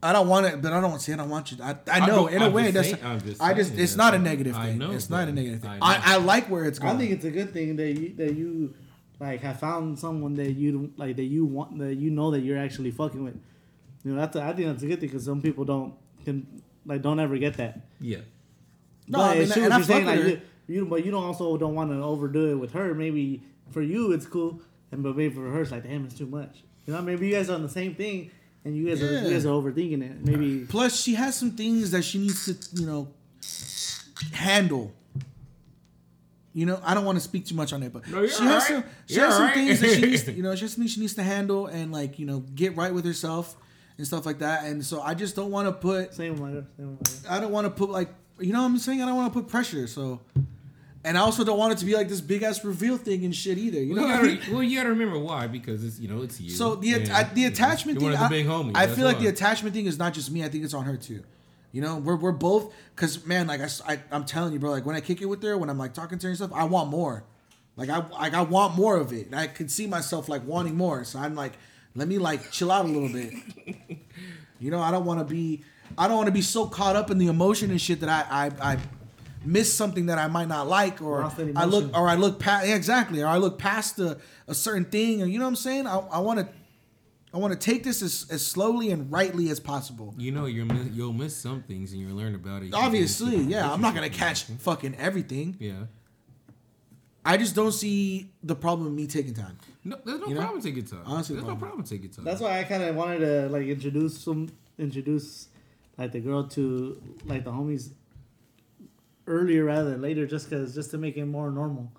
Speaker 1: I don't want it, but I don't see. I don't want you. to- I, I know
Speaker 2: I'm-
Speaker 1: in a
Speaker 2: I'm
Speaker 1: way
Speaker 2: just
Speaker 1: that's.
Speaker 2: saying- I'm just
Speaker 1: I just.
Speaker 2: saying
Speaker 1: It's
Speaker 2: that.
Speaker 1: not a negative
Speaker 2: I
Speaker 1: thing.
Speaker 2: know,
Speaker 1: it's not a
Speaker 2: but
Speaker 1: negative thing.
Speaker 2: I
Speaker 1: I,
Speaker 2: know.
Speaker 1: I, like where it's going.
Speaker 4: I think it's a good thing that you that you like have found someone that you like that you want that you know that you're actually fucking with. You know, that's a, I think that's a good thing because some people don't can like don't ever get that.
Speaker 2: Yeah.
Speaker 1: No,
Speaker 4: but
Speaker 1: I mean,
Speaker 4: it's true
Speaker 1: and
Speaker 4: what
Speaker 1: I
Speaker 4: you're saying,
Speaker 1: fuck with
Speaker 4: like, you, you- but you don't also don't want to overdo it with her. Maybe for you it's cool, and but maybe for her it's like, damn, it's too much. You know, maybe you guys are on the same thing, and you guys are
Speaker 1: Yeah.
Speaker 4: you guys are overthinking it. Maybe
Speaker 1: Plus, she has some things that she needs to, you know, handle. You know, I don't want to speak too much on it, but
Speaker 2: No, you're
Speaker 1: she has some,
Speaker 2: alright.
Speaker 1: she
Speaker 2: You're
Speaker 1: has some
Speaker 2: alright.
Speaker 1: things that she needs, to, you know, she has some things she needs to handle and like, you know, get right with herself and stuff like that. And so I just don't want to put,
Speaker 4: same with my girl, same with
Speaker 1: I don't want to put like, you know, what I'm saying I don't want to put pressure. So, and I also don't want it to be like this big ass reveal thing and shit either. You know,
Speaker 2: Well,
Speaker 1: what I
Speaker 2: you
Speaker 1: mean?
Speaker 2: gotta, well, you gotta remember why because it's you know it's you.
Speaker 1: So the
Speaker 2: and,
Speaker 1: at- the
Speaker 2: you know,
Speaker 1: attachment
Speaker 2: you're
Speaker 1: thing,
Speaker 2: one of the
Speaker 1: I,
Speaker 2: big homies.
Speaker 1: I
Speaker 2: that's
Speaker 1: feel like the
Speaker 2: why.
Speaker 1: attachment thing is not just me. I think it's on her too. You know, we're, we're both because man, like I, s- I am telling you, bro. Like when I kick it with her, when I'm like talking to her and stuff, I want more. Like I like I want more of it. And I could see myself like wanting more. So I'm like, let me like chill out a little bit. you know, I don't want to be I don't want to be so caught up in the emotion and shit that I I. I miss something that I might not like or
Speaker 4: Lost that
Speaker 1: I look
Speaker 4: emotion.
Speaker 1: or I look past exactly or I look past a, a certain thing or you know what I'm saying I, I want to I want to take this as, as slowly and rightly as possible.
Speaker 2: You know you're miss, you'll miss some things and you'll learn about it.
Speaker 1: Obviously, yeah, I'm not gonna catch fucking everything.
Speaker 2: Yeah.
Speaker 1: I just don't see the problem of me taking time.
Speaker 2: No, there's no
Speaker 1: You know?
Speaker 2: problem taking time.
Speaker 1: Honestly,
Speaker 2: there's no
Speaker 1: problem.
Speaker 2: problem taking time.
Speaker 4: That's why I kind of wanted to like introduce some introduce like the girl to like the homies earlier rather than later, just cause just to make it more normal,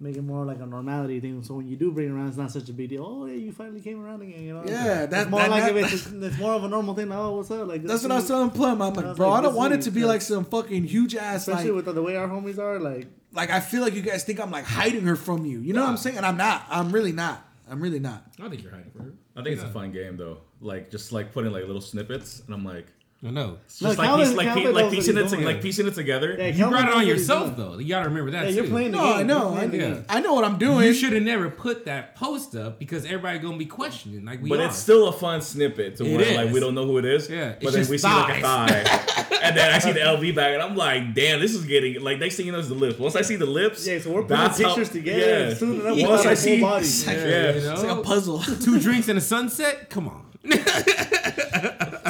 Speaker 4: make it more like a normality thing. So when you do bring it around, it's not such a big deal. Oh, yeah, you finally came around again. You know,
Speaker 1: Yeah, that-
Speaker 4: that's more
Speaker 1: that-
Speaker 4: like
Speaker 1: that-
Speaker 4: if it's, it's more of a normal thing. Oh, what's up? Like
Speaker 1: That's what I was telling Plum. I'm
Speaker 4: I
Speaker 1: like,
Speaker 4: was
Speaker 1: bro,
Speaker 4: like,
Speaker 1: I don't
Speaker 4: this
Speaker 1: want it
Speaker 4: is-
Speaker 1: to be like some fucking huge ass
Speaker 4: Especially
Speaker 1: like,
Speaker 4: with the, the way our homies are, like
Speaker 1: like I feel like you guys think I'm like hiding her from you. You know what I'm saying? And I'm not. I'm really not. I'm really not.
Speaker 2: I think you're hiding from her.
Speaker 5: I think it's a fun game though. Like just like putting like little snippets, and I'm like,
Speaker 2: No, no.
Speaker 5: it's
Speaker 4: No,
Speaker 5: just like
Speaker 4: Calvin-
Speaker 5: piece, like,
Speaker 4: Calvin
Speaker 5: pe- like
Speaker 4: knows what
Speaker 5: piecing
Speaker 4: he's
Speaker 5: it to-
Speaker 4: doing.
Speaker 5: like piecing it together.
Speaker 4: yeah,
Speaker 2: You
Speaker 4: Calvin
Speaker 2: brought it
Speaker 4: knows
Speaker 2: on
Speaker 4: what he's
Speaker 2: yourself
Speaker 4: doing.
Speaker 2: though. You gotta remember that.
Speaker 4: Yeah, you're
Speaker 2: too.
Speaker 4: playing the
Speaker 1: No,
Speaker 4: game.
Speaker 1: I
Speaker 4: You're
Speaker 1: know. I,
Speaker 4: playing the game.
Speaker 1: I know what I'm doing.
Speaker 2: You should have never put that post up because everybody gonna be questioning. Like we
Speaker 5: But
Speaker 2: are.
Speaker 5: it's still a fun snippet to
Speaker 2: It
Speaker 5: where like
Speaker 2: is.
Speaker 5: we don't know who it is.
Speaker 2: Yeah, it's
Speaker 5: But then
Speaker 2: just
Speaker 5: we see like a thigh. and then I see the LV back and I'm like, damn, this is getting like next thing you know is the lips. Once I see the lips,
Speaker 4: yeah. So we're putting
Speaker 5: that's
Speaker 4: pictures
Speaker 5: how,
Speaker 4: together.
Speaker 5: Yeah.
Speaker 4: Soon enough, we'll
Speaker 5: Once
Speaker 4: have
Speaker 5: I
Speaker 4: a full
Speaker 5: see
Speaker 4: body.
Speaker 5: yeah,
Speaker 2: you know?
Speaker 1: It's like a puzzle.
Speaker 2: two drinks and a sunset. Come on.
Speaker 1: so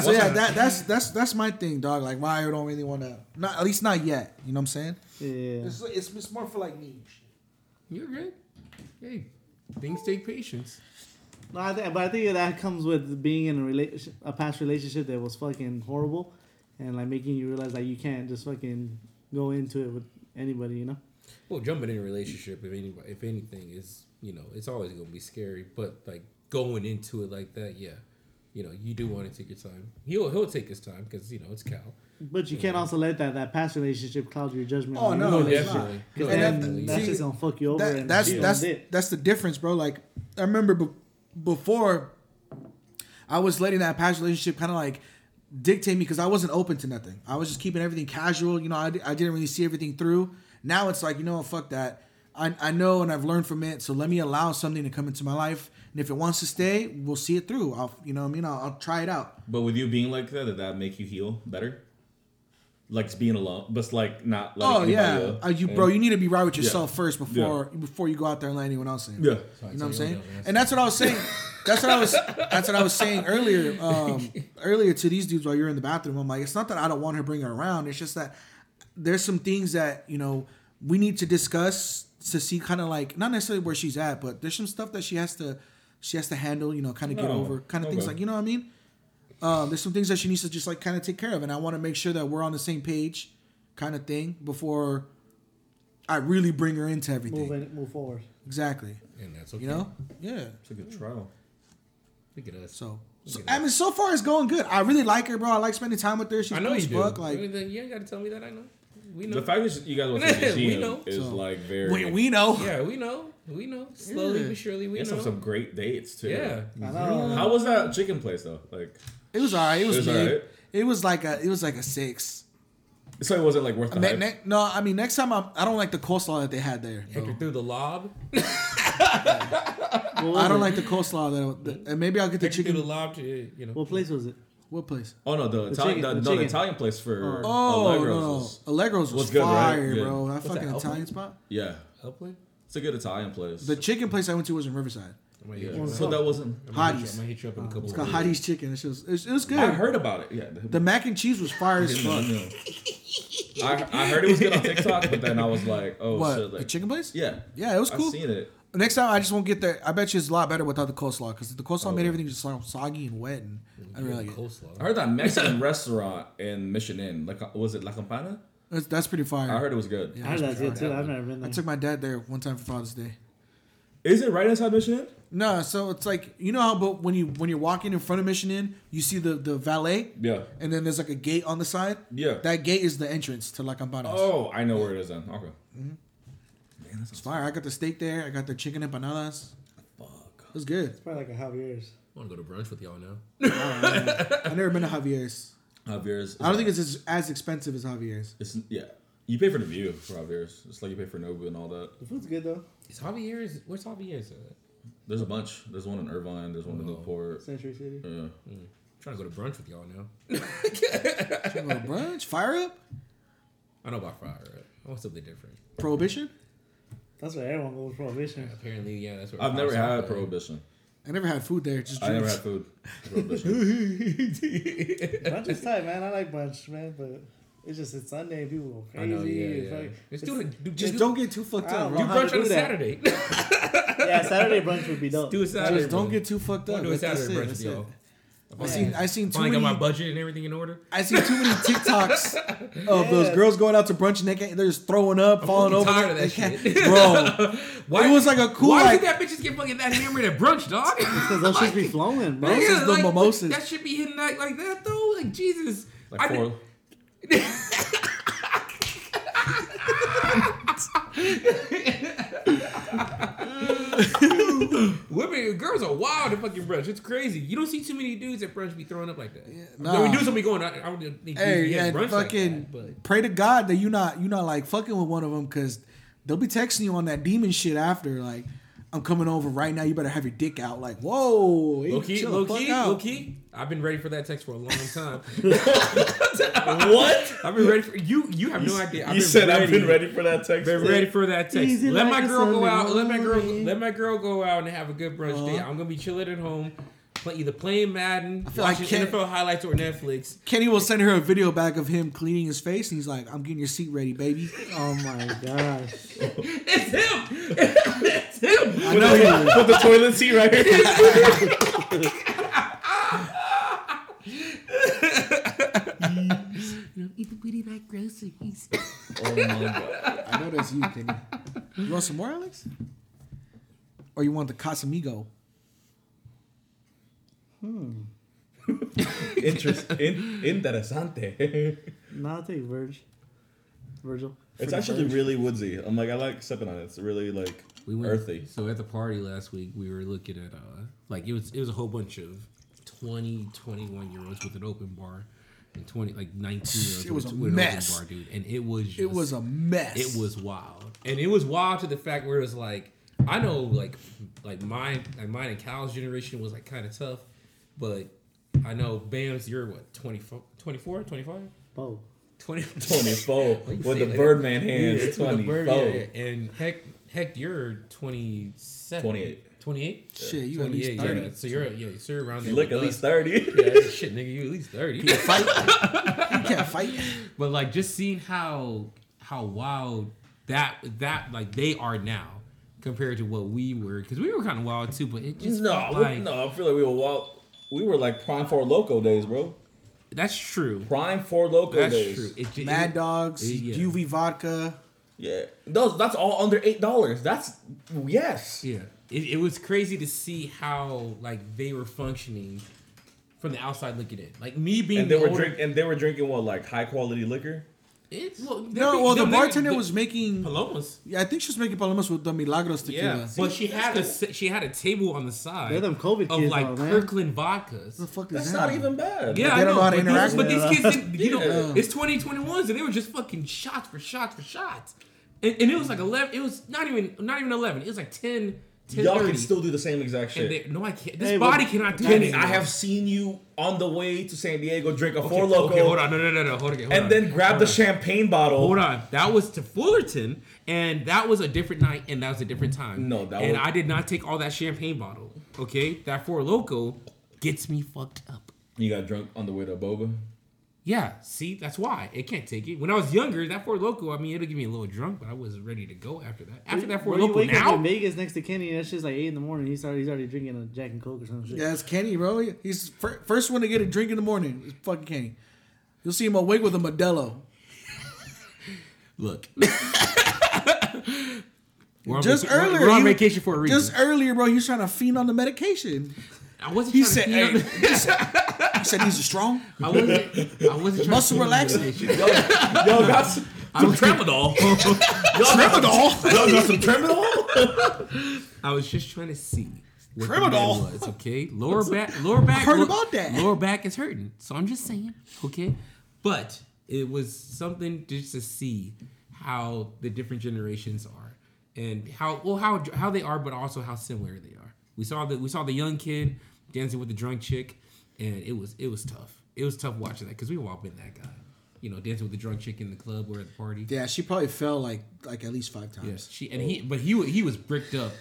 Speaker 1: yeah, that, that's that's that's my thing, dog. Like why I don't really want to. Not at least not yet. You know what I'm saying?
Speaker 4: Yeah.
Speaker 1: It's, it's, it's more for like me.
Speaker 2: You're good. Hey, things take patience.
Speaker 4: No, I think, but I think that comes with being in a relation, a past relationship that was fucking horrible, and like making you realize like you can't just fucking go into it with anybody, you know.
Speaker 2: Well, jumping in a relationship, if anybody, if anything, is you know, it's always gonna be scary. But like going into it like that, yeah, you know, you do want to take your time. He'll he'll take his time because you know it's Cal.
Speaker 4: But you can't also let that that past relationship cloud your judgment.
Speaker 1: Oh
Speaker 4: on
Speaker 1: no,
Speaker 4: your
Speaker 2: No,
Speaker 1: it's
Speaker 4: relationship,
Speaker 2: definitely.
Speaker 1: not.
Speaker 2: No,
Speaker 4: Cause then
Speaker 2: definitely.
Speaker 4: that
Speaker 1: See,
Speaker 4: shit's gonna fuck you over.
Speaker 1: that-
Speaker 4: and
Speaker 1: that's
Speaker 4: you
Speaker 1: that's
Speaker 4: don't dip.
Speaker 1: that's the difference, bro. Like I remember be- before, I was letting that past relationship kind of like dictate me because I wasn't open to nothing. I was just keeping everything casual. You know, I, di- I didn't really see everything through. Now it's like you know, what, fuck that. I, I know and I've learned from it, so let me allow something to come into my life, and if it wants to stay, we'll see it through. I'll you know what I mean I'll, I'll try it out.
Speaker 5: But with you being like that, did that make you heal better? Like just being alone, but like not. Letting
Speaker 1: Oh
Speaker 5: anybody
Speaker 1: yeah,
Speaker 5: else-
Speaker 1: uh, you bro, you need to be right with
Speaker 5: Yeah.
Speaker 1: yourself first before before you go out there and let anyone else in. You
Speaker 5: Yeah.
Speaker 1: know what I'm
Speaker 2: Sorry,
Speaker 1: saying?
Speaker 2: sorry, yes.
Speaker 1: And that's what I was saying. That's what I was. That's what I was saying earlier. Um, earlier to these dudes while you're in the bathroom, I'm like, it's not that I don't want her to bring her around. It's just that there's some things that you know we need to discuss to see kind of like not necessarily where she's at, but there's some stuff that she has to she has to handle. You know, kind of get
Speaker 5: No.
Speaker 1: over, kind of things
Speaker 5: Okay.
Speaker 1: like you know what I mean. Um, there's some things that she needs to just like kind of take care of, and I want to make sure that we're on the same page, kind of thing, before I really bring her into everything.
Speaker 4: Move in, move forward.
Speaker 1: Exactly.
Speaker 2: and that's okay.
Speaker 1: You know? Yeah.
Speaker 5: It's a good trial.
Speaker 2: look at us.
Speaker 1: So, so
Speaker 2: Okay.
Speaker 1: I mean, so far it's going good. I really like her, bro. I like spending time with her. She's
Speaker 2: I know
Speaker 1: cool
Speaker 2: you
Speaker 1: as
Speaker 2: do.
Speaker 1: fuck. Like
Speaker 2: you ain't- you ain't gotta tell me that. I know. We know.
Speaker 5: The fact that you guys want to
Speaker 2: We
Speaker 5: see him
Speaker 2: know.
Speaker 5: is
Speaker 1: So-
Speaker 5: like very.
Speaker 1: we, we know.
Speaker 2: yeah, we know. We know. Slowly
Speaker 1: Yeah.
Speaker 2: but surely,
Speaker 5: You
Speaker 2: we
Speaker 5: guys
Speaker 2: know.
Speaker 5: have some great dates too.
Speaker 2: yeah.
Speaker 4: I know.
Speaker 5: How was that chicken place though? Like,
Speaker 1: It was alright. It was,
Speaker 5: It was
Speaker 1: mid.
Speaker 5: alright.
Speaker 1: It was like a it was like a six.
Speaker 5: so it wasn't like worth the
Speaker 1: Ne-
Speaker 5: hype.
Speaker 1: ne- no, I mean next time I'm, I don't like the coleslaw that they had there. bro.
Speaker 2: Hector through the lob.
Speaker 4: What was
Speaker 1: I don't
Speaker 4: it?
Speaker 1: like the coleslaw that, that- and maybe I'll get the
Speaker 2: Hector through the
Speaker 1: chicken.
Speaker 2: lob to you know.
Speaker 4: What place was it?
Speaker 1: What place?
Speaker 5: Oh no, the, Italian,
Speaker 4: chicken-
Speaker 5: the,
Speaker 4: the
Speaker 5: no, the
Speaker 4: chicken.
Speaker 5: Italian place for
Speaker 1: Oh
Speaker 5: Allegro's
Speaker 1: no, no,
Speaker 5: was-
Speaker 1: Allegro's was
Speaker 5: was good, right?
Speaker 1: fire,
Speaker 5: Good.
Speaker 1: bro. That
Speaker 5: What's that,
Speaker 1: fucking
Speaker 5: Alpha?
Speaker 1: Italian spot.
Speaker 5: yeah,
Speaker 2: Upland?
Speaker 6: It's a good Italian place.
Speaker 1: The chicken place I went to was in Riverside.
Speaker 2: I'm gonna hit
Speaker 6: Yeah.
Speaker 2: you up.
Speaker 6: So that wasn't.
Speaker 2: I'm gonna hit you-
Speaker 1: Hotties.
Speaker 2: I'm gonna hit you up in a couple
Speaker 1: It's called
Speaker 2: of
Speaker 1: Hottie's Chicken. It's just, it's, it was good.
Speaker 6: I heard about it. Yeah.
Speaker 1: the mac and cheese was fire as
Speaker 6: Didn't know,
Speaker 1: fuck.
Speaker 6: no. I, I heard it was good on TikTok, but then I was like, oh
Speaker 1: What
Speaker 6: shit. Like,
Speaker 1: the chicken place?
Speaker 6: Yeah.
Speaker 1: Yeah, it was cool.
Speaker 6: I've seen it.
Speaker 1: Next time I just won't get there. I bet you it's a lot better without the coleslaw because the coleslaw made
Speaker 6: Oh.
Speaker 1: everything just so- soggy and wet, and I didn't really like it.
Speaker 6: I
Speaker 2: coleslaw.
Speaker 6: heard that Mexican restaurant in Mission Inn, like uh, was it La Campana?
Speaker 1: That's, that's pretty fire.
Speaker 6: I heard it was good.
Speaker 1: Yeah.
Speaker 4: I heard that's good too. I've never been
Speaker 1: I
Speaker 4: there.
Speaker 1: took my dad there one time for Father's Day.
Speaker 6: Is it right inside Mission Inn?
Speaker 1: No, so it's like you know how, but when you when you're walking in front of Mission Inn, you see the the valet,
Speaker 6: Yeah.
Speaker 1: and then there's like a gate on the side.
Speaker 6: Yeah.
Speaker 1: That gate is the entrance to La Campana.
Speaker 6: Oh, I know where it is then. Okay. Man, that's
Speaker 1: It's fire! I got the steak there. I got the chicken empanadas.
Speaker 6: fuck.
Speaker 1: It was good.
Speaker 4: Probably like a Javier's.
Speaker 2: I want to go to brunch with y'all now.
Speaker 1: I've never been to Javier's.
Speaker 6: Javier's.
Speaker 1: I don't think it's as, as expensive as Javier's.
Speaker 6: It's yeah. You pay for the view for Javier's. It's like you pay for Nobu and all that.
Speaker 4: The food's good though.
Speaker 2: Is Javier's? Where's Javier's? At? I'm
Speaker 6: There's a bunch. There's one in Irvine. There's one in Newport.
Speaker 4: Century City.
Speaker 6: Yeah.
Speaker 2: trying to go to brunch with y'all now.
Speaker 1: Should we go to brunch, fire up,
Speaker 2: I know about fire. Right? I want something different.
Speaker 1: prohibition.
Speaker 4: That's where everyone goes prohibition.
Speaker 2: Apparently, yeah, that's what
Speaker 6: I've never had Prohibition.
Speaker 1: I never had food there. Just
Speaker 6: I never
Speaker 1: drinks.
Speaker 6: had food. Prohibition.
Speaker 4: Brunch is tight, man. I like brunch, man, but it's just it's Sunday and people go
Speaker 2: I
Speaker 4: crazy.
Speaker 2: know, yeah,
Speaker 4: It's
Speaker 2: yeah.
Speaker 4: like-
Speaker 2: Just
Speaker 4: it's-
Speaker 2: do it. Do,
Speaker 1: Just
Speaker 2: just
Speaker 1: don't get too fucked
Speaker 4: I
Speaker 1: up.
Speaker 4: don't
Speaker 1: bro.
Speaker 2: do
Speaker 4: know how to
Speaker 2: brunch on
Speaker 4: do
Speaker 2: a
Speaker 4: that.
Speaker 2: Saturday.
Speaker 4: yeah, Saturday brunch would be dope.
Speaker 2: do a Saturday.
Speaker 1: Just don't
Speaker 2: brunch.
Speaker 1: get too fucked
Speaker 2: I
Speaker 1: up.
Speaker 2: wanna do a
Speaker 1: That's
Speaker 2: Saturday
Speaker 1: it,
Speaker 2: brunch
Speaker 1: that's
Speaker 2: with
Speaker 1: it.
Speaker 2: y'all.
Speaker 1: I seen I seen too
Speaker 2: Finally
Speaker 1: many.
Speaker 2: got my budget and everything in order.
Speaker 1: I seen too many TikToks of those
Speaker 4: Yeah.
Speaker 1: girls going out to brunch and they can't, they're just throwing up, falling
Speaker 2: fucking
Speaker 1: over.
Speaker 2: tired of
Speaker 1: They
Speaker 2: that
Speaker 1: can't-
Speaker 2: shit.
Speaker 1: bro.
Speaker 2: Why
Speaker 1: It was like a cool,
Speaker 2: Why
Speaker 1: like-
Speaker 2: did that bitches get fucking that hammered at brunch, dog?
Speaker 4: Because those should be flowing, bro.
Speaker 1: Mimosas,
Speaker 2: Yeah,
Speaker 1: the
Speaker 2: like,
Speaker 1: mimosas.
Speaker 2: That should be hitting like like that though. Like Jesus. I
Speaker 6: Like
Speaker 2: did-
Speaker 6: four.
Speaker 2: Women, girls are wild at fucking brunch. It's crazy. You don't see too many dudes at brunch be throwing up like that. Yeah,
Speaker 1: nah.
Speaker 2: we do something going. I, I don't think
Speaker 1: Hey,
Speaker 2: we
Speaker 1: yeah,
Speaker 2: had brunch
Speaker 1: fucking
Speaker 2: like that, but
Speaker 1: pray to God that you not you not like fucking with one of them because they'll be texting you on that demon shit after. Like, I'm coming over right now. You better have your dick out. Like, whoa, hey,
Speaker 2: low key,
Speaker 1: chill the
Speaker 2: low
Speaker 1: fuck
Speaker 2: key,
Speaker 1: out.
Speaker 2: low key. I've been ready for that text for a long time.
Speaker 6: what?
Speaker 2: I've been ready for you. You have no idea. I've
Speaker 6: you
Speaker 2: been
Speaker 6: said
Speaker 2: ready.
Speaker 6: I've been ready for that text.
Speaker 2: Been ready for that text.
Speaker 4: Easy
Speaker 2: let
Speaker 4: like
Speaker 2: my
Speaker 4: a
Speaker 2: girl go
Speaker 4: Sunday
Speaker 2: out. Let my girl.
Speaker 4: morning.
Speaker 2: Let my girl go out and have a good brunch day.
Speaker 1: Uh-huh.
Speaker 2: I'm gonna be chilling at home, play, either playing Madden,
Speaker 1: feel like
Speaker 2: watching
Speaker 1: Ken-
Speaker 2: NFL highlights or Netflix.
Speaker 1: Kenny will send her a video back of him cleaning his face, and he's like, "I'm getting your seat ready, baby."
Speaker 4: Oh my gosh.
Speaker 2: It's him. it's him.
Speaker 1: I know he
Speaker 6: Put the toilet seat right here.
Speaker 2: Eat the booty like groceries.
Speaker 6: Oh my god.
Speaker 1: I know that's you, Kenny. You want some more, Alex? Or you want the Casamigo?
Speaker 6: Interest in interesante.
Speaker 4: No, I'll take Virg. Virgil.
Speaker 6: It's actually really woodsy. I'm like, I like sipping on it. It's really like
Speaker 2: We went,
Speaker 6: earthy.
Speaker 2: So at the party last week, we were looking at uh, like it was it was a whole bunch of 20, 21 year olds with an open bar, and twenty like nineteen year olds
Speaker 1: It was
Speaker 2: with,
Speaker 1: a
Speaker 2: with an
Speaker 1: mess.
Speaker 2: open bar, dude. And it was just,
Speaker 1: It was a mess.
Speaker 2: it was wild, and it was wild to the fact where it was like I know like like mine like mine and Cal's generation was like kind of tough, but I know Bam's you're what 24, 24 25?
Speaker 4: Oh.
Speaker 2: 20
Speaker 6: Twenty four
Speaker 2: you
Speaker 6: with
Speaker 2: say
Speaker 6: the
Speaker 2: that?
Speaker 6: Birdman
Speaker 2: Yeah,
Speaker 6: hands.
Speaker 2: it's with a
Speaker 6: Twenty
Speaker 2: bird,
Speaker 6: four.
Speaker 2: yeah, yeah. And heck, heck, you're 27.
Speaker 6: 28.
Speaker 2: 28?
Speaker 1: Shit, you at least
Speaker 2: 28,
Speaker 1: 30.
Speaker 2: Yeah. So you're, yeah, so you're around there.
Speaker 6: You look
Speaker 2: with
Speaker 6: at least
Speaker 2: us.
Speaker 6: thirty.
Speaker 2: Yeah, shit, nigga, you at least 30.
Speaker 1: Fight. you can't fight.
Speaker 2: But like just seeing how how wild that that like they are now compared to what we were because we were kind of wild too. But it just
Speaker 6: No,
Speaker 2: felt
Speaker 6: we-
Speaker 2: like,
Speaker 6: no, I feel like we were wild. We were like prime four loco days, bro.
Speaker 2: that's true.
Speaker 6: Prime four loco
Speaker 2: That's
Speaker 6: days.
Speaker 2: true. It, ju-
Speaker 1: Mad
Speaker 2: it-
Speaker 1: Dogs,
Speaker 2: Yeah.
Speaker 1: UV vodka.
Speaker 6: Yeah, those that's all under eight dollars. That's yes.
Speaker 2: Yeah, it, it was crazy to see how like they were functioning from the outside looking in. Like me being
Speaker 6: And they
Speaker 2: the
Speaker 6: were
Speaker 2: older-
Speaker 6: drink and they were drinking what like high quality liquor.
Speaker 2: It's well,
Speaker 1: No, well, the bartender was making.
Speaker 2: Palomas.
Speaker 1: Yeah, I think she was making palomas with the Milagros
Speaker 2: Yeah,
Speaker 1: tequila. What
Speaker 2: but she had a se- she had a table on the side.
Speaker 4: They're them COVID
Speaker 2: of
Speaker 4: kids,
Speaker 2: like
Speaker 4: though, man.
Speaker 2: Kirkland vodkas.
Speaker 1: the fuck
Speaker 6: That's
Speaker 1: is
Speaker 6: not
Speaker 1: that?
Speaker 6: even bad.
Speaker 2: yeah,
Speaker 1: they
Speaker 2: I
Speaker 1: don't
Speaker 2: know.
Speaker 1: know how to
Speaker 2: but,
Speaker 1: interact
Speaker 2: these, but
Speaker 1: with
Speaker 2: these
Speaker 4: it.
Speaker 2: kids, didn't- you know,
Speaker 6: Yeah.
Speaker 2: it's 2021, so they were just fucking shots for shots for shots, and, and it was like 11. It was not even not even 11. It was like 10
Speaker 5: Y'all can
Speaker 2: 10:30.
Speaker 5: still do the same exact
Speaker 2: And
Speaker 5: shit.
Speaker 2: they, no, I can't. This
Speaker 4: Hey, but-
Speaker 2: body cannot do
Speaker 5: Kenny,
Speaker 2: this.
Speaker 5: I have seen you on the way to San Diego drink a
Speaker 2: Okay,
Speaker 5: Four Loko
Speaker 2: Okay, hold on. No, no, no, no. Hold on. Hold
Speaker 5: and
Speaker 2: on.
Speaker 5: then grab
Speaker 2: Hold
Speaker 5: the
Speaker 2: on.
Speaker 5: champagne bottle.
Speaker 2: Hold on. That was to Fullerton, and that was a different night, and that was a different time.
Speaker 5: No, that
Speaker 2: And
Speaker 5: was-
Speaker 2: I did not take all that champagne bottle. Okay, that four loco gets me fucked up.
Speaker 5: You got drunk on the way to Boba.
Speaker 2: Yeah, see, that's why it can't take it. When I was younger, that four loco, I mean, it'll get me a little drunk, but I was ready to go after that. After that four
Speaker 4: Bro, you
Speaker 2: loco,
Speaker 4: wake up
Speaker 2: now
Speaker 4: in Vegas next to Kenny, and that's just like eight in the morning. He's already he's already drinking a Jack and Coke or some shit.
Speaker 1: Yeah, it's Kenny, bro. He's fir- first one to get a drink in the morning. It's fucking Kenny. You'll see him awake with a Modelo.
Speaker 2: look. We're on
Speaker 1: Just
Speaker 2: vaca- we're-
Speaker 1: earlier,
Speaker 2: we're on
Speaker 1: you-
Speaker 2: vacation for a reason.
Speaker 1: Just earlier, bro, he was trying to fiend on the medication.
Speaker 2: I wasn't.
Speaker 1: He
Speaker 2: trying to
Speaker 1: said,
Speaker 2: pee
Speaker 1: hey,
Speaker 2: on the-
Speaker 1: he said, he said these are strong.
Speaker 2: I wasn't. I wasn't trying
Speaker 1: Muscle
Speaker 2: to pee on the
Speaker 1: relaxant.
Speaker 2: medication.
Speaker 5: Y'all, y'all got some, some tramadol. y'all, got,
Speaker 1: Tramadol.
Speaker 5: y'all got some tramadol.
Speaker 2: I was just trying to see what the
Speaker 1: Criminal.
Speaker 2: bed was. Okay, lower back, lower back.
Speaker 1: heard
Speaker 2: lo-
Speaker 1: about that.
Speaker 2: Lower back is hurting, so I'm just saying. Okay, but it was something just to see how the different generations are and how well how how they are, but also how similar they are. We saw the we saw the young kid dancing with the drunk chick, and it was it was tough. It was tough watching that because we've all been that guy. You know, dancing with the drunk chick in the club or at the party.
Speaker 1: Yeah, she probably fell like like at least five times.
Speaker 2: Yes, she and he, but he wa- he was bricked up.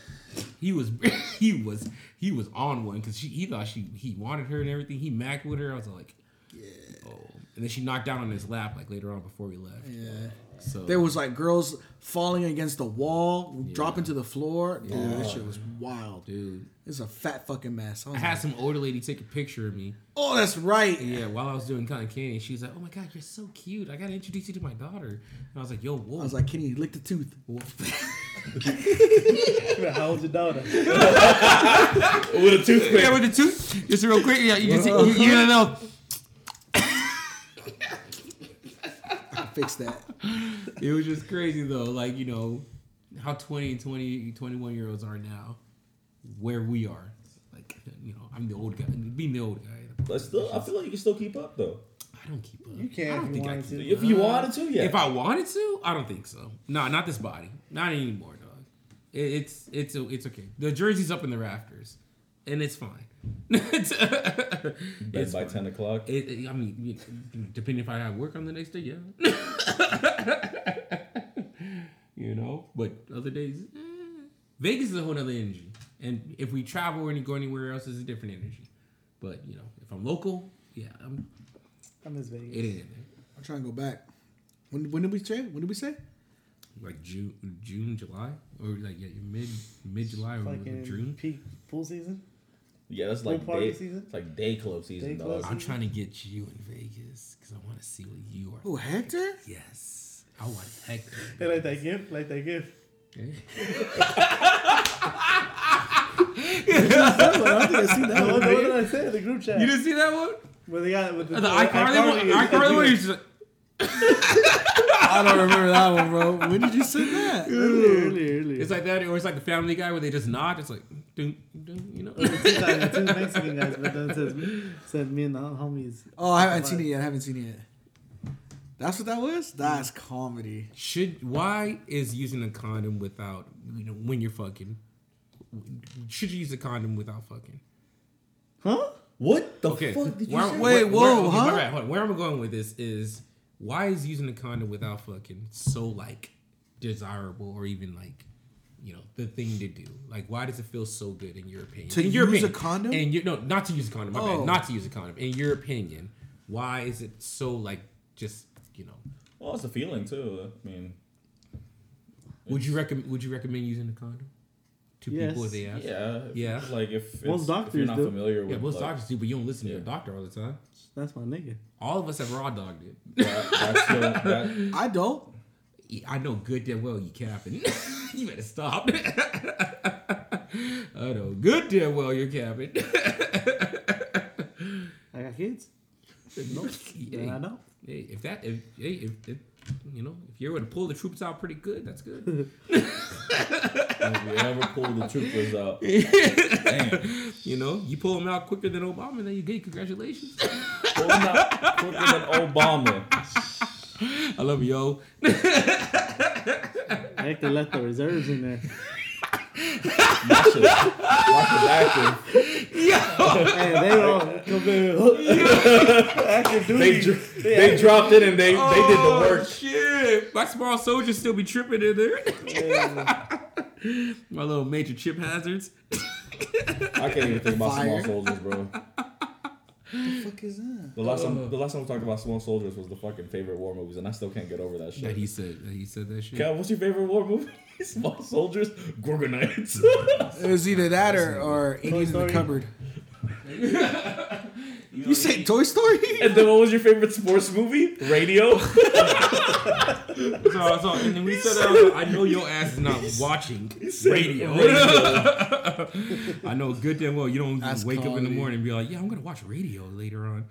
Speaker 2: He was he was he was on one because she he thought she he wanted her and everything. He macked with her. I was like, yeah. Oh, and then she knocked down on his lap like later on before we left. Yeah. So
Speaker 1: There was like girls falling against the wall, dropping to the floor. Dude, that shit was wild.
Speaker 2: dude,
Speaker 1: It's a fat fucking mess. I
Speaker 2: I
Speaker 1: was
Speaker 2: had
Speaker 1: like,
Speaker 2: some older lady take a picture of me.
Speaker 1: oh, that's right.
Speaker 2: Yeah, while I was doing cotton candy, she was like, "Oh my god, you're so cute! I gotta introduce you to my daughter." And I was like, "Yo, whoa!"
Speaker 1: I was like, Kenny, lick the tooth.
Speaker 4: How old's your daughter?
Speaker 5: With a toothpick.
Speaker 2: Yeah, with the tooth. Just real quick. Yeah, you just you, you gotta know.
Speaker 1: Fix that.
Speaker 2: It was just crazy though, like you know how 20, 20, 21 year olds are now, where we are. Like you know, I'm the old guy. Being the old guy,
Speaker 5: But still, I feel like you can still keep up though.
Speaker 2: I don't keep up.
Speaker 4: You
Speaker 2: I
Speaker 4: can
Speaker 2: don't
Speaker 4: if you
Speaker 2: think I
Speaker 4: wanted
Speaker 2: can.
Speaker 4: to.
Speaker 5: Uh, If you wanted to, yeah.
Speaker 2: If I wanted to, I don't think so. Nah, not this body. Not anymore, dog. It, it's it's it's okay. The jersey's up in the rafters, and it's fine. it's,
Speaker 5: Bed
Speaker 2: it's
Speaker 5: by
Speaker 2: fine.
Speaker 5: ten o'clock.
Speaker 2: It, it- I mean, you- depending if I have work on the next day, yeah. you know, but other days, eh. Vegas is a whole other energy, and if we travel or go anywhere else, it's a different energy. But you know, if I'm local, yeah, I'm,
Speaker 4: I miss
Speaker 2: it
Speaker 4: Vegas.
Speaker 2: ain't in there.
Speaker 1: I'm trying to go back. When, when did we say? When did we say?
Speaker 2: Like June, June, July, or like yeah, mid mid July or
Speaker 4: Fucking
Speaker 2: June.
Speaker 4: peak pool season.
Speaker 5: Yeah, that's like
Speaker 4: Pool party
Speaker 5: day,
Speaker 4: season?
Speaker 5: It's like day club season,
Speaker 4: Day
Speaker 5: dog.
Speaker 4: club
Speaker 2: I'm trying to get you in Vegas because I want to see what you are.
Speaker 1: Oh, Hector?
Speaker 2: Yes, I want Hector.
Speaker 4: Hey, like that gift, like that gift.
Speaker 1: I think I seen that one.
Speaker 4: What, what did I say in the group chat?
Speaker 2: You didn't see that one?
Speaker 4: When they got with the,
Speaker 2: The iCarly one. iCarly one. He's just like.
Speaker 1: I don't remember that one, bro. When did you send that?
Speaker 4: Earlier, earlier, earlier.
Speaker 2: It's like that, or it's like the Family Guy where they just nod. It's like, dun, dun, you know.
Speaker 4: Two guys- two Mexican guys, but then it says, said me and the hom- homies.
Speaker 1: Oh, I haven't seen it yet. I haven't seen it yet. That's what that was? That's comedy.
Speaker 2: Should why is using a condom without you know when you're fucking? Should you use a condom without fucking?
Speaker 4: Huh?
Speaker 5: What the
Speaker 2: Okay,
Speaker 5: fuck did you
Speaker 2: where-
Speaker 5: say?
Speaker 1: Wait, whoa,
Speaker 2: okay,
Speaker 1: huh?
Speaker 2: my bad, hold on. Where I'm going with this is why is using a condom without fucking so like desirable or even like you know the thing to do? Like, why does it feel so good in your opinion?
Speaker 1: To
Speaker 2: in your
Speaker 1: use a
Speaker 2: opinion,
Speaker 1: condom?
Speaker 2: And you no, not to use a condom. My
Speaker 1: Oh.
Speaker 2: bad, not to use a condom. In your opinion, why is it so like just you know?
Speaker 5: Well, it's a feeling too. I mean,
Speaker 2: Would you recommend? Would you recommend using a condom to people
Speaker 4: Yes.
Speaker 2: if they ask?
Speaker 5: yeah, if-
Speaker 2: Yeah.
Speaker 5: Like if it's,
Speaker 4: Most
Speaker 5: if you're
Speaker 4: doctors
Speaker 5: not
Speaker 4: do.
Speaker 5: familiar with,
Speaker 2: Yeah, most
Speaker 5: like,
Speaker 2: doctors do, but you don't listen to
Speaker 5: Yeah.
Speaker 2: your doctor all the time.
Speaker 4: That's my nigga.
Speaker 2: All of us have raw dogged it.
Speaker 5: that- that's the- that-
Speaker 1: I don't.
Speaker 2: I know good damn well you capping. you better stop. I know good damn well you're capping.
Speaker 4: I got kids.
Speaker 2: no,
Speaker 4: And I know.
Speaker 2: Hey, if that, if, hey, if, if you know, if you're able to pull the troops out pretty good, that's good.
Speaker 5: if you ever pull the troopers out, damn.
Speaker 2: you know, you pull them out quicker than Obama, then you get congratulations.
Speaker 5: Pull them out quicker than Obama.
Speaker 2: I love you, yo.
Speaker 4: Hector left the reserves in there.
Speaker 5: My shit is- my shit's active.
Speaker 4: Hey, they all come in. Active
Speaker 5: They,
Speaker 4: duty.
Speaker 5: dr- they dropped it and they, they did the work.
Speaker 2: Oh, Shit, my small soldiers still be tripping in there. my little major chip hazards.
Speaker 5: I can't even think about small
Speaker 1: Fire.
Speaker 5: soldiers, bro.
Speaker 1: fuck is that?
Speaker 5: The last time the last time we talked about small soldiers was the fucking favorite war movies, and I still can't get over that
Speaker 2: That
Speaker 5: shit.
Speaker 2: he said. That he said that shit.
Speaker 5: Cal, what's your favorite war movie? small soldiers, Gorgonites.
Speaker 1: It was either that or, or Indians in
Speaker 4: Story?
Speaker 1: the cupboard. you say Toy Story?
Speaker 5: and then what was your favorite sports movie? Radio.
Speaker 2: So, so, and then we said, that, I was like, I know your ass is not watching radio. I know good damn well you don't
Speaker 1: That's
Speaker 2: just wake up in the
Speaker 1: comedy.
Speaker 2: morning and be like, yeah, I'm gonna watch radio later on.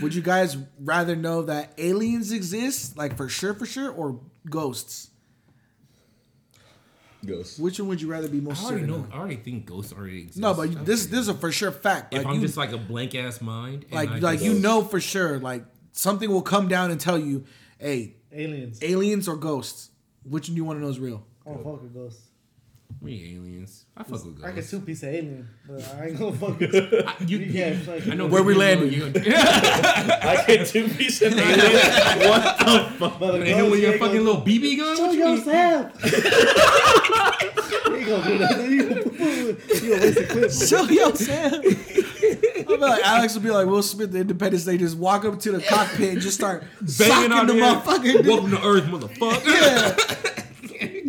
Speaker 1: Would you guys rather know that aliens exist, like for sure, for sure, or ghosts?
Speaker 5: Ghost.
Speaker 1: Which one would you rather be most
Speaker 2: I already
Speaker 1: certain
Speaker 2: know.
Speaker 1: of?
Speaker 2: I already think ghosts already exist.
Speaker 1: No, but you,
Speaker 2: I'm
Speaker 1: this
Speaker 2: pretty-
Speaker 1: this is a for sure fact.
Speaker 2: If
Speaker 1: Like
Speaker 2: I'm
Speaker 1: you,
Speaker 2: just like a blank ass mind, and
Speaker 1: like
Speaker 2: I
Speaker 1: like
Speaker 2: just-
Speaker 1: you know for sure, like something will come down and tell you, hey,
Speaker 4: Aliens.
Speaker 1: aliens or ghosts, which one do you want to know is real?
Speaker 4: I don't fuck with ghosts.
Speaker 2: we aliens. I fuck with
Speaker 4: I can
Speaker 2: ghosts.
Speaker 4: two piece of alien, but I ain't gonna fuck with
Speaker 2: I, you,
Speaker 4: Yeah, it's like-
Speaker 2: I know
Speaker 1: Where we
Speaker 2: you know
Speaker 1: landing.
Speaker 2: you-
Speaker 5: I get two pieces of alien.
Speaker 4: But
Speaker 2: And then with your fucking little BB gun,
Speaker 4: Show
Speaker 2: what you mean?
Speaker 4: yourself. you ain't gonna do nothing. You gonna- you gonna waste a clip.
Speaker 1: Show yourself. I feel like Alex would be like Will Smith, the Independence Day, just walk up to the cockpit and just start
Speaker 2: Banging
Speaker 1: banging
Speaker 2: out
Speaker 1: the
Speaker 2: the
Speaker 1: motherfucking
Speaker 2: Welcome to Earth, motherfucker.
Speaker 1: Yeah.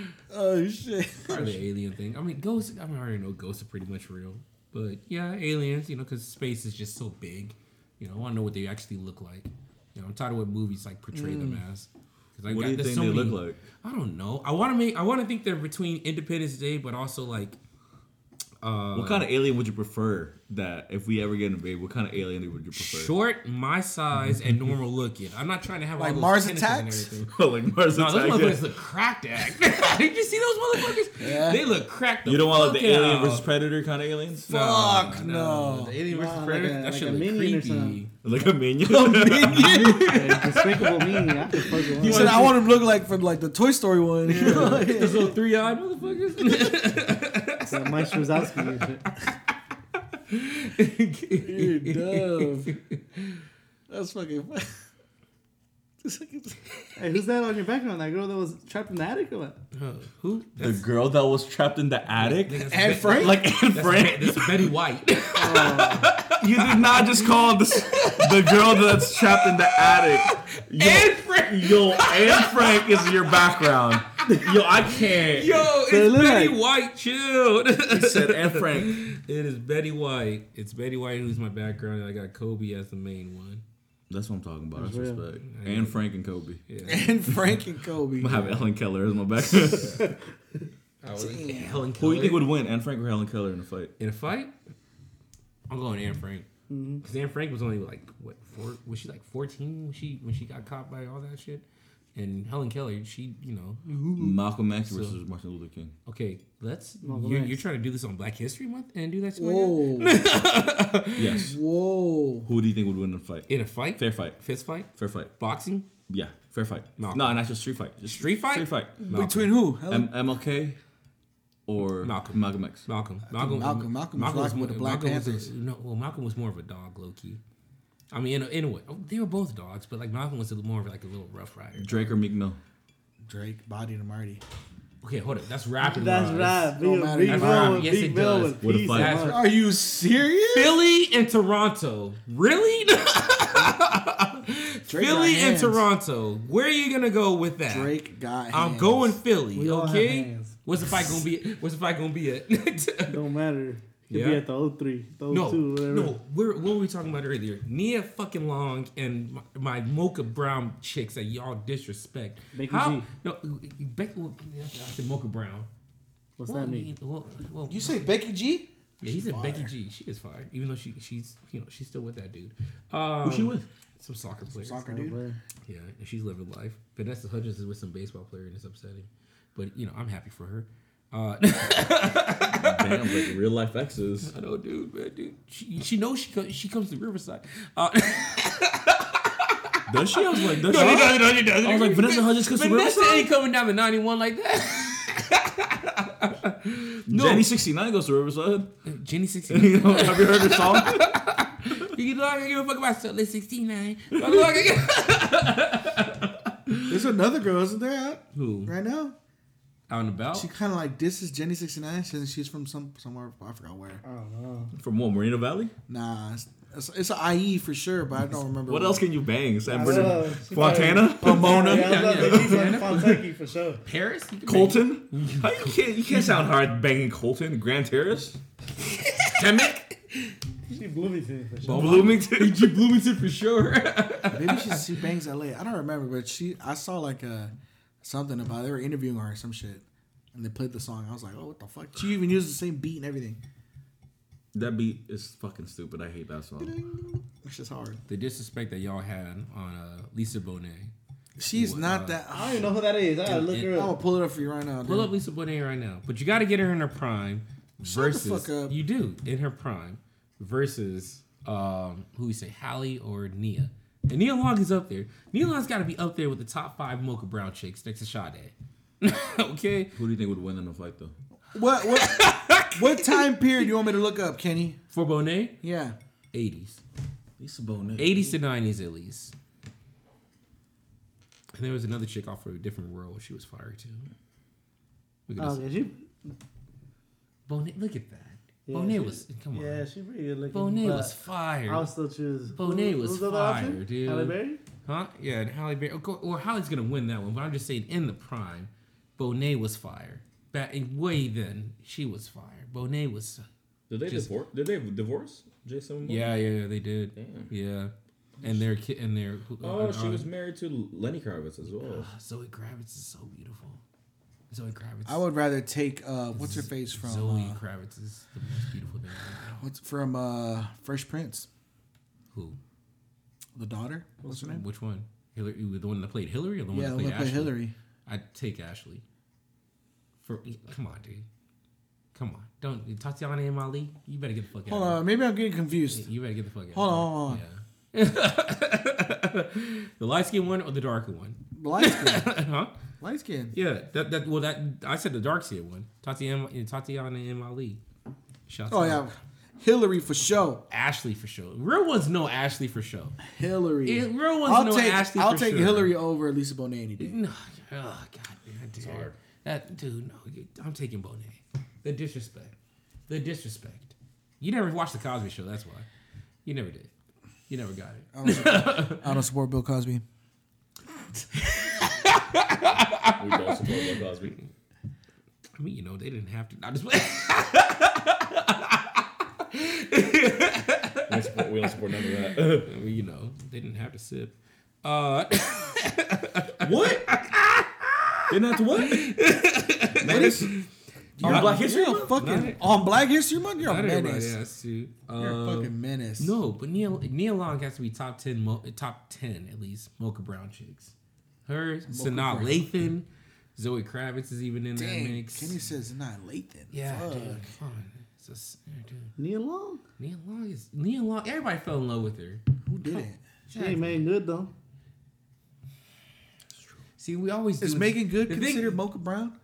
Speaker 1: oh shit.
Speaker 2: Probably the alien thing. I mean, ghosts. I, mean, I already know ghosts are pretty much real, but yeah, aliens. You know, because space is just so big. You know, I want to know what they actually look like. You know, I'm tired of what movies like portray them
Speaker 4: Mm.
Speaker 2: as. 'Cause I
Speaker 5: What do you
Speaker 2: there's
Speaker 5: think they look like?
Speaker 2: I don't know. I want to make. I want to think they're between Independence Day, but also like
Speaker 5: What kind of alien would you prefer that if we ever get invaded? What kind of alien would you prefer?
Speaker 2: short, my size, and normal looking. I'm not trying to have
Speaker 1: Like
Speaker 2: all those
Speaker 1: Mars
Speaker 2: tentacles and
Speaker 1: Attacks?
Speaker 2: everything.
Speaker 5: like Mars
Speaker 2: No, those
Speaker 5: attack, yeah.
Speaker 2: motherfuckers look cracked at. Did you see those motherfuckers?
Speaker 1: Yeah.
Speaker 2: They look cracked. The
Speaker 5: You don't want like
Speaker 2: fuck
Speaker 5: the alien
Speaker 2: out.
Speaker 5: versus predator kind of aliens?
Speaker 1: Fuck no.
Speaker 2: The alien versus
Speaker 4: Nah, like
Speaker 2: predator.
Speaker 4: a-
Speaker 2: that
Speaker 4: like
Speaker 2: shit
Speaker 4: a
Speaker 2: look
Speaker 4: minion or
Speaker 2: creepy.
Speaker 4: something.
Speaker 5: Like a minion?
Speaker 4: Like, Despicable me. I could fuck with
Speaker 1: He
Speaker 4: one.
Speaker 1: said I want him to look like from like the Toy Story one.
Speaker 2: Those little three eyed motherfuckers.
Speaker 4: It's like Mike Wazowski and shit.
Speaker 1: You're dumb. That's fucking. fu- It's like it's-
Speaker 4: Hey, who's that on your background? That girl that was trapped in the attic or what?
Speaker 2: Uh, Who?
Speaker 5: the girl that was trapped in the attic?
Speaker 2: That's
Speaker 1: Anne
Speaker 2: Be-
Speaker 1: Frank?
Speaker 5: Like Anne Frank?
Speaker 2: That's Betty White.
Speaker 5: You did not just call the, the girl that's trapped in the attic. Yo, Anne Frank! Yo, Anne Frank is your background. Yo, I can't.
Speaker 2: Yo, it's
Speaker 4: look
Speaker 2: Betty
Speaker 4: like-
Speaker 2: White. Chill.
Speaker 5: You said Anne Frank.
Speaker 2: it is Betty White. It's Betty White who's my background. and I got Kobe as the main one.
Speaker 5: That's what I'm talking about. That's
Speaker 4: real.
Speaker 5: respect. Anne Frank and Kobe.
Speaker 1: and Frank and Kobe.
Speaker 5: I'm gonna have Ellen Keller as my background.
Speaker 2: I was Helen
Speaker 5: Who do you
Speaker 2: Keller.
Speaker 5: think would win, Anne Frank or Helen Keller in a fight?
Speaker 2: In a fight, I'm going Anne Frank. Because Anne Frank was only like what? Four, was she like 14 when she when she got caught by all that shit? And Helen Keller, she you know
Speaker 5: Malcolm X versus Martin Luther King.
Speaker 2: okay. Let's
Speaker 4: Malcolm
Speaker 2: you're,
Speaker 4: X.
Speaker 2: you're trying to do this on Black History Month and do that to my guy?
Speaker 1: Whoa,
Speaker 5: Yes.
Speaker 1: whoa.
Speaker 5: Who do you think would win in a fight?
Speaker 2: in a fight,
Speaker 5: Fair fight.
Speaker 2: fist fight,
Speaker 5: Fair fight.
Speaker 2: boxing,
Speaker 5: Yeah, fair fight.
Speaker 2: Malcolm.
Speaker 5: No, not just street fight. Just
Speaker 2: Street fight?
Speaker 5: Street fight.
Speaker 2: Malcolm.
Speaker 1: Between who? Hell,
Speaker 5: M- MLK or
Speaker 2: Malcolm.
Speaker 5: Malcolm X.
Speaker 2: Malcolm. Malcolm.
Speaker 1: Malcolm- Malcolm was rocking
Speaker 2: more-
Speaker 1: with the Black
Speaker 2: Malcolm was a-
Speaker 1: Panthers.
Speaker 2: no, well, Malcolm was more of a dog, low key. I mean, in a, in a way, oh, they were both dogs, but like Malcolm was a little more of like a little rough rider.
Speaker 5: Drake or Meek Mill.
Speaker 1: Drake bodied him already.
Speaker 2: Okay, hold up. That's rapid.
Speaker 4: That's
Speaker 2: wise.
Speaker 4: right.
Speaker 1: Don't
Speaker 4: Big,
Speaker 1: matter.
Speaker 4: big
Speaker 1: That's
Speaker 2: right.
Speaker 4: Bill with
Speaker 2: Yes, it
Speaker 4: Big Bill
Speaker 2: does.
Speaker 4: with
Speaker 5: What a
Speaker 4: peace
Speaker 5: fight.
Speaker 4: and
Speaker 2: That's
Speaker 4: love.
Speaker 1: Are you serious?
Speaker 2: Philly and Toronto. Really?
Speaker 1: Drake
Speaker 2: Philly
Speaker 1: got
Speaker 2: and
Speaker 1: hands.
Speaker 2: Toronto. Where are you gonna go with that?
Speaker 1: Drake got.
Speaker 2: I'm
Speaker 1: hands.
Speaker 2: going Philly.
Speaker 4: We all have
Speaker 2: okay.
Speaker 4: hands.
Speaker 2: What's the fight gonna be? What's the fight gonna be at?
Speaker 4: Don't matter. You'll
Speaker 2: Yeah.
Speaker 4: be at the 03, the 02,
Speaker 2: No,
Speaker 4: whatever.
Speaker 2: no. We're, what were we talking about earlier? Nia fucking Long and my, my mocha brown chicks that y'all disrespect.
Speaker 4: Becky G.
Speaker 2: No, Becky. well, I said mocha brown.
Speaker 4: What's
Speaker 2: Well,
Speaker 4: that
Speaker 2: I
Speaker 4: mean?
Speaker 2: Well, well,
Speaker 1: You say Becky G?
Speaker 2: yeah, he said Becky G. She is fire, even though she she's you know she's still with that dude. Um,
Speaker 5: Who's she with?
Speaker 2: Some soccer player.
Speaker 1: Soccer dude.
Speaker 2: Yeah, and she's living life. Vanessa Hudgens is with some baseball player, and it's upsetting. But you know, I'm happy for her. Uh,
Speaker 5: Damn, like real life exes.
Speaker 2: I know, dude, man, dude. She, she knows she co- she comes to Riverside. Uh,
Speaker 5: Does she? I was like, does
Speaker 2: No,
Speaker 5: she?
Speaker 2: no, no, no, no, no.
Speaker 5: I was like, Vanessa Hudgens comes to
Speaker 2: Vanessa
Speaker 5: Riverside?
Speaker 2: ain't coming down the 91 like that.
Speaker 5: Jenny 69 goes to Riverside.
Speaker 2: Jenny 69.
Speaker 5: You know, have you heard her song?
Speaker 2: You know, I don't give a fuck about Solid 69. Motherfucker.
Speaker 1: There's another girl, isn't there, out
Speaker 2: Who?
Speaker 1: right now?
Speaker 2: Out and about?
Speaker 1: She kind of like disses Jenny 69. She says she's from some somewhere. I forgot where.
Speaker 4: I don't know.
Speaker 5: From what, Marina Valley?
Speaker 1: Nah, it's, it's, it's an IE for sure, but I don't remember.
Speaker 5: What else can you bang? San
Speaker 4: I
Speaker 5: Bernardino?
Speaker 4: don't know. She
Speaker 5: Fontana?
Speaker 4: Yeah,
Speaker 5: Pomona?
Speaker 4: I was about to say, he's from Kentucky for sure.
Speaker 2: Paris? You can
Speaker 5: Colton? How you can't you can't sound hard banging Colton? Grand Terrace? Temec?
Speaker 4: She Bloomington for sure.
Speaker 5: Bloomington?
Speaker 2: make- Bloomington for sure.
Speaker 1: Maybe she, she bangs LA. I don't remember, but she I saw like a something about they were interviewing her or some shit, and they played the song. I was like, oh, what the fuck? She even used the same beat and everything.
Speaker 5: That beat is fucking stupid. I hate that song.
Speaker 1: It's just hard.
Speaker 2: the disrespect that y'all had on uh, Lisa Bonet.
Speaker 1: She's not that.
Speaker 4: I don't even know who that is. I gotta look her
Speaker 1: I'm gonna
Speaker 4: up.
Speaker 1: pull it up for you right now. Dude.
Speaker 2: Pull
Speaker 4: Mm.
Speaker 2: up Lisa Bonet right now. But you got to get her in her prime versus.
Speaker 1: fuck up.
Speaker 2: You do, in her prime versus, um, who we say, Hallie or Nia. And Nia Long is up there. Nia Long's got to be up there with the top five Mocha Brown chicks next to Sade. okay?
Speaker 5: Who do you think would win in a fight though?
Speaker 1: What what what time period you want me to look up, Kenny?
Speaker 2: For Bonet,
Speaker 1: Yeah.
Speaker 2: 80s.
Speaker 5: Lisa Bonet.
Speaker 2: 80s to 90s at least. And there was another chick off of a different role she was fired to. Look at
Speaker 4: Oh,
Speaker 2: this.
Speaker 4: yeah, she,
Speaker 2: Bonet, look at that.
Speaker 4: Yeah,
Speaker 2: Bonet
Speaker 4: she-
Speaker 2: was, come on.
Speaker 4: yeah, she pretty good looking.
Speaker 2: Bonet
Speaker 4: but
Speaker 2: was fired.
Speaker 4: I would still choose.
Speaker 2: Bonet
Speaker 4: who-
Speaker 2: was
Speaker 4: who's the other option?
Speaker 2: fire, dude.
Speaker 4: Halle Berry?
Speaker 2: Huh? Yeah, and Halle Berry. Or, or Halle's gonna win that one, but I'm just saying in the prime, Bonet was fired. Back in way then, she was fired. Bonet was.
Speaker 5: Did they
Speaker 2: Just-
Speaker 5: divorce? Did they divorce Jason? Momoa?
Speaker 2: Yeah, yeah, yeah they did. Yeah, and their kid and their.
Speaker 5: Oh,
Speaker 2: and-
Speaker 5: she
Speaker 2: uh,
Speaker 5: was married to Lenny Kravitz as well.
Speaker 2: Zoe Kravitz is so beautiful. Zoe Kravitz.
Speaker 1: I would rather take uh what's her face from
Speaker 2: Zoe
Speaker 1: uh,
Speaker 2: Kravitz is the most beautiful thing. I've ever-
Speaker 1: what's from uh Fresh Prince,
Speaker 2: Who?
Speaker 1: the daughter. What's her name?
Speaker 2: Which one? Hillary, the one that played Hillary, or the one
Speaker 1: Yeah,
Speaker 2: that
Speaker 1: I'm
Speaker 2: played
Speaker 1: gonna play
Speaker 2: Ashley?
Speaker 1: Hillary.
Speaker 2: I'd take Ashley. For come on, dude. Come on, don't Tatiana and Molly. You better get the fuck
Speaker 1: Hold
Speaker 2: out.
Speaker 1: on, maybe I'm getting
Speaker 2: Of
Speaker 1: confused.
Speaker 2: here. You better get the fuck out.
Speaker 1: Hold on,
Speaker 2: of
Speaker 1: hold
Speaker 2: here. Yeah. the light skinned one or the darker one?
Speaker 1: Light skin,
Speaker 2: huh?
Speaker 1: light skin.
Speaker 2: Yeah. That that well that I said the dark skinned one. Tatiana Tatiana and Molly. Shots
Speaker 1: Oh
Speaker 2: out.
Speaker 1: yeah, Hillary for show.
Speaker 2: Ashley for sure. Real ones know Ashley for sure.
Speaker 1: Hillary.
Speaker 2: It- real ones
Speaker 1: I'll
Speaker 2: know
Speaker 1: take
Speaker 2: Ashley
Speaker 1: I'll
Speaker 2: for
Speaker 1: take
Speaker 2: sure.
Speaker 1: Hillary over Lisa Bonet any day.
Speaker 2: No, oh god, man, dude. That dude, no, you- I'm taking Bonet. The disrespect, the disrespect. You never watched the Cosby Show, that's why. You never did. You never got it.
Speaker 1: I don't, support, I don't support Bill Cosby.
Speaker 5: We don't support Bill Cosby.
Speaker 2: I mean, you know, they didn't have to. I just
Speaker 5: We don't support, we don't support none of that.
Speaker 2: I mean, you know, they didn't have to sip. Uh,
Speaker 5: what? Didn't have to what? Man, it's, on Black History
Speaker 1: You're a
Speaker 5: Month?
Speaker 1: fucking on Black History Month. You're a
Speaker 2: not everybody
Speaker 1: menace.
Speaker 2: has to.
Speaker 1: You're a
Speaker 2: Um,
Speaker 1: fucking menace.
Speaker 2: No, but Nia, Nia Long has to be top ten, mo- top ten at least. Mocha Brown chicks. Her, Sanaa
Speaker 1: Brown.
Speaker 2: Lathan, Zoe Kravitz is even in
Speaker 1: Dang,
Speaker 2: that mix.
Speaker 1: Kenny says not late then.
Speaker 2: yeah,
Speaker 1: Fuck.
Speaker 2: dude, come on. It's a s- yeah, dude.
Speaker 4: Nia Long?
Speaker 2: Nia Long is Nia Long. Everybody fell in love with her.
Speaker 1: Who did it?
Speaker 4: She ain't made good though.
Speaker 2: See, we always do
Speaker 1: Is
Speaker 2: this-
Speaker 1: Megan Good
Speaker 2: the thing-
Speaker 1: considered Mocha Brown?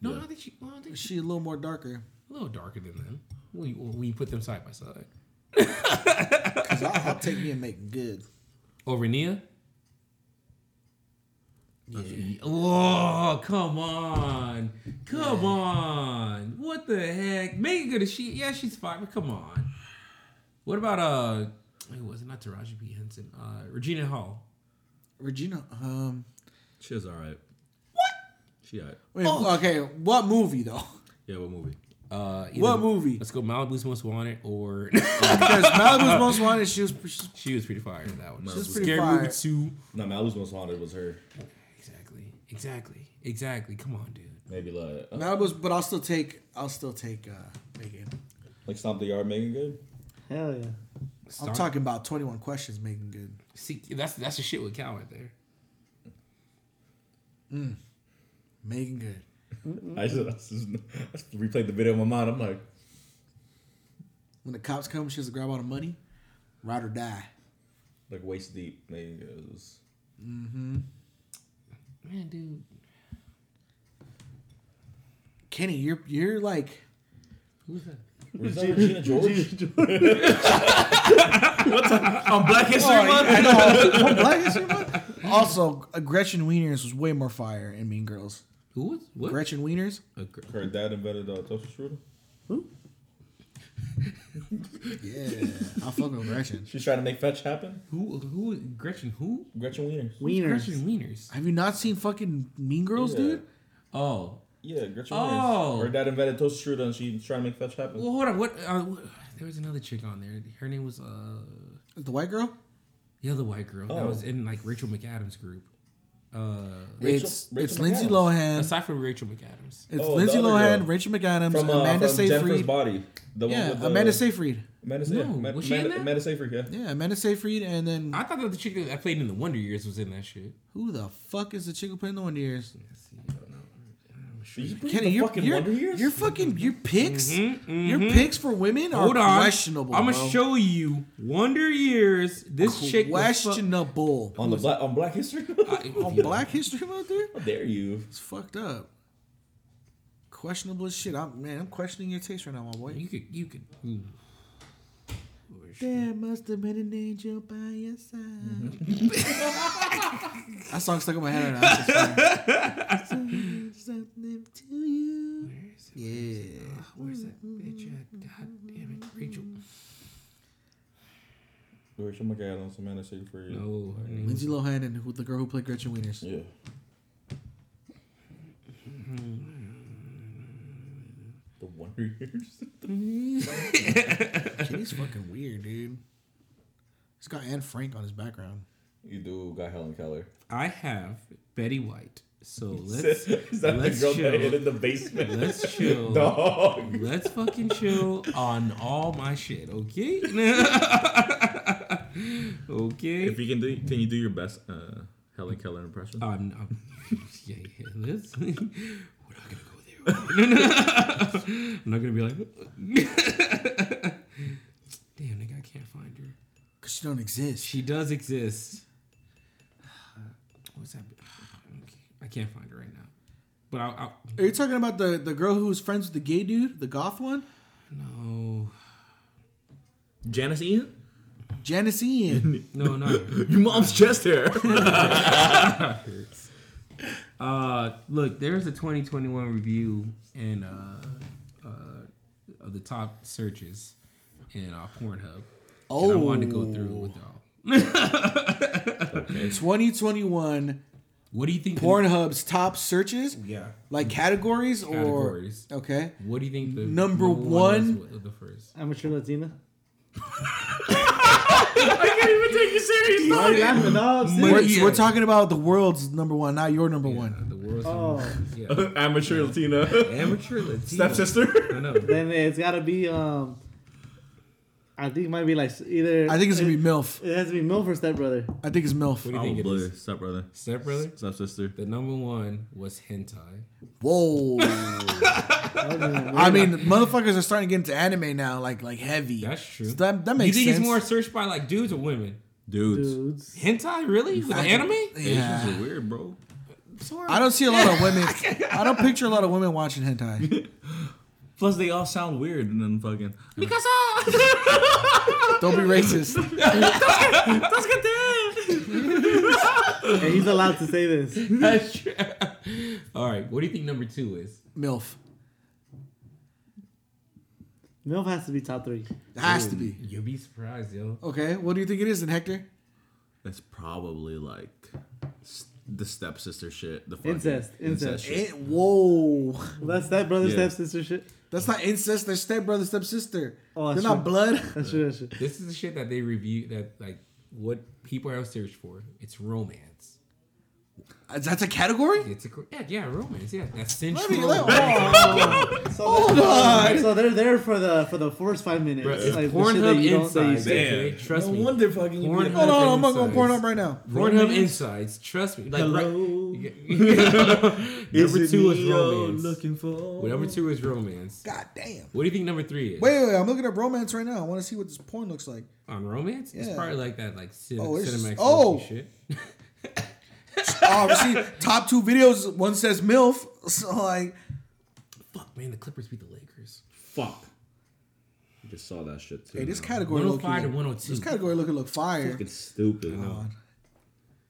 Speaker 2: No, I think she. Well, I think
Speaker 1: Is
Speaker 2: she's
Speaker 1: she a little more darker?
Speaker 2: a little darker than them. When you, when you put them side by side.
Speaker 1: Cause I'll, I'll take me and Megan Good.
Speaker 2: Over Nia. Oh, come on. Come on. What the heck? Megan good as she yeah, she's fine, but come on. What about uh who was it? Not Taraji P. Henson. Uh Regina Hall.
Speaker 1: Regina. Um.
Speaker 5: She was alright. What? She alright.
Speaker 1: Wait, Oh, Okay. What movie though?
Speaker 5: Yeah, what movie?
Speaker 2: Uh either-
Speaker 1: What movie?
Speaker 2: Let's go Malibu's Most Wanted or
Speaker 1: Because Malibu's Most Wanted. She was. She's
Speaker 2: She was pretty fire in that one.
Speaker 1: She's pretty
Speaker 2: Scary
Speaker 1: fire.
Speaker 2: movie two.
Speaker 5: No, Malibu's most haunted was her.
Speaker 2: Exactly. Exactly. Exactly. Come on, dude.
Speaker 5: Maybe like uh,
Speaker 1: Malibu's, but I'll still take. I'll still take uh, Megan.
Speaker 5: like Stomp the Yard Megan Good.
Speaker 4: Hell yeah.
Speaker 1: I'm
Speaker 2: Stop.
Speaker 1: talking about 21 questions. Megan Good.
Speaker 2: See, that's that's the shit with Cal right there.
Speaker 1: Megan Good.
Speaker 5: I just, I just- I just replayed the video in my mind. I'm like,
Speaker 1: When the cops come, she has to grab all the money. Ride or die.
Speaker 5: like waist deep. Megan Good was.
Speaker 2: Man, dude.
Speaker 1: Kenny, you're you're like
Speaker 5: Regina George.
Speaker 3: On Black History Month?
Speaker 1: oh, I know. What, Black History Month? Also, uh, Gretchen Wieners was way more fire in Mean Girls.
Speaker 2: Who was what?
Speaker 1: Gretchen Wieners,
Speaker 2: A gr-
Speaker 5: Her dad invented uh, toaster strudel.
Speaker 1: yeah, I fuck with Gretchen.
Speaker 5: She's trying to make fetch happen.
Speaker 2: Who? Who? Gretchen? Who?
Speaker 5: Gretchen Wieners.
Speaker 2: Gretchen
Speaker 4: Wieners.
Speaker 2: Wieners.
Speaker 1: Have you not seen fucking Mean Girls,
Speaker 5: Yeah.
Speaker 1: dude?
Speaker 2: Oh.
Speaker 5: Yeah, Gretchen
Speaker 2: Oh.
Speaker 5: Wieners. Her dad invented toaster strudel, and she's trying to make fetch happen.
Speaker 2: Well, hold on. What? Uh, what- there was another chick on there. Her name was uh
Speaker 1: The white girl.
Speaker 2: the other white girl that
Speaker 5: Oh.
Speaker 2: was in like Rachel McAdams' group. Uh,
Speaker 5: Rachel-
Speaker 1: it's
Speaker 5: Rachel
Speaker 1: it's Lindsay
Speaker 5: McAdams.
Speaker 1: Lohan.
Speaker 2: aside from Rachel McAdams.
Speaker 1: It's
Speaker 5: Oh,
Speaker 1: Lindsay
Speaker 5: the other
Speaker 1: Lohan,
Speaker 5: girl.
Speaker 1: Rachel McAdams,
Speaker 5: From, uh,
Speaker 1: Amanda
Speaker 5: from Jennifer's
Speaker 1: Seyfried.
Speaker 5: body. The
Speaker 1: Yeah,
Speaker 5: one with the,
Speaker 1: Amanda Seyfried.
Speaker 5: Amanda,
Speaker 2: No,
Speaker 5: yeah, Ma-
Speaker 2: was she in
Speaker 5: Amanda-
Speaker 2: that?
Speaker 5: Amanda Seyfried, yeah.
Speaker 1: Yeah, Amanda Seyfried, and then
Speaker 2: I thought that the chick that played in the Wonder Years was in that shit.
Speaker 1: who the fuck is the chick who played in the Wonder Years?
Speaker 5: You bring
Speaker 1: Kenny,
Speaker 5: the
Speaker 1: you're,
Speaker 5: fucking
Speaker 1: you're,
Speaker 5: Wonder Years?
Speaker 1: you're fucking your picks. Your picks for women are
Speaker 2: Mm-hmm, Hold on.
Speaker 1: questionable.
Speaker 2: I'm
Speaker 1: bro.
Speaker 2: gonna show you Wonder Years. This chick was fu-
Speaker 1: questionable.
Speaker 5: on the black on Black History.
Speaker 1: on Black History Month, dude?
Speaker 5: How dare you?
Speaker 1: It's fucked up. Questionable as shit. I'm man, I'm questioning your taste right now, my boy.
Speaker 2: You could. You could. ooh.
Speaker 1: There must have been an angel by your side. Mm-hmm. that song stuck in my head right now. It's just funny. Saying Something to you. Yeah.
Speaker 2: Where's that bitch at? God damn it, Rachel.
Speaker 5: Rachel McAdams, Amanda Seyfried.
Speaker 2: No, her name.
Speaker 1: Lindsay Lohan and who, the girl who played Gretchen Wieners.
Speaker 5: Yeah. The Wonder Years.
Speaker 1: Kenny's fucking weird, dude. He's got Anne Frank on his background.
Speaker 5: You do got Helen Keller.
Speaker 2: I have Betty White. So let's
Speaker 5: Is that the
Speaker 2: let's
Speaker 5: girl
Speaker 2: chill.
Speaker 5: that hid in the basement?
Speaker 2: let's chill.
Speaker 5: Dog.
Speaker 2: Let's fucking chill on all my shit, okay? okay.
Speaker 5: you can do, can you do your best uh, Helen Keller impression?
Speaker 2: Um, um, yeah, yeah, let's. We're not gonna go there. I'm not gonna be like, damn, nigga, I can't find her.
Speaker 1: Cause she don't exist.
Speaker 2: She does exist. What's that? Okay. I can't find her right now. But I'll, I'll
Speaker 1: Are you talking about the, the girl who was friends with the gay dude, the goth one?
Speaker 2: no,
Speaker 5: Janice Ian?
Speaker 1: Janice Ian.
Speaker 2: no, not her.
Speaker 5: Your mom's chest hair.
Speaker 2: Uh, look, there's a 2021 review and uh, uh, of the top searches in uh, Pornhub. And
Speaker 1: Oh,
Speaker 2: I wanted to go through it with y'all.
Speaker 1: 2021
Speaker 2: What do you think? the-
Speaker 1: Pornhub's top searches,
Speaker 2: yeah.
Speaker 1: like categories or
Speaker 2: Categories.
Speaker 1: okay.
Speaker 2: What do you think? The
Speaker 1: Number
Speaker 2: was
Speaker 1: one.
Speaker 2: with- of the first.
Speaker 4: Amateur Latina.
Speaker 5: serious.
Speaker 4: Why are you laughing, dog? See?
Speaker 1: We're,
Speaker 2: Yeah.
Speaker 1: we're talking about the world's number one, not your number
Speaker 2: Yeah,
Speaker 1: one.
Speaker 2: the world's
Speaker 4: Oh.
Speaker 2: number one.
Speaker 5: Amateur
Speaker 1: Oh.
Speaker 5: Latina.
Speaker 2: Yeah. Amateur Latina.
Speaker 5: Stepsister.
Speaker 2: I know.
Speaker 4: Then it's gotta be um. I think it might be like either.
Speaker 1: I think it's gonna be
Speaker 4: it,
Speaker 1: MILF.
Speaker 4: It has to be MILF or Step Brother.
Speaker 1: I think it's
Speaker 2: What
Speaker 1: MILF.
Speaker 2: do you think it is?
Speaker 5: Step brother.
Speaker 2: Step brother.
Speaker 5: Step sister.
Speaker 2: The number one was hentai.
Speaker 1: Whoa.
Speaker 4: I
Speaker 1: I mean, motherfuckers are starting to get into anime now, like like heavy.
Speaker 2: That's true.
Speaker 1: So that, that makes
Speaker 2: you think
Speaker 1: sense.
Speaker 2: it's more searched by like dudes or women?
Speaker 5: Dudes.
Speaker 4: dudes.
Speaker 2: Hentai, really? With anime?
Speaker 1: Yeah.
Speaker 5: are weird, bro.
Speaker 2: Sorry.
Speaker 1: I don't see a lot of women. I don't picture a lot of women watching hentai.
Speaker 5: Plus, they all sound weird and then fucking.
Speaker 2: Because
Speaker 1: Don't be racist.
Speaker 4: And he's allowed to say this.
Speaker 2: That's true. All right. What do you think number two is?
Speaker 1: MILF.
Speaker 4: MILF has to be top three.
Speaker 1: It has to be.
Speaker 2: You'll be surprised, yo.
Speaker 1: Okay, what do you think it is then, Hector?
Speaker 5: That's probably like s- the stepsister shit. The fucking
Speaker 4: Incest, incest.
Speaker 5: shit.
Speaker 1: whoa.
Speaker 4: That's Step Brother,
Speaker 5: Yeah.
Speaker 4: Step Sister shit.
Speaker 1: That's not incest, they're stepbrother, stepsister. they're
Speaker 4: Oh, that's
Speaker 1: not
Speaker 4: true.
Speaker 1: blood.
Speaker 4: That's true. That's true.
Speaker 2: This is the shit that they review. That like what people have searched for. It's romance.
Speaker 1: That's a category?
Speaker 2: It's a cr- yeah, yeah, romance. Yeah, that's
Speaker 1: Let me-
Speaker 2: sensual.
Speaker 1: let-
Speaker 2: romance.
Speaker 4: Oh, So Hold So they're there for the for the first five minutes.
Speaker 2: Bruh, it's
Speaker 4: Like, the shit that
Speaker 2: Pornhub
Speaker 4: you don't- that you
Speaker 2: Insights.
Speaker 4: say.
Speaker 2: okay?
Speaker 5: Damn.
Speaker 2: Trust me.
Speaker 5: fucking.
Speaker 2: you Porn- be
Speaker 1: Hold on, I'm
Speaker 2: Insights.
Speaker 1: gonna go porn up right now.
Speaker 2: Pornhub Insights. Trust me. Like right, number two is romance.
Speaker 5: for.
Speaker 2: Well, number two is romance.
Speaker 1: God damn.
Speaker 2: What do you think number three is?
Speaker 1: Wait, wait, wait, I'm looking at romance right now. I wanna see what this porn looks like.
Speaker 2: On romance, it's
Speaker 1: Yeah.
Speaker 2: probably like that, like cin-
Speaker 1: Oh, it's-
Speaker 2: Cinemax
Speaker 1: oh.
Speaker 2: oh. shit.
Speaker 1: Oh, I see top two videos, one says MILF. So like
Speaker 2: man, the Clippers beat the Lakers.
Speaker 5: Fuck. I just saw that shit too.
Speaker 1: Hey, this
Speaker 5: now.
Speaker 1: category looking
Speaker 2: 105 to 102.
Speaker 1: This category looking look fire.
Speaker 5: Fucking stupid.
Speaker 1: God.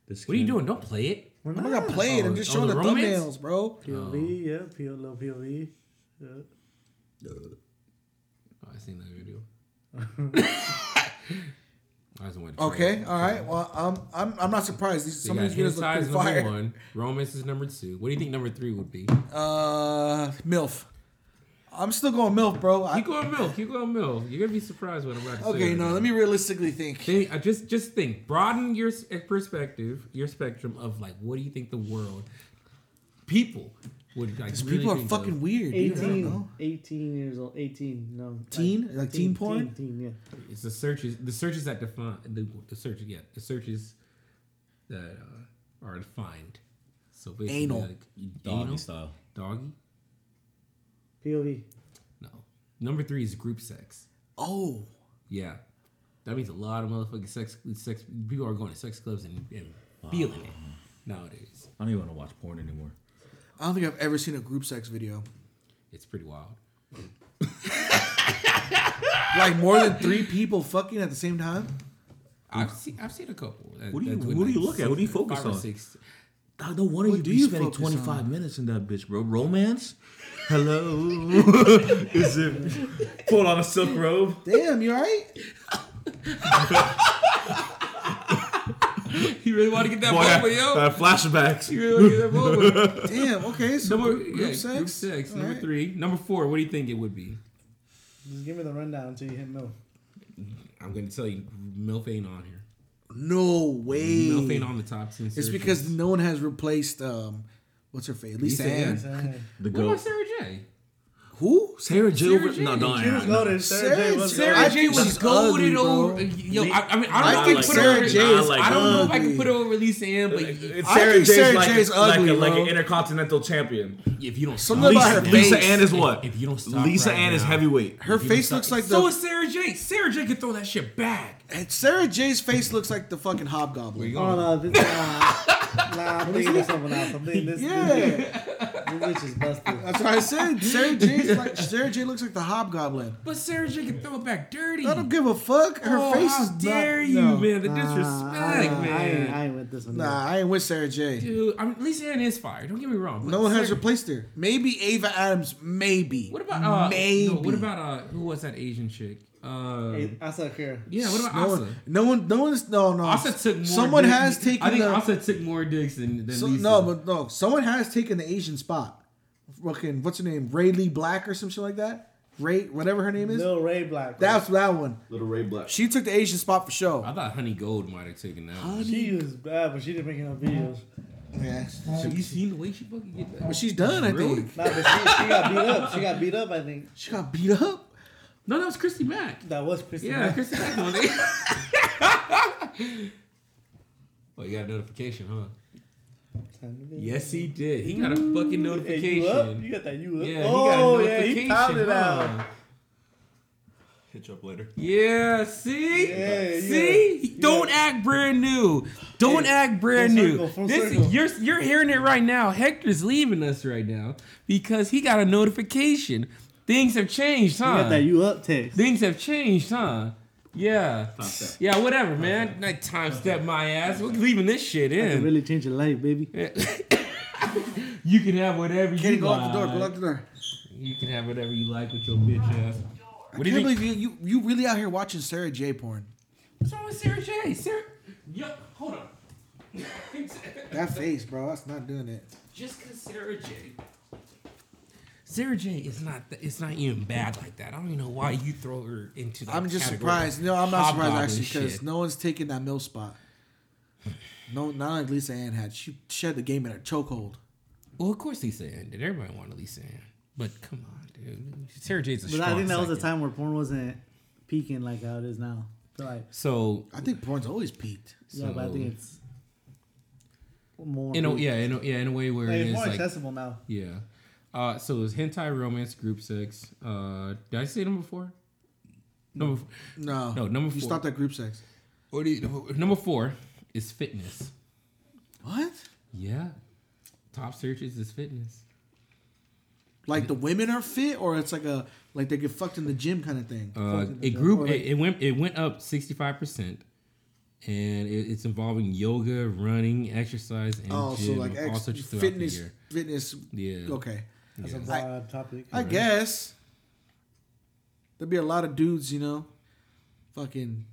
Speaker 5: This
Speaker 2: What are you
Speaker 5: kid-
Speaker 2: doing? Don't play it.
Speaker 1: I'm not gonna play it. I'm just
Speaker 2: Oh,
Speaker 1: showing
Speaker 2: the
Speaker 1: the
Speaker 2: romance?
Speaker 1: thumbnails, bro.
Speaker 4: POV,
Speaker 1: Oh.
Speaker 4: yeah, P- E. little POV. Yeah.
Speaker 2: Oh, I seen that video. I just wanted to try
Speaker 1: Okay,
Speaker 2: it.
Speaker 1: all right. Well, um, I'm I'm not surprised. These,
Speaker 2: So
Speaker 1: some
Speaker 2: you
Speaker 1: of
Speaker 2: got
Speaker 1: these videos look
Speaker 2: Hentai
Speaker 1: pretty
Speaker 2: is number
Speaker 1: fire.
Speaker 2: one. Romance is number two. What do you think number three would be?
Speaker 1: Uh, milf. I'm still going milf, bro. I,
Speaker 2: You go on milk. You go on milk. You're gonna be surprised what I'm about to say.
Speaker 1: okay, no. Let me realistically think.
Speaker 2: Think, uh, just just think. Broaden your s- eh, perspective, your spectrum of like, what do you think the world, people would like?
Speaker 1: These
Speaker 2: Really
Speaker 1: people are
Speaker 2: think
Speaker 1: fucking
Speaker 2: Of.
Speaker 1: weird. Dude. I don't
Speaker 4: 18,
Speaker 1: know.
Speaker 4: 18 years old. 18, no.
Speaker 1: Teen? Like teen porn?
Speaker 4: Teen, teen, yeah.
Speaker 2: It's the searches. The searches that define the, the search. Yeah, the searches that uh, are defined. So basically,
Speaker 1: Anal.
Speaker 2: like,
Speaker 5: Doggy
Speaker 2: anal?
Speaker 5: style.
Speaker 2: Doggy.
Speaker 4: POV.
Speaker 2: No. Number three is group sex.
Speaker 1: Oh,
Speaker 2: Yeah. That means a lot of motherfucking sex sex people are going to sex clubs and, and feeling it nowadays.
Speaker 5: I don't even want to watch porn anymore.
Speaker 1: I don't think I've ever seen a group sex video.
Speaker 2: It's pretty wild.
Speaker 1: Like more than three people fucking at the same time.
Speaker 2: I've seen I've seen a couple. that-
Speaker 5: What do you-
Speaker 2: that went
Speaker 5: what do you
Speaker 2: like
Speaker 5: look at? What do you
Speaker 2: six-
Speaker 5: focus
Speaker 2: five or
Speaker 5: on?
Speaker 2: six.
Speaker 5: I don't want
Speaker 1: What
Speaker 5: you to
Speaker 1: do
Speaker 5: be
Speaker 1: you
Speaker 5: spending
Speaker 1: focus on?
Speaker 5: 25 minutes in that bitch, bro. Romance? Hello? Is it pulled on a silk robe?
Speaker 1: Damn, you alright?
Speaker 2: You really want to get that
Speaker 5: Boy,
Speaker 2: bubble, yo?
Speaker 5: uh, flashbacks.
Speaker 2: You really want to get that bubble?
Speaker 1: Damn. Okay. So
Speaker 2: Number
Speaker 1: group,
Speaker 2: yeah,
Speaker 1: sex.
Speaker 2: Group sex.
Speaker 1: All
Speaker 2: Number
Speaker 1: right.
Speaker 2: three. Number four. What do you think it would be?
Speaker 4: Just give me the rundown until you hit milk.
Speaker 2: I'm going to tell you, milf ain't on here.
Speaker 1: No way.
Speaker 2: Milf ain't on the top ten.
Speaker 1: It's
Speaker 2: searches.
Speaker 1: because no one has replaced um, what's her face? Lisa,
Speaker 2: Lisa
Speaker 1: Ann.
Speaker 2: Ann.
Speaker 4: Dang.
Speaker 5: The
Speaker 2: What
Speaker 5: goat.
Speaker 2: about Sarah J?
Speaker 1: Who?
Speaker 5: Sarah Jill.
Speaker 2: Sarah J.
Speaker 5: No, don't.
Speaker 4: She was loaded. Sarah J was
Speaker 1: Sarah-
Speaker 4: loaded.
Speaker 1: I think she's ugly, bro.
Speaker 2: Yo, I, I mean,
Speaker 1: I
Speaker 2: I don't know.
Speaker 1: think
Speaker 2: if I can put
Speaker 1: Sarah
Speaker 2: her,
Speaker 1: J
Speaker 5: is
Speaker 2: I don't know if I
Speaker 1: ugly.
Speaker 2: can put her over Lisa Ann, but
Speaker 5: It's
Speaker 1: I
Speaker 5: Sarah
Speaker 1: think
Speaker 5: J's
Speaker 1: Sarah
Speaker 5: like,
Speaker 1: J's ugly,
Speaker 5: like, a, like
Speaker 1: bro.
Speaker 5: an intercontinental champion.
Speaker 2: if you don't,
Speaker 1: Something
Speaker 2: stop-
Speaker 1: about her
Speaker 5: Lisa
Speaker 1: face.
Speaker 5: Ann is
Speaker 2: If-
Speaker 5: what?
Speaker 2: if you don't stop
Speaker 5: Lisa
Speaker 2: right
Speaker 5: Ann is
Speaker 2: now.
Speaker 5: heavyweight.
Speaker 1: Her face looks like
Speaker 2: so
Speaker 1: the
Speaker 2: is Sarah J. Sarah J. can throw that shit back.
Speaker 1: Sarah J's face looks like the fucking hobgoblin.
Speaker 4: Oh, no, this, nah, nah, I'm thinking of someone else. I'm thinking this, this,
Speaker 1: Yeah,
Speaker 4: this bitch is busted.
Speaker 1: that's what I said. Sarah J's like Sarah J looks like the hobgoblin.
Speaker 2: But Sarah J. can throw it back dirty.
Speaker 1: I don't give a fuck. Her
Speaker 2: Oh,
Speaker 1: face
Speaker 2: how
Speaker 1: is not-
Speaker 2: dare you,
Speaker 1: no.
Speaker 2: man? The
Speaker 4: Nah,
Speaker 2: disrespect,
Speaker 4: I, I,
Speaker 2: man.
Speaker 4: ain't, I ain't with this one.
Speaker 1: Nah, I ain't with Sarah J.
Speaker 2: Dude, I mean, Lisa Ann is fire. Don't get me wrong. but
Speaker 1: No one has
Speaker 2: Sarah-
Speaker 1: replaced her. Maybe Ava Adams. Maybe.
Speaker 2: What about uh?
Speaker 1: Maybe.
Speaker 2: No, what about uh? Who was that Asian chick? Uh,
Speaker 4: either. I saw Kira.
Speaker 2: yeah. What about
Speaker 1: No
Speaker 2: Asa?
Speaker 1: one, no one, no one's no, no.
Speaker 2: Asa took more.
Speaker 1: Someone
Speaker 2: dicks-
Speaker 1: has taken.
Speaker 2: I think
Speaker 1: the,
Speaker 2: Asa took more dicks than, than
Speaker 1: So,
Speaker 2: Lisa.
Speaker 1: no, but no, someone has taken the Asian spot. Fucking what's her name? Ray Lee Black or some shit like that. Ray, whatever her name is.
Speaker 4: Lil Ray Black.
Speaker 1: That's that one.
Speaker 5: Little Ray Black.
Speaker 1: She took the Asian spot for show.
Speaker 2: I thought Honey Gold might have taken that. one.
Speaker 4: she was bad, but she didn't make enough videos.
Speaker 1: Yeah.
Speaker 2: Have you seen the way she fucking get that?
Speaker 1: But she's done, I
Speaker 2: Really?
Speaker 1: think.
Speaker 4: Nah, but she, she got beat up. She got beat up. I think
Speaker 1: She got beat up.
Speaker 2: No, that was Christy Mack.
Speaker 4: that was Christy.
Speaker 2: Yeah,
Speaker 4: Mack.
Speaker 2: Christy Mack was it. oh, you got a notification, huh? Yes, he did. He got a fucking
Speaker 4: Hey, you up?
Speaker 2: notification.
Speaker 4: You got that? You up?
Speaker 2: Yeah,
Speaker 4: oh
Speaker 2: he got a
Speaker 4: yeah, he
Speaker 2: notification.
Speaker 4: pounded it out.
Speaker 2: huh?
Speaker 5: Hitch up later.
Speaker 2: Yeah, see?
Speaker 4: Yeah, you
Speaker 2: see?
Speaker 4: got- you
Speaker 2: Don't
Speaker 4: got-
Speaker 2: act brand new. Don't
Speaker 4: Hey,
Speaker 2: act brand
Speaker 4: full
Speaker 2: new.
Speaker 4: circle, full
Speaker 2: this
Speaker 4: circle.
Speaker 2: you're you're hearing it right now. Hector's leaving us right now because he got a notification. Things have changed, huh?
Speaker 4: You got that? You up text?
Speaker 2: Things have changed, huh? Yeah. Yeah, whatever, man. Night time step my ass. We're leaving this shit
Speaker 4: It
Speaker 2: in.
Speaker 4: really changed your life, baby.
Speaker 2: You can have whatever
Speaker 1: Can't
Speaker 2: you
Speaker 1: go out the door.
Speaker 2: like.
Speaker 1: Go out the door.
Speaker 2: You can have whatever you like with your bitch ass. What do
Speaker 1: Can't
Speaker 2: you think?
Speaker 1: believe you, you you really out here watching Sarah J porn.
Speaker 2: What's wrong with Sarah J? Sarah, yo, hold on.
Speaker 1: That face, bro. That's not doing it.
Speaker 2: Just cause Sarah J. Sarah J. is not th- it's not even bad like that. I don't even know why you throw her into. That
Speaker 1: I'm just
Speaker 2: category.
Speaker 1: surprised. No, I'm not surprised
Speaker 2: Hobgoblin
Speaker 1: actually because
Speaker 2: shit.
Speaker 1: no one's taking that mill spot. No, not like Lisa Ann had. She, she had the game in her chokehold.
Speaker 2: Well, of course Lisa Ann did. Everybody wanted Lisa Ann. But come on, dude. Sarah J's a
Speaker 4: But
Speaker 2: strong
Speaker 4: I think that was a
Speaker 2: second.
Speaker 4: time where porn wasn't peaking like how it is now. So like,
Speaker 2: So,
Speaker 1: I think porn's always peaked.
Speaker 4: yeah, but I think it's more.
Speaker 2: you know,
Speaker 4: peak.
Speaker 2: yeah, in a, yeah, in a way where
Speaker 4: Like,
Speaker 2: it
Speaker 4: it's
Speaker 2: is
Speaker 4: more
Speaker 2: like,
Speaker 4: accessible now.
Speaker 2: yeah. Uh, so it was hentai romance group sex. Uh, did I say number four? Number four.
Speaker 1: No,
Speaker 2: No, number
Speaker 1: You
Speaker 2: four.
Speaker 1: stopped at group sex.
Speaker 2: What do you, number four is fitness.
Speaker 1: What?
Speaker 2: Yeah, top searches is fitness.
Speaker 1: Like the women are fit, or it's like a like they get fucked in the gym kind of thing.
Speaker 2: Uh, it grew. It, it went. It went up sixty five percent, and it, it's involving yoga, running, exercise, and
Speaker 1: oh, so
Speaker 2: gym,
Speaker 1: like
Speaker 2: all
Speaker 1: ex-
Speaker 2: such throughout the
Speaker 1: fitness,
Speaker 2: year.
Speaker 1: fitness.
Speaker 2: Yeah.
Speaker 1: Okay,
Speaker 4: That's a
Speaker 1: I-
Speaker 4: broad topic.
Speaker 1: I guess there'd be a lot of dudes, you know, fucking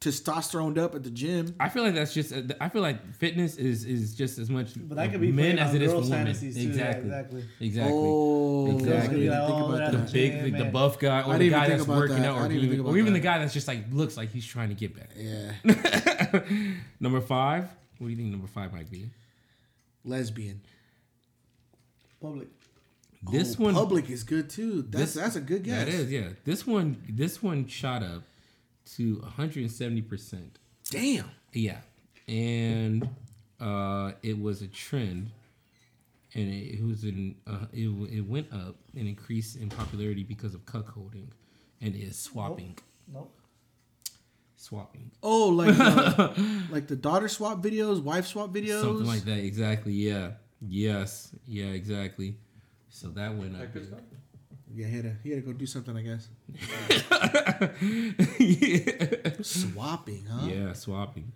Speaker 1: testosterone up at the gym.
Speaker 2: I feel like that's just. uh, I feel like fitness is is just as much
Speaker 4: But that could be
Speaker 2: men
Speaker 4: played
Speaker 2: as
Speaker 4: on
Speaker 2: it is for
Speaker 4: girls'
Speaker 2: women.
Speaker 4: fantasies too, yeah,
Speaker 2: Exactly.
Speaker 4: exactly.
Speaker 2: Exactly.
Speaker 1: Oh,
Speaker 2: Exactly.
Speaker 1: I didn't think about
Speaker 2: The
Speaker 1: that.
Speaker 2: big, the, the
Speaker 4: man.
Speaker 2: buff guy,
Speaker 1: I
Speaker 2: or
Speaker 1: didn't
Speaker 2: the
Speaker 1: even
Speaker 2: guy
Speaker 1: think
Speaker 2: that's
Speaker 1: about
Speaker 2: working
Speaker 1: that.
Speaker 2: out,
Speaker 1: I
Speaker 2: or
Speaker 1: didn't even
Speaker 2: even,
Speaker 1: think about
Speaker 2: or even
Speaker 1: that.
Speaker 2: the guy that's just like looks like he's trying to get back.
Speaker 1: Yeah,
Speaker 2: Number five. What do you think number five might be?
Speaker 1: lesbian.
Speaker 4: Public.
Speaker 2: This
Speaker 1: Oh,
Speaker 2: one.
Speaker 1: public is good too. That's that's a good guess.
Speaker 2: That is, yeah. This one, this one shot up to 170 percent.
Speaker 1: Damn.
Speaker 2: Yeah, and uh, it was a trend, and it, it was in uh, it, w- it went up and increased in popularity because of cuckolding, and is swapping,
Speaker 4: Nope.
Speaker 2: swapping,
Speaker 1: Oh, like the, like the daughter swap videos, wife swap videos.
Speaker 2: something like that. Exactly. Yeah. Yes. Yeah. Exactly. So that went up.
Speaker 1: Yeah, he had, to, he had to go do something, I guess.
Speaker 2: yeah.
Speaker 1: Swapping, huh?
Speaker 2: yeah, swapping.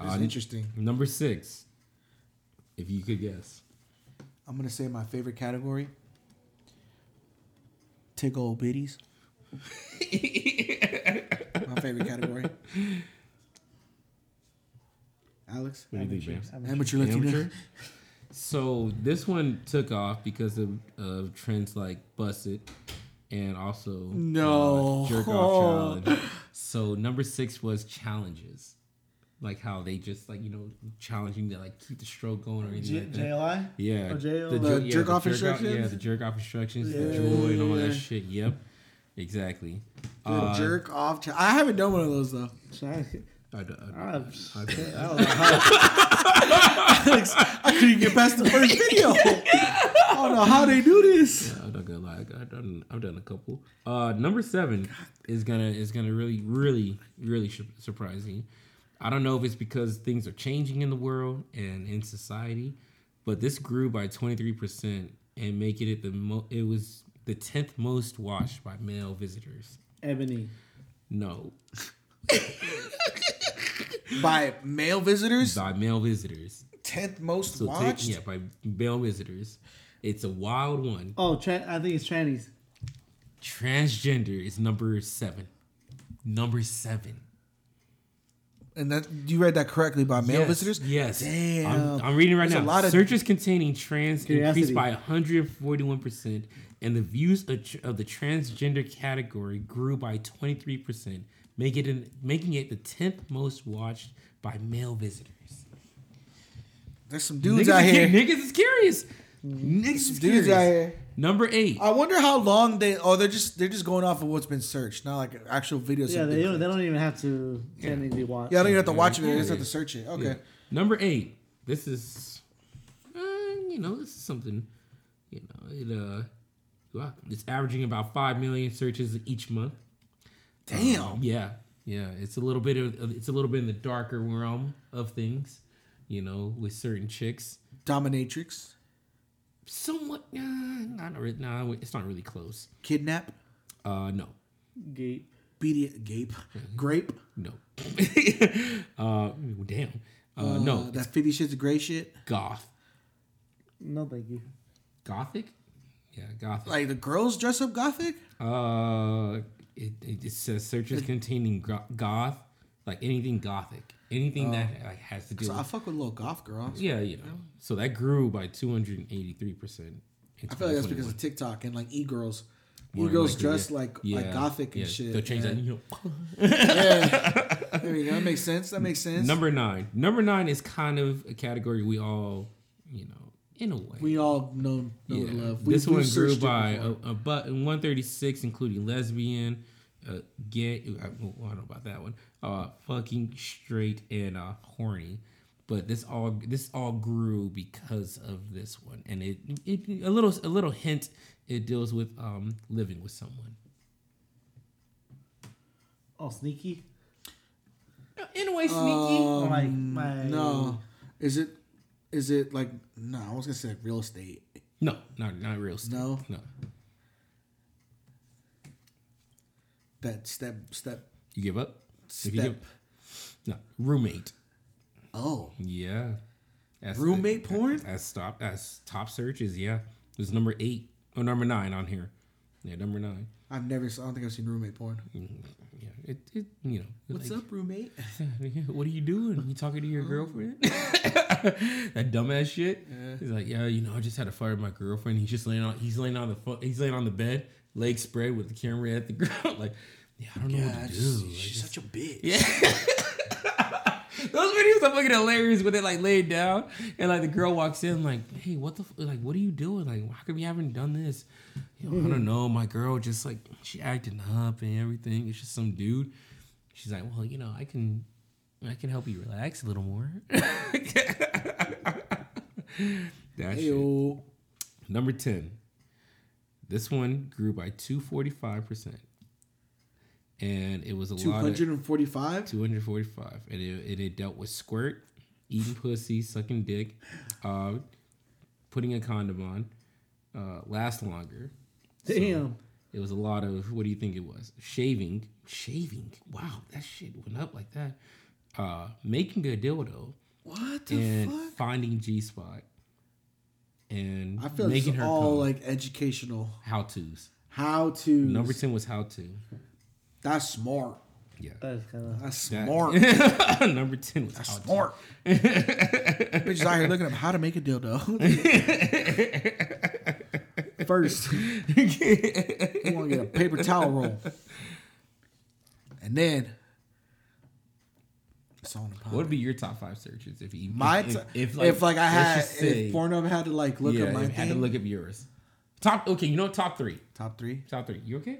Speaker 1: It's
Speaker 2: Uh,
Speaker 1: interesting.
Speaker 2: Number six, if you could guess.
Speaker 1: I'm gonna say my favorite category. Tickle old biddies. my favorite category. Alex.
Speaker 2: What do you think, Bams?
Speaker 1: Amateur Latino.
Speaker 2: Amateur? So this one took off because of, of trends like Busted and also
Speaker 1: No.
Speaker 2: uh, Jerk Off Challenge. So number six was challenges. Like how they just like, you know, challenging to like keep the stroke going or anything
Speaker 4: J-
Speaker 2: like that.
Speaker 4: JLI?
Speaker 2: Yeah.
Speaker 4: Or JL?
Speaker 1: Oh, The
Speaker 2: ju- yeah,
Speaker 1: jerk off
Speaker 2: Yeah,
Speaker 1: instructions?
Speaker 2: the jerk off instructions, the
Speaker 1: Yeah.
Speaker 2: joy and all that shit. Yep. Exactly. Uh,
Speaker 1: Dude, jerk off. Cha- I haven't done one of those though.
Speaker 2: I d- I-
Speaker 4: I don't
Speaker 2: I-
Speaker 4: know how-
Speaker 1: I couldn't get past the first video. I don't know how they do this.
Speaker 2: I'm not gonna lie, I've done I've done a couple. Uh, number seven is gonna is gonna really really really sh- surprise me. I don't know if it's because things are changing in the world and in society, but this grew by 23 percent and making it the mo- it was the tenth most watched by male visitors.
Speaker 4: Ebony.
Speaker 2: No,
Speaker 1: By male visitors,
Speaker 2: by male visitors.
Speaker 1: tenth most
Speaker 2: So take-
Speaker 1: watched.
Speaker 2: yeah, by male visitors. It's a wild one.
Speaker 4: Oh, tra- I think it's trannies.
Speaker 2: Transgender is number seven. Number seven.
Speaker 1: And that you read that correctly by male
Speaker 2: yes,
Speaker 1: visitors.
Speaker 2: Yes.
Speaker 1: Damn.
Speaker 2: I'm, I'm reading right
Speaker 1: There's a
Speaker 2: now.
Speaker 1: lot of-
Speaker 2: Searches containing trans
Speaker 4: Curiosity.
Speaker 2: increased by 141%, and the views of, tr- of the transgender category grew by 23%, making it, an, making it the 10th most watched by male visitors.
Speaker 1: There's some dudes
Speaker 2: niggas,
Speaker 1: out
Speaker 2: is
Speaker 1: here.
Speaker 2: cu- niggas is curious. Niggas is
Speaker 1: dudes
Speaker 2: curious.
Speaker 1: out here. Oh,
Speaker 2: Number eight.
Speaker 1: I wonder how long they. Oh, they're just they're just going off of what's been searched, not like actual videos.
Speaker 4: Yeah, they don't, they don't even have to technically watch.
Speaker 1: yeah, I don't even have to watch it. They
Speaker 2: Yeah.
Speaker 1: just have to search it. Okay.
Speaker 2: Yeah. Number eight. This is, uh, you know, this is something, you know, it uh, wow, it's averaging about five million searches each month.
Speaker 1: Damn.
Speaker 2: Yeah, yeah, it's a little bit of, it's a little bit in the darker realm of things, you know, with certain chicks.
Speaker 1: Dominatrix,
Speaker 2: Somewhat, uh, not really. No, it's not really close.
Speaker 1: kidnap,
Speaker 2: Uh, no,
Speaker 4: Gape.
Speaker 1: BD, gape,
Speaker 2: Mm-hmm.
Speaker 1: grape.
Speaker 2: no. uh, damn. Uh,
Speaker 1: Uh,
Speaker 2: no,
Speaker 1: that Fifty Shades of Grey shit.
Speaker 2: goth,
Speaker 4: No, thank you.
Speaker 2: gothic. Yeah, gothic.
Speaker 1: Like the girls dress up gothic.
Speaker 2: Uh, it, it just says searches containing go- goth, like anything gothic, anything that like, has to do.
Speaker 1: So I
Speaker 2: with,
Speaker 1: fuck with little Oh. goth girls.
Speaker 2: yeah, you know. So that grew by two hundred and eighty three percent.
Speaker 1: I feel like that's because of TikTok and like e girls. E
Speaker 2: More
Speaker 1: girls
Speaker 2: likely,
Speaker 1: dress
Speaker 2: yeah.
Speaker 1: like like gothic and shit.
Speaker 2: They'll change
Speaker 1: yeah.
Speaker 2: that. You know.
Speaker 1: Yeah. There you go. That makes sense. That makes sense.
Speaker 2: Number nine. Number nine is kind of a category we all, you know, in a way.
Speaker 1: we all know, know
Speaker 2: yeah.
Speaker 1: and love. We,
Speaker 2: This
Speaker 1: we've
Speaker 2: one grew
Speaker 1: searched it
Speaker 2: by
Speaker 1: before.
Speaker 2: a, a but one thirty six, including lesbian, uh, gay. I, well, I don't know about that one. Uh, fucking straight and uh, horny. But this all this all grew because of this one, and it, it a little a little hint. It deals with um living with someone.
Speaker 4: Oh, sneaky.
Speaker 2: In a way, sneaky.
Speaker 1: Um,
Speaker 4: Oh, like my.
Speaker 1: No, is it? Is it like? No, I was gonna say like real estate.
Speaker 2: No, not not real estate.
Speaker 1: No?
Speaker 2: no.
Speaker 1: That step step
Speaker 2: You give up? If you
Speaker 1: step.
Speaker 2: no, roommate.
Speaker 1: Oh,
Speaker 2: Yeah. That's
Speaker 1: Roommate porn?
Speaker 2: As stop as top searches, yeah. It was number eight or number nine on here. Yeah, number nine.
Speaker 1: I've never. I don't think I've seen roommate porn.
Speaker 2: Yeah, it, it you know.
Speaker 1: What's up, Oh. roommate?
Speaker 2: up? What are you doing? You talking to your girlfriend? that dumbass shit. He's like, yeah, you know, I just had a fight with my girlfriend. He's just laying on. He's laying on the. Fu- he's laying on the bed, legs spread with the camera at the ground. Like, yeah, I don't know what to do. Like,
Speaker 1: she's such a bitch.
Speaker 2: Those videos are fucking hilarious when they like laid down and like the girl walks in like, hey, what the f-? like, what are you doing? Like, how come you haven't done this? You know, I don't know. My girl just like she acting up and everything. It's just some dude. She's like, well, you know, I can, I can help you relax a little more. that shit.
Speaker 1: Ayo.
Speaker 2: Number ten. This one grew by two forty five percent, and it was a lot. Of,
Speaker 1: 245?
Speaker 2: 245 and it, and it dealt with squirt eating pussy sucking dick uh, putting a condom on uh, last longer
Speaker 4: Damn.
Speaker 2: it was a lot of what do you think it was shaving shaving wow that shit went up like that uh, making a dildo
Speaker 1: What the
Speaker 2: and
Speaker 1: fuck?
Speaker 2: finding g-spot and
Speaker 1: I feel like
Speaker 2: making
Speaker 1: it's
Speaker 2: her
Speaker 1: all
Speaker 2: come.
Speaker 1: like educational.
Speaker 2: how to's
Speaker 1: How to.
Speaker 2: number 10 was how to
Speaker 1: That's smart.
Speaker 2: yeah
Speaker 4: That's kind
Speaker 1: That's
Speaker 2: That-
Speaker 1: smart.
Speaker 2: number 10 was how to
Speaker 1: smart. Bitches out here looking up how to make a dildo. First, you want to get a paper towel roll, and then it's on the
Speaker 2: What
Speaker 1: pod.
Speaker 2: would be your top five searches if you
Speaker 1: My
Speaker 2: if,
Speaker 1: t-
Speaker 2: if,
Speaker 1: like, if like I
Speaker 2: let's
Speaker 1: had
Speaker 2: just say-
Speaker 1: if Pornhub had to like look
Speaker 2: yeah,
Speaker 1: up my
Speaker 2: if I
Speaker 1: thing,
Speaker 2: had to look up yours. Top okay, you know what? top three,
Speaker 1: top three.
Speaker 2: top three. You okay?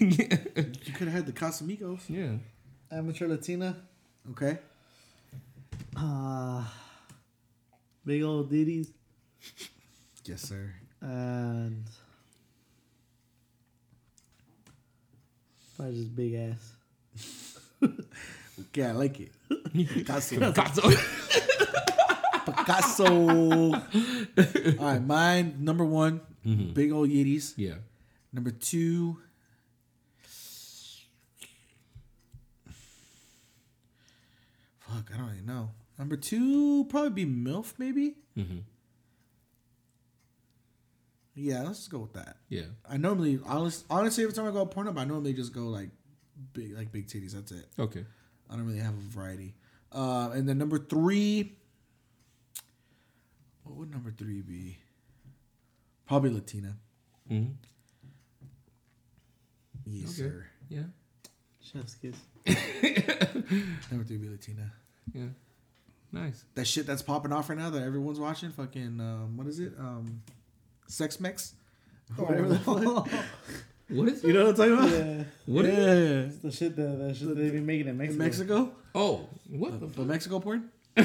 Speaker 1: You could have had the Casamigos.
Speaker 2: Yeah,
Speaker 4: of amateur Latina.
Speaker 1: Okay,
Speaker 4: Uh, big old ditties.
Speaker 1: yes sir.
Speaker 4: And probably just big ass.
Speaker 1: Yeah, I like it. Picasso.
Speaker 2: Picasso.
Speaker 1: Picasso. All right, mine number one, big old Yetis.
Speaker 2: yeah,
Speaker 1: Number two. Fuck, I don't even know. Number two probably be MILF, maybe.
Speaker 2: Mhm.
Speaker 1: Yeah, let's just go with that.
Speaker 2: yeah.
Speaker 1: I normally, honest, honestly, every time I go on Pornhub, I normally just go like big, like big titties. That's it.
Speaker 2: Okay,
Speaker 1: I don't really have a variety. Uh, and then number three, what would number three be? Probably Latina.
Speaker 2: Mhm.
Speaker 1: Yes,
Speaker 2: Okay.
Speaker 1: sir.
Speaker 2: yeah,
Speaker 4: Chef's kiss.
Speaker 1: Number three be Latina.
Speaker 2: yeah. Nice.
Speaker 1: That shit that's popping off right now that everyone's watching. Fucking um, what is it? Um, Sex Mex. Whatever the fuck.
Speaker 2: What is
Speaker 1: You know what I'm talking about?
Speaker 4: Oh, Yeah.
Speaker 2: What? is-
Speaker 1: Yeah.
Speaker 4: It's the shit that, that shit they be making in Mexico.
Speaker 1: In Mexico?
Speaker 2: oh, what the?
Speaker 1: The Mexico porn?
Speaker 2: I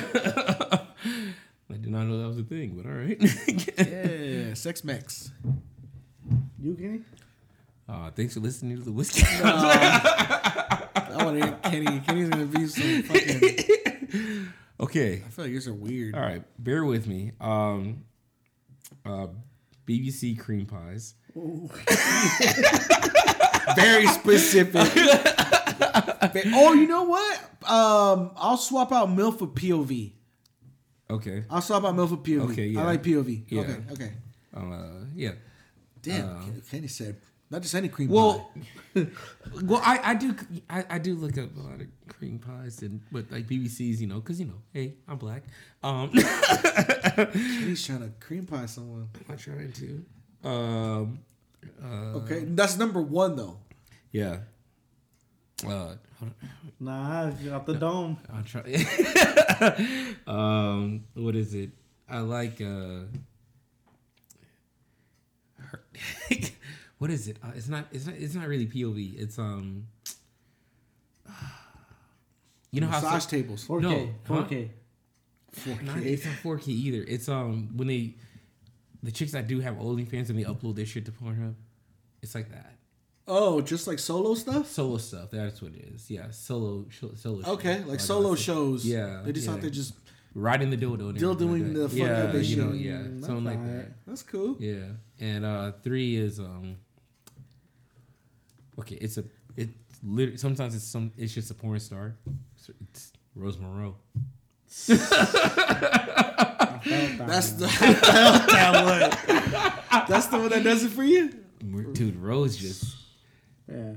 Speaker 2: did not know that was a thing, but all right.
Speaker 1: Yeah. Sex Mex.
Speaker 4: You Kenny?
Speaker 2: uh, thanks for listening to the whiskey.
Speaker 1: I want to hear Kenny. Kenny's gonna be some fucking.
Speaker 2: okay,
Speaker 1: I feel like yours are weird.
Speaker 2: all right. Bear with me. Um, uh, BBC cream pies.
Speaker 1: Very specific. Ve- oh, you know what? Um, I'll swap out milf for POV.
Speaker 2: Okay.
Speaker 1: I'll swap out milf for POV.
Speaker 2: Okay, yeah.
Speaker 1: I like POV.
Speaker 2: Yeah.
Speaker 1: Okay. Okay.
Speaker 2: Uh, yeah.
Speaker 1: Damn. Kenny said not just any cream.
Speaker 2: Well, well, I, I do I, I do look up a lot of cream pies and but like BBC's, you know, because you know, hey, I'm black. Um,
Speaker 1: He's trying to cream pie someone.
Speaker 2: I'm trying to. Um,
Speaker 1: Okay,
Speaker 2: Uh,
Speaker 1: that's number one though.
Speaker 2: yeah. Uh, hold on.
Speaker 4: Nah, you're off the dome.
Speaker 2: I'm trying. um, what is it? I like uh. her- what is it? Uh, it's not. It's not. It's not really POV. It's um. You know how some-
Speaker 1: Massage tables.
Speaker 4: 4K.
Speaker 2: No, huh?
Speaker 4: 4K.
Speaker 2: Not, it's not 4K either. It's um when they the chicks that do have OnlyFans and they upload their shit to Pornhub. It's like that
Speaker 1: Oh, just like solo stuff.
Speaker 2: solo stuff. That's what it is. Yeah, solo sh- solo. shit.
Speaker 1: Okay, like
Speaker 2: I
Speaker 1: solo
Speaker 2: guess.
Speaker 1: shows.
Speaker 2: Yeah,
Speaker 1: they just
Speaker 2: yeah.
Speaker 1: out there just
Speaker 2: riding the dildo. and everything
Speaker 1: Dildoing
Speaker 2: like
Speaker 1: the
Speaker 2: that.
Speaker 1: fuck
Speaker 2: yeah,
Speaker 1: up and
Speaker 2: you know,
Speaker 1: shit.
Speaker 2: yeah,
Speaker 4: Mm,
Speaker 2: something like
Speaker 4: alright.
Speaker 2: that.
Speaker 1: That's cool.
Speaker 2: Yeah, and uh three is um. Okay, it's a it. Literally, sometimes it's some. It's just a porn star. It's, it's Rose Moreau.
Speaker 4: I felt that
Speaker 1: That's
Speaker 4: one.
Speaker 1: the that one. That's the one that does it for you.
Speaker 2: Dude, Rose just
Speaker 4: yeah.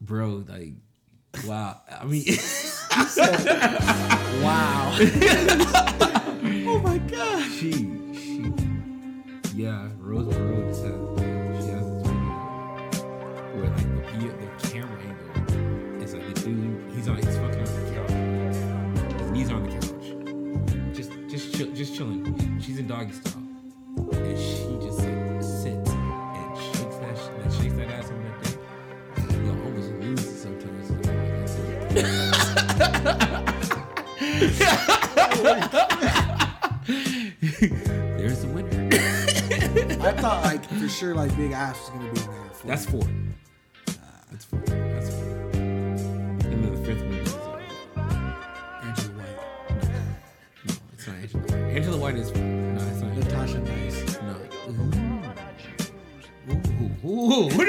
Speaker 2: bro like. Wow, I mean,
Speaker 1: Wow. oh my god.
Speaker 2: she, she, yeah, Rose Moreau just has, she has a tweet where like the, the, the camera angle is like the dude, he's on, he's fucking on the couch, his knees on the couch, just, just, chill, just chilling. She's in doggy style, and she just like sits and shakes that, sh- that shakes that ass on that dick. Yo, I almost lose it sometimes. Like, that's it. There's the winner.
Speaker 1: I thought like for sure like big ass was gonna be in there.
Speaker 2: That's four. That's four. That's four. And then the fifth one is uh,
Speaker 1: Angela White,
Speaker 2: no, it's not Angela. White. Angela White is four. No, it's not. Angela.
Speaker 1: Natasha Nice.
Speaker 2: No. Ooh. Ooh. Ooh.
Speaker 4: No,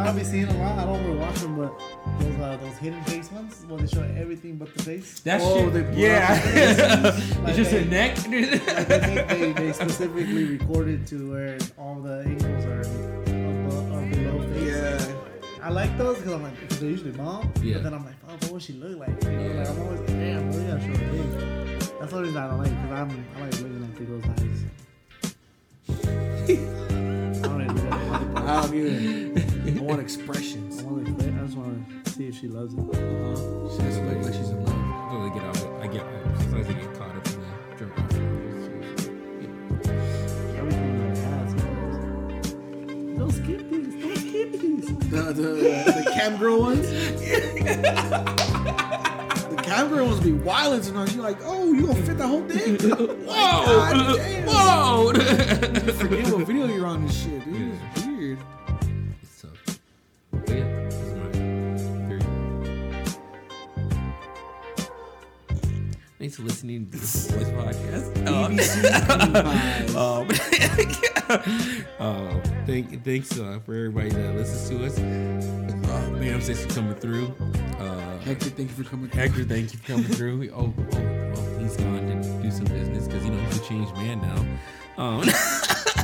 Speaker 4: I'll be seeing a lot. I don't rewatch them, but those uh, those hidden face ones where they show everything but the face.
Speaker 2: That
Speaker 1: Oh,
Speaker 2: shit.
Speaker 1: they blew
Speaker 2: yeah.
Speaker 4: Like,
Speaker 2: it's just a
Speaker 4: they-
Speaker 2: neck.
Speaker 4: like, they, think they, they specifically recorded to where all the angles are above or below face.
Speaker 1: Yeah.
Speaker 4: I like those because I'm like, because they're usually bomb.
Speaker 2: Yeah.
Speaker 4: But then I'm like, oh, but what she look like? You know,
Speaker 2: Yeah.
Speaker 4: like I'm always like, damn, what yeah, show her face. That's the only reason I don't like because I'm I like looking at people's eyes. I don't really look at other people.
Speaker 1: I don't even. I want expressions.
Speaker 4: I wanna- I just want to see if she loves it.
Speaker 1: She doesn't look like she's in love.
Speaker 2: Until they get out. of it. I get. I, sometimes they get caught up in the jerk off.
Speaker 4: Everything like that. Don't skip these. Don't skip these.
Speaker 1: The the, the cam girl ones. the cam girl ones be wild and all. She like, oh, you gonna fit the whole thing? God damn.
Speaker 2: Whoa! Whoa!
Speaker 1: Forget what video you're on and shit, dude.
Speaker 2: Yeah.
Speaker 1: It's weird.
Speaker 2: It's tough. But yeah, this is my theory. Thanks for listening to this voice podcast. Um, um, thank, thanks uh, for everybody that listens to us. Uh, man, I'm for coming through. Uh,
Speaker 1: Hector, thank you for coming.
Speaker 2: Hector, thank you for coming through. Oh, oh, oh, he's gone to do some business because you know he's a changed man now. Um,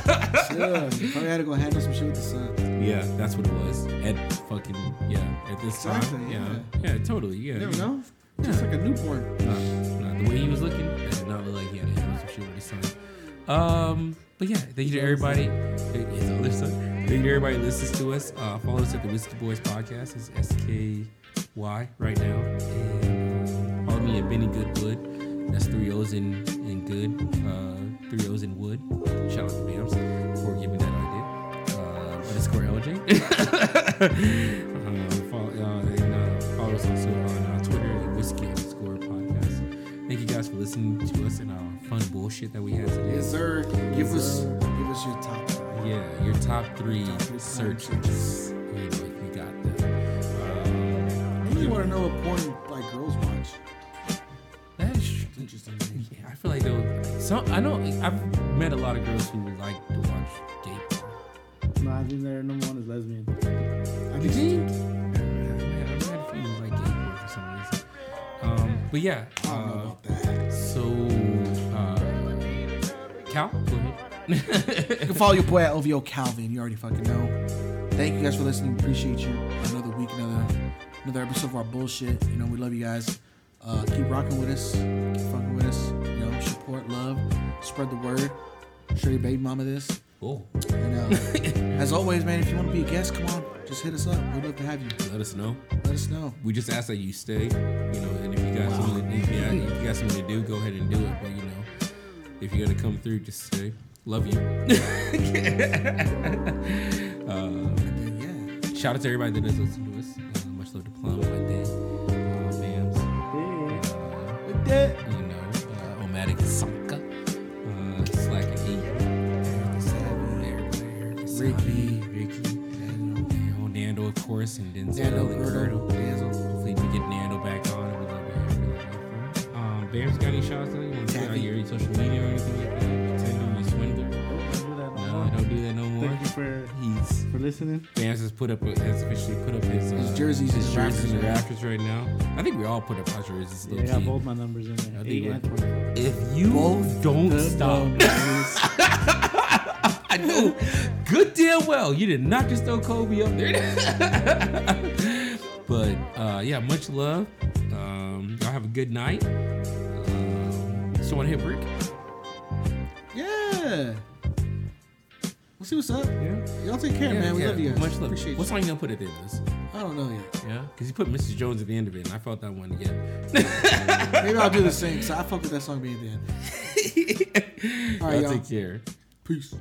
Speaker 1: Yeah, probably had to go handle some shit with the sun.
Speaker 2: Yeah, that's what it was. At fucking yeah, at this time.
Speaker 1: Exactly,
Speaker 2: yeah.
Speaker 1: yeah.
Speaker 2: yeah, totally. Yeah,
Speaker 1: You never know. Just like a newborn.
Speaker 2: Nah, nah, the way he was looking, that did not look like he had a handle some shit with his son. Um, but yeah, thank you to everybody. Thank- His other son. Thank you to everybody that listens to us. Uh, follow us at the Whiskey Boys Podcast. It's S K Y right now. And uh, follow me at Benny Goodwood. That's three O's in, in good. Uh, three O's in wood. Shout out to Bams for giving me that idea. Uh, underscore LJ. um, follow, uh, and, uh, follow us also on uh, Twitter at whiskey underscore podcast. Thank you guys for listening to us and our fun bullshit that we had today.
Speaker 1: Yes, sir. Give us, give us your top. three.
Speaker 2: Yeah, your top three
Speaker 1: three
Speaker 2: searches. You know, if you got that.
Speaker 1: I really want to know what porn like girls watch.
Speaker 2: That's
Speaker 1: Interesting.
Speaker 2: Yeah, I feel like though some I know I've met a lot of girls who like to watch gay porn.
Speaker 4: No, I think their number one is lesbian.
Speaker 1: I think.
Speaker 2: Man, I've had a few who like gay porn for some reason. Um, but yeah,
Speaker 1: I don't know
Speaker 2: uh,
Speaker 1: about that.
Speaker 2: so uh, Cal, go ahead.
Speaker 1: You can follow your boy at OVO Calvin. You already fucking know. Thank you guys for listening. Appreciate you. Another week, another another episode of our bullshit. You know, we love you guys. Uh, keep rocking with us. Keep fucking with us. You know, support, love, spread the word. Show your baby mama this.
Speaker 2: cool.
Speaker 1: And uh, as always, man, if you want to be a guest, come on, just hit us up. We'd love to have you.
Speaker 2: Let us know.
Speaker 1: Let us know.
Speaker 2: we just ask that you stay, you know, and if you got something to do, yeah, if you got something to do, go ahead and do it. But you know, if you're gonna come through, just stay. Love you. uh,
Speaker 1: And yeah,
Speaker 2: shout out to everybody that does listen to us. Uh, much love to Plum, my dad, uh, Mams,
Speaker 4: Yeah.
Speaker 2: uh,
Speaker 1: with that,
Speaker 2: you know, uh, Omatic Sanka, uh, Slack and E, Erica Savage, Erica- Erica Savage, Ricky, Nando, Nando, of course, and then
Speaker 1: Dan
Speaker 2: Stella and Gerdo.
Speaker 1: Alberto, Denzel.
Speaker 2: Hopefully we get Nando back on. and We love it. Um, Bam, haters got any shots that you want to put out
Speaker 1: Taffy.
Speaker 2: your social media or anything like that? Taffy, you swindler?
Speaker 4: Don't do that no
Speaker 2: No,
Speaker 4: more.
Speaker 2: don't do that no more.
Speaker 4: Thank you for,
Speaker 2: He's
Speaker 4: for listening.
Speaker 2: Vance has put up has officially put up his, uh,
Speaker 1: His jerseys
Speaker 2: his
Speaker 1: and
Speaker 2: jerseys and
Speaker 1: rafters.
Speaker 2: rafters right now. I think we all put up our jerseys.
Speaker 4: Yeah, I got both my numbers in there.
Speaker 2: I think
Speaker 4: Eight
Speaker 2: we're-
Speaker 4: and twenty.
Speaker 2: If you
Speaker 1: Both
Speaker 2: don't
Speaker 4: The
Speaker 2: stop,
Speaker 4: numbers.
Speaker 2: I know good damn well you did not just throw Kobe up there. but uh, yeah, much love. Um, y'all have a good night. Um, so want to hit Rick?
Speaker 1: Yeah. We'll see what's up.
Speaker 2: Yeah.
Speaker 1: Y'all take care, man. We love you guys.
Speaker 2: Much love.
Speaker 1: Appreciate
Speaker 2: what
Speaker 1: you.
Speaker 2: song you gonna put it in this?
Speaker 1: I don't know yet.
Speaker 2: Yeah, because you put Mrs. Jones at the end of it, and I felt that one again.
Speaker 1: Maybe I'll do the same because I fuck with that song being at the end. All right,
Speaker 2: Y'all
Speaker 1: y'all.
Speaker 2: take care.
Speaker 1: Peace.